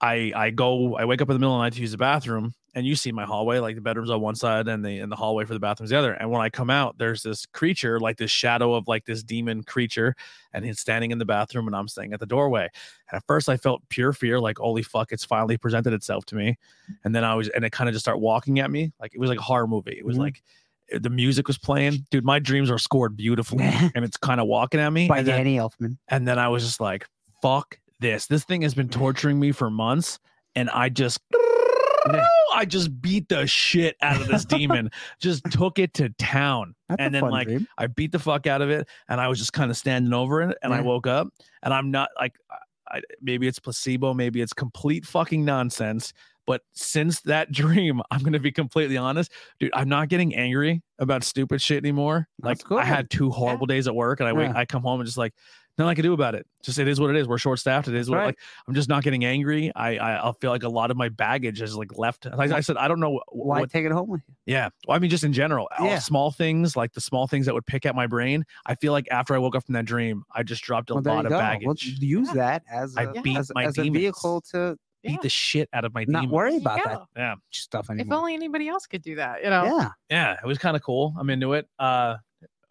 A: I I go I wake up in the middle of the night to use the bathroom and you see my hallway like the bedrooms on one side and the and the hallway for the bathrooms the other and when I come out there's this creature like this shadow of like this demon creature and he's standing in the bathroom and I'm standing at the doorway and at first I felt pure fear like holy fuck it's finally presented itself to me and then I was and it kind of just started walking at me like it was like a horror movie it was
C: Mhm.
A: like eh, the music was playing dude my dreams are scored beautifully and it's kind of walking at me
C: by
A: and then- [laughs]
C: Danny Elfman.
A: and then I was just like, fuck this. This thing has been torturing me for months. And I just, I just beat the shit out of this
C: [laughs]
A: demon, just took it to town.
C: That's
A: And
C: a
A: then,
C: fun
A: like,
C: dream.
A: I beat the fuck out of it. And I was just kind of standing over it. And I
C: Yeah.
A: woke up and I'm not like, I, I- maybe it's placebo, maybe it's complete fucking nonsense. But since that [laughs] dream, I'm going to be completely honest, dude, I'm not getting angry about stupid shit anymore. Like
C: That's good.
A: I had two horrible days at work and I wake,
C: Yeah.
A: I come home and just like, nothing I can do about it. Just it is what it is. We're short staffed. It is what
C: right.
A: like I'm just not getting angry. I, I I feel like a lot of my baggage is like left. Like I said, I don't know wh-
C: Why
A: what.
C: take it home with you?
A: Yeah, well, I mean, just in general, all
C: Yeah.
A: small things like the small things that would pick at my brain. I feel like after I woke up from that dream, I just dropped a
C: Well, there
A: lot
C: you
A: of
C: go.
A: baggage.
C: Well, use
B: Yeah.
C: that as
A: I
C: a,
A: beat
C: as,
A: my
C: as a
A: demons.
C: vehicle to
A: Beat
B: Yeah.
A: the shit out of my
C: not
A: demon.
C: worry
B: There you
C: about that
B: go.
A: Yeah,
C: stuff anymore.
B: If only anybody else could do that, you know.
C: yeah.
A: yeah, it was kind of cool. I'm into it. Uh,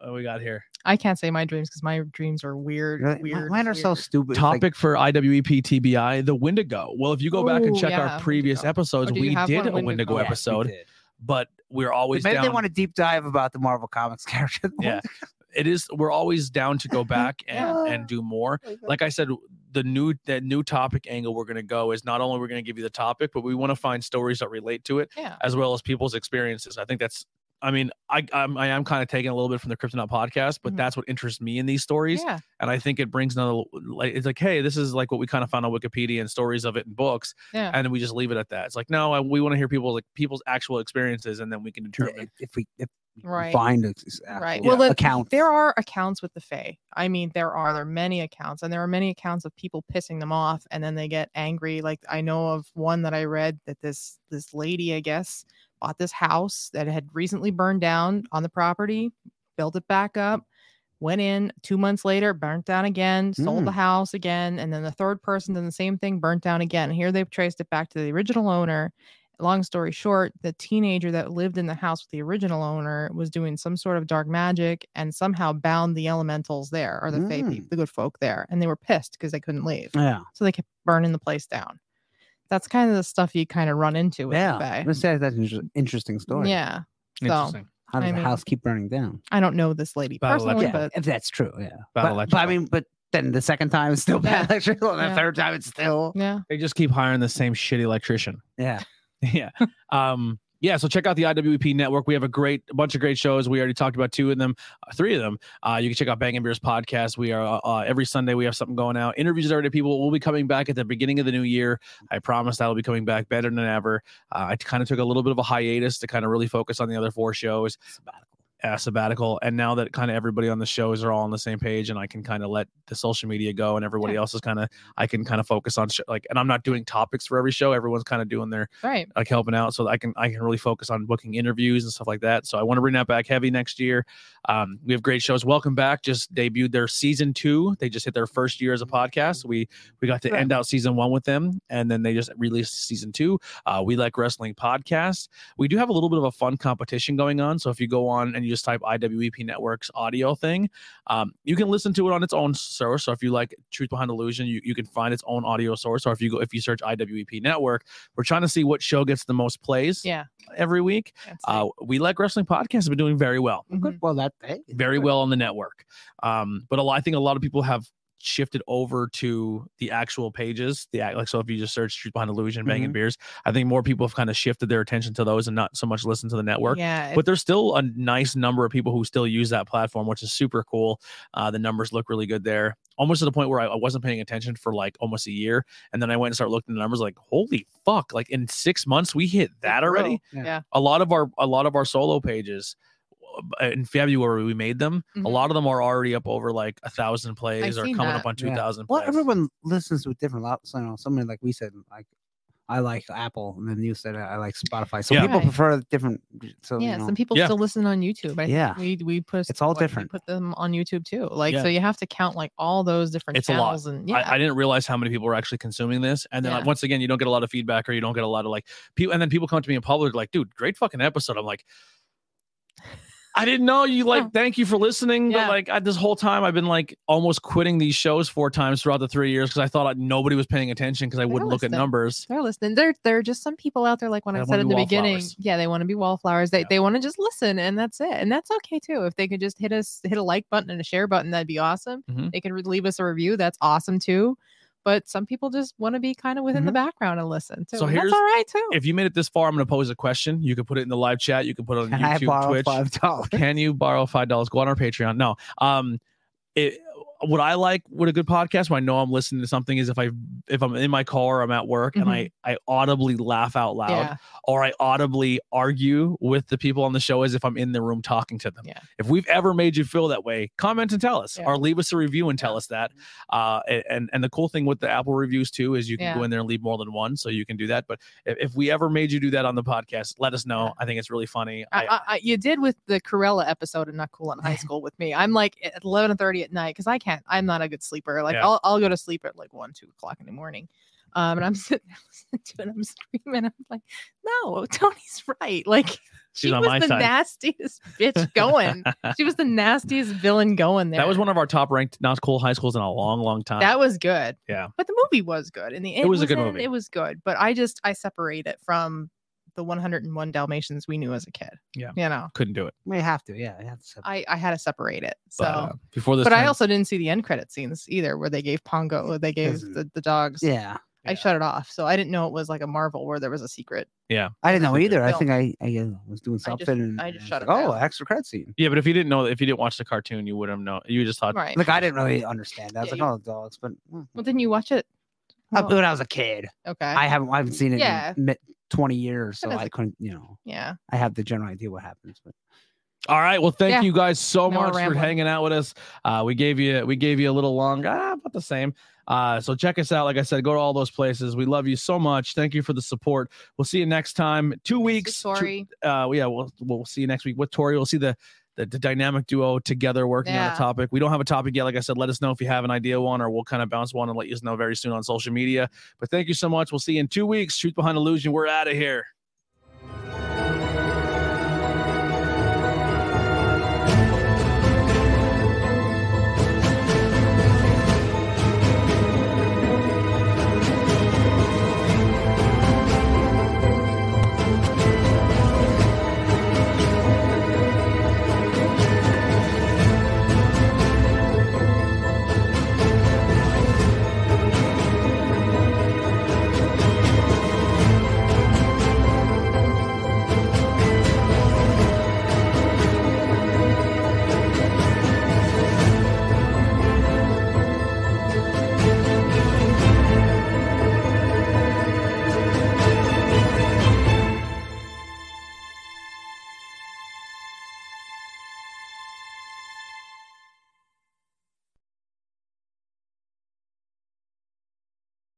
A: what we got here?
B: I can't say my dreams because my dreams are weird.
C: Really, mi-
B: Weird.
C: mine are so
B: weird.
C: stupid. It's like-
A: Topic for E IWEP TBI: the Wendigo. Well, if you go back and
B: Ooh,
A: check
B: yeah,
A: our previous
B: Wendigo.
A: episodes,
B: Oh, did you
A: we
B: have
A: did
B: one
A: a Wendigo,
B: Wendigo? Yeah, we
A: episode,
C: Yes, we did.
A: but we're always
C: Maybe
A: down.
C: they want to deep dive about the Marvel Comics [laughs] character.
A: Yeah. it is we're always down to
C: [laughs]
A: go back and
C: Yeah.
A: and do more like i said the new that new topic angle we're going to go is not only we're going to give you the topic but we want to find stories that relate to it
B: Yeah.
A: as well as people's experiences i think that's i mean i i'm, I am kind of taking a little bit from the kryptonite podcast but
C: Mm-hmm.
B: Mhm.
A: that's what interests me in these stories
B: Yeah.
A: and i think it brings another like it's like hey this is like what we kind of found on wikipedia and stories of it in books
B: Yeah.
A: and then we just leave it at that it's like no I, we want to hear people like people's actual experiences and then we can determine
C: if, if we if we can
B: Right.
C: find a,
B: Right.
A: Well,
B: Well,
C: account.
B: the- there are accounts with the Fae. I mean, there are there are many accounts, and there are many accounts of people pissing them off, and then they get angry. Like I know of one that I read that this this lady, I guess, bought this house that had recently burned down on the property, built it back up, went in two months later, burnt down again, sold the house again, and then the third person did the same thing, burnt down again. Here they've traced it back to the original owner. long story short, the teenager that lived in the house with the original owner was doing some sort of dark magic and somehow bound the elementals there or the fae
C: Mm. Ah.
B: people, the good folk there, and they were pissed because they couldn't leave,
C: Yeah.
B: so they kept burning the place down. That's kind of the stuff you kind of run into with
C: Yeah.
B: yeah.
C: I'm gonna say that's an inter- interesting story.
B: Yeah,
D: Interesting.
C: How does
B: I
C: the
B: mean-
C: house keep burning down?
B: I don't know this lady
D: About
B: personally,
D: electric-
B: but
C: If that's true, yeah.
D: About
C: But, but I
D: electrical.
C: mean, but then the second time it's still bad
B: Yeah.
C: [laughs] electrical, and the
B: Yeah.
C: third time it's still
B: yeah,
A: They just keep hiring the same shitty electrician.
C: yeah.
B: Mm-hmm.
A: [laughs] yeah. Um, yeah. So check out the IWP network. We have a great a bunch of great shows. We already talked about two of them, uh, three of them. Uh, you can check out Bang and Beers podcast. We are uh, uh, every Sunday. We have something going out. Interviews already. People will be coming back at the beginning of the new year. I promise I'll be coming back better than ever. Uh, I kind of took a little bit of a hiatus to kind of really focus on the other four shows uh, sabbatical and now that kind of everybody on the shows are all on the same page and i can kind of let the social media go and everybody
B: Yeah.
A: else is kind of i can kind of focus on sh- like and i'm not doing topics for every show everyone's kind of doing their
B: right.
A: like helping out so that I can I can really focus on booking interviews and stuff like that. So I want to bring that back heavy next year. Um, we have great shows. Welcome back just debuted their season two. They just hit their first year as a podcast. We we got to end out season one with them, and then they just released season two. Uh, we like wrestling podcast. We do have a little bit of a fun competition going on. So if you go on and you just type IWEP Networks audio thing, um, you can listen to it on its own source. So if you like Truth Behind Illusion, you, you can find its own audio source. Or if you go if you search IWEP Network, we're trying to see what show gets the most plays
B: Yeah.
A: every week.
B: that's it.
A: Uh, we like wrestling podcast has been doing very well,
B: mm-hmm.
C: Good. Well, that hey, it's
A: very
C: good.
A: well on the network. Um, but a lot, I think a lot of people have shifted over to the actual pages. The act, like so, if you just search Truth Behind Illusion, Bang and Beers, I think more people have kind of shifted their attention to those and not so much listen to the network
B: yeah,
A: but there's still a nice number of people who still use that platform, which is super cool. Uh, the numbers look really good there. Almost to the point where I, I wasn't paying attention for like almost a year, and then I went and started looking at the numbers. Like, holy fuck! Like in six months, we hit that already.
C: Yeah.
B: Yeah.
A: A lot of our a lot of our solo pages uh, in February we made them. A
B: Mhm.
A: lot of them are already up over like a thousand plays or
B: seen
A: coming
B: that.
A: up on two
C: Yeah.
A: thousand.
C: Well,
A: plays.
C: everyone listens with different lots. You know, somebody like we said, like I like Apple, and then you said I like Spotify. So
A: Yeah.
C: people
B: Right.
C: prefer different. So
B: yeah,
C: you know,
B: some people
A: Yeah.
B: still listen on YouTube. I
C: Yeah.
B: yeah, we we put
C: It's all
B: what, we
C: different.
B: Put them on YouTube too. Like
A: Yeah.
B: so, you have to count like all those different
A: It's a lot.
B: channels and yeah,
A: I, I didn't realize how many people were actually consuming this. And then like,
B: Yeah.
A: once again, you don't get a lot of feedback or you don't get a lot of like people. And then people come to me in public like, dude, great fucking episode. I'm like, I didn't know you
B: Yeah. [laughs]
A: like, thank you for listening.
B: Yeah.
A: But like I, this whole time I've been like almost quitting these shows four times throughout the three years. Cause I thought like, nobody was paying attention. Cause I
B: They're
A: wouldn't look at
B: listening.
A: numbers.
B: they're listening. There there are just some people out there like when
A: They
B: I
A: wanna
B: said in
A: be
B: the beginning,
A: wallflowers.
B: yeah, they want to be wallflowers. They
A: Yeah.
B: they want to just listen and that's it. And that's okay too. If they could just hit us hit a like button and a share button, that'd be awesome.
A: Mhm.
B: They could re- leave us a review. That's awesome too. But some people just want to be kind of within the background and listen. Too.
A: So
B: and that's
A: here's-
B: all right too.
A: If you made it this far, I'm going to pose a question. You can put it in the live chat. You can put it
B: [laughs]
A: on
C: Can I
A: YouTube,
C: borrow
A: Twitch.
C: five dollars? [laughs]
A: can you borrow five dollars? Go on our Patreon. No. Um, it, what I like with a good podcast, when I know I'm listening to something, is if I if I'm in my car, or I'm at work, and I I audibly laugh out loud,
B: Mm-hmm. yeah,
A: or I audibly argue with the people on the show as if I'm in the room talking to them.
B: Yeah.
A: If we've ever made you feel that way, comment and tell us,
B: Yeah.
A: or leave us a review and tell us that. Uh, a- and and the cool thing with the Apple reviews too is you can go
B: Yeah.
A: in there and leave more than one, so you can do that. But if, if we ever made you do that on the podcast, let us know.
B: Yeah. Uh,
A: I think it's really funny.
B: I, I, I, you did with the Corella episode and not
A: [laughs]
B: cool in high school with me. I'm like at 11:30 at night because I can't. I'm not a good sleeper. Like
A: Yeah.
B: I'll, I'll go to sleep at like one, two o'clock in the morning. Um, and I'm [laughs] sitting there listening to it. I'm screaming. I'm like, no, Tony's right. Like
A: [laughs] She's
B: she
A: on
B: was
A: my
B: the
A: side.
B: nastiest
A: [laughs]
B: bitch going. she was the nastiest villain going there.
A: That was one of our top ranked not cool high schools in a long, long time.
B: That was good.
A: Yeah.
B: But the movie was good. In the end,
A: was a good
B: wasn't-
A: movie.
B: It was good. But I just I separate it from the 101 Dalmatians we knew as a kid.
A: Yeah.
B: You know.
A: Couldn't do it.
C: We have to. Yeah. that's a-
B: I, I had to separate it. So,
A: But, uh, before this,
B: but I
A: turn-
B: also didn't see the end credit scenes either, where they gave Pongo, where they gave
C: Isn't-
B: the, the dogs.
C: yeah.
B: I shut it off, so I didn't know it was like a Marvel where there was a secret.
C: I didn't know
A: Secret
C: either. I
B: film.
C: think I, I uh, was doing
B: I just-
C: something. and
B: I just shut
C: like,
B: it
C: Oh,
B: down.
C: extra credit
B: [laughs]
C: scene.
A: yeah. But if you didn't know, if you didn't watch the cartoon, you would have known. You just thought,
B: Right.
C: Like I didn't really understand. that. I was
B: Yeah,
C: like, oh, dogs. But mm.
B: well, didn't you watch it?
C: Uh,
B: Well,
C: when I was a kid,
B: okay.
C: I haven't I haven't seen it
B: Yeah.
C: in mi- twenty years, so
B: That is
C: I
B: a-
C: couldn't. You know,
B: yeah.
C: I have the general idea what happens. But
A: all right, well, thank
B: Yeah.
A: you guys so
B: Now we're
A: much for
B: rambling.
A: hanging out with us. Uh, we gave you, we gave you a little long, ah, about the same. Uh, so check us out. Like I said, go to all those places. We love you so much. Thank you for the support. We'll see you next time. Two weeks. two-
B: Sorry.
A: uh, yeah, we'll we'll see you next week with Tori. We'll see the the, the dynamic duo together working on
B: Yeah.
A: a topic. We don't have a topic yet. Like I said, let us know if you have an idea one, or we'll kind of bounce one and let you know very soon on social media. But thank you so much. We'll see you in two weeks. Truth behind illusion. We're out of here.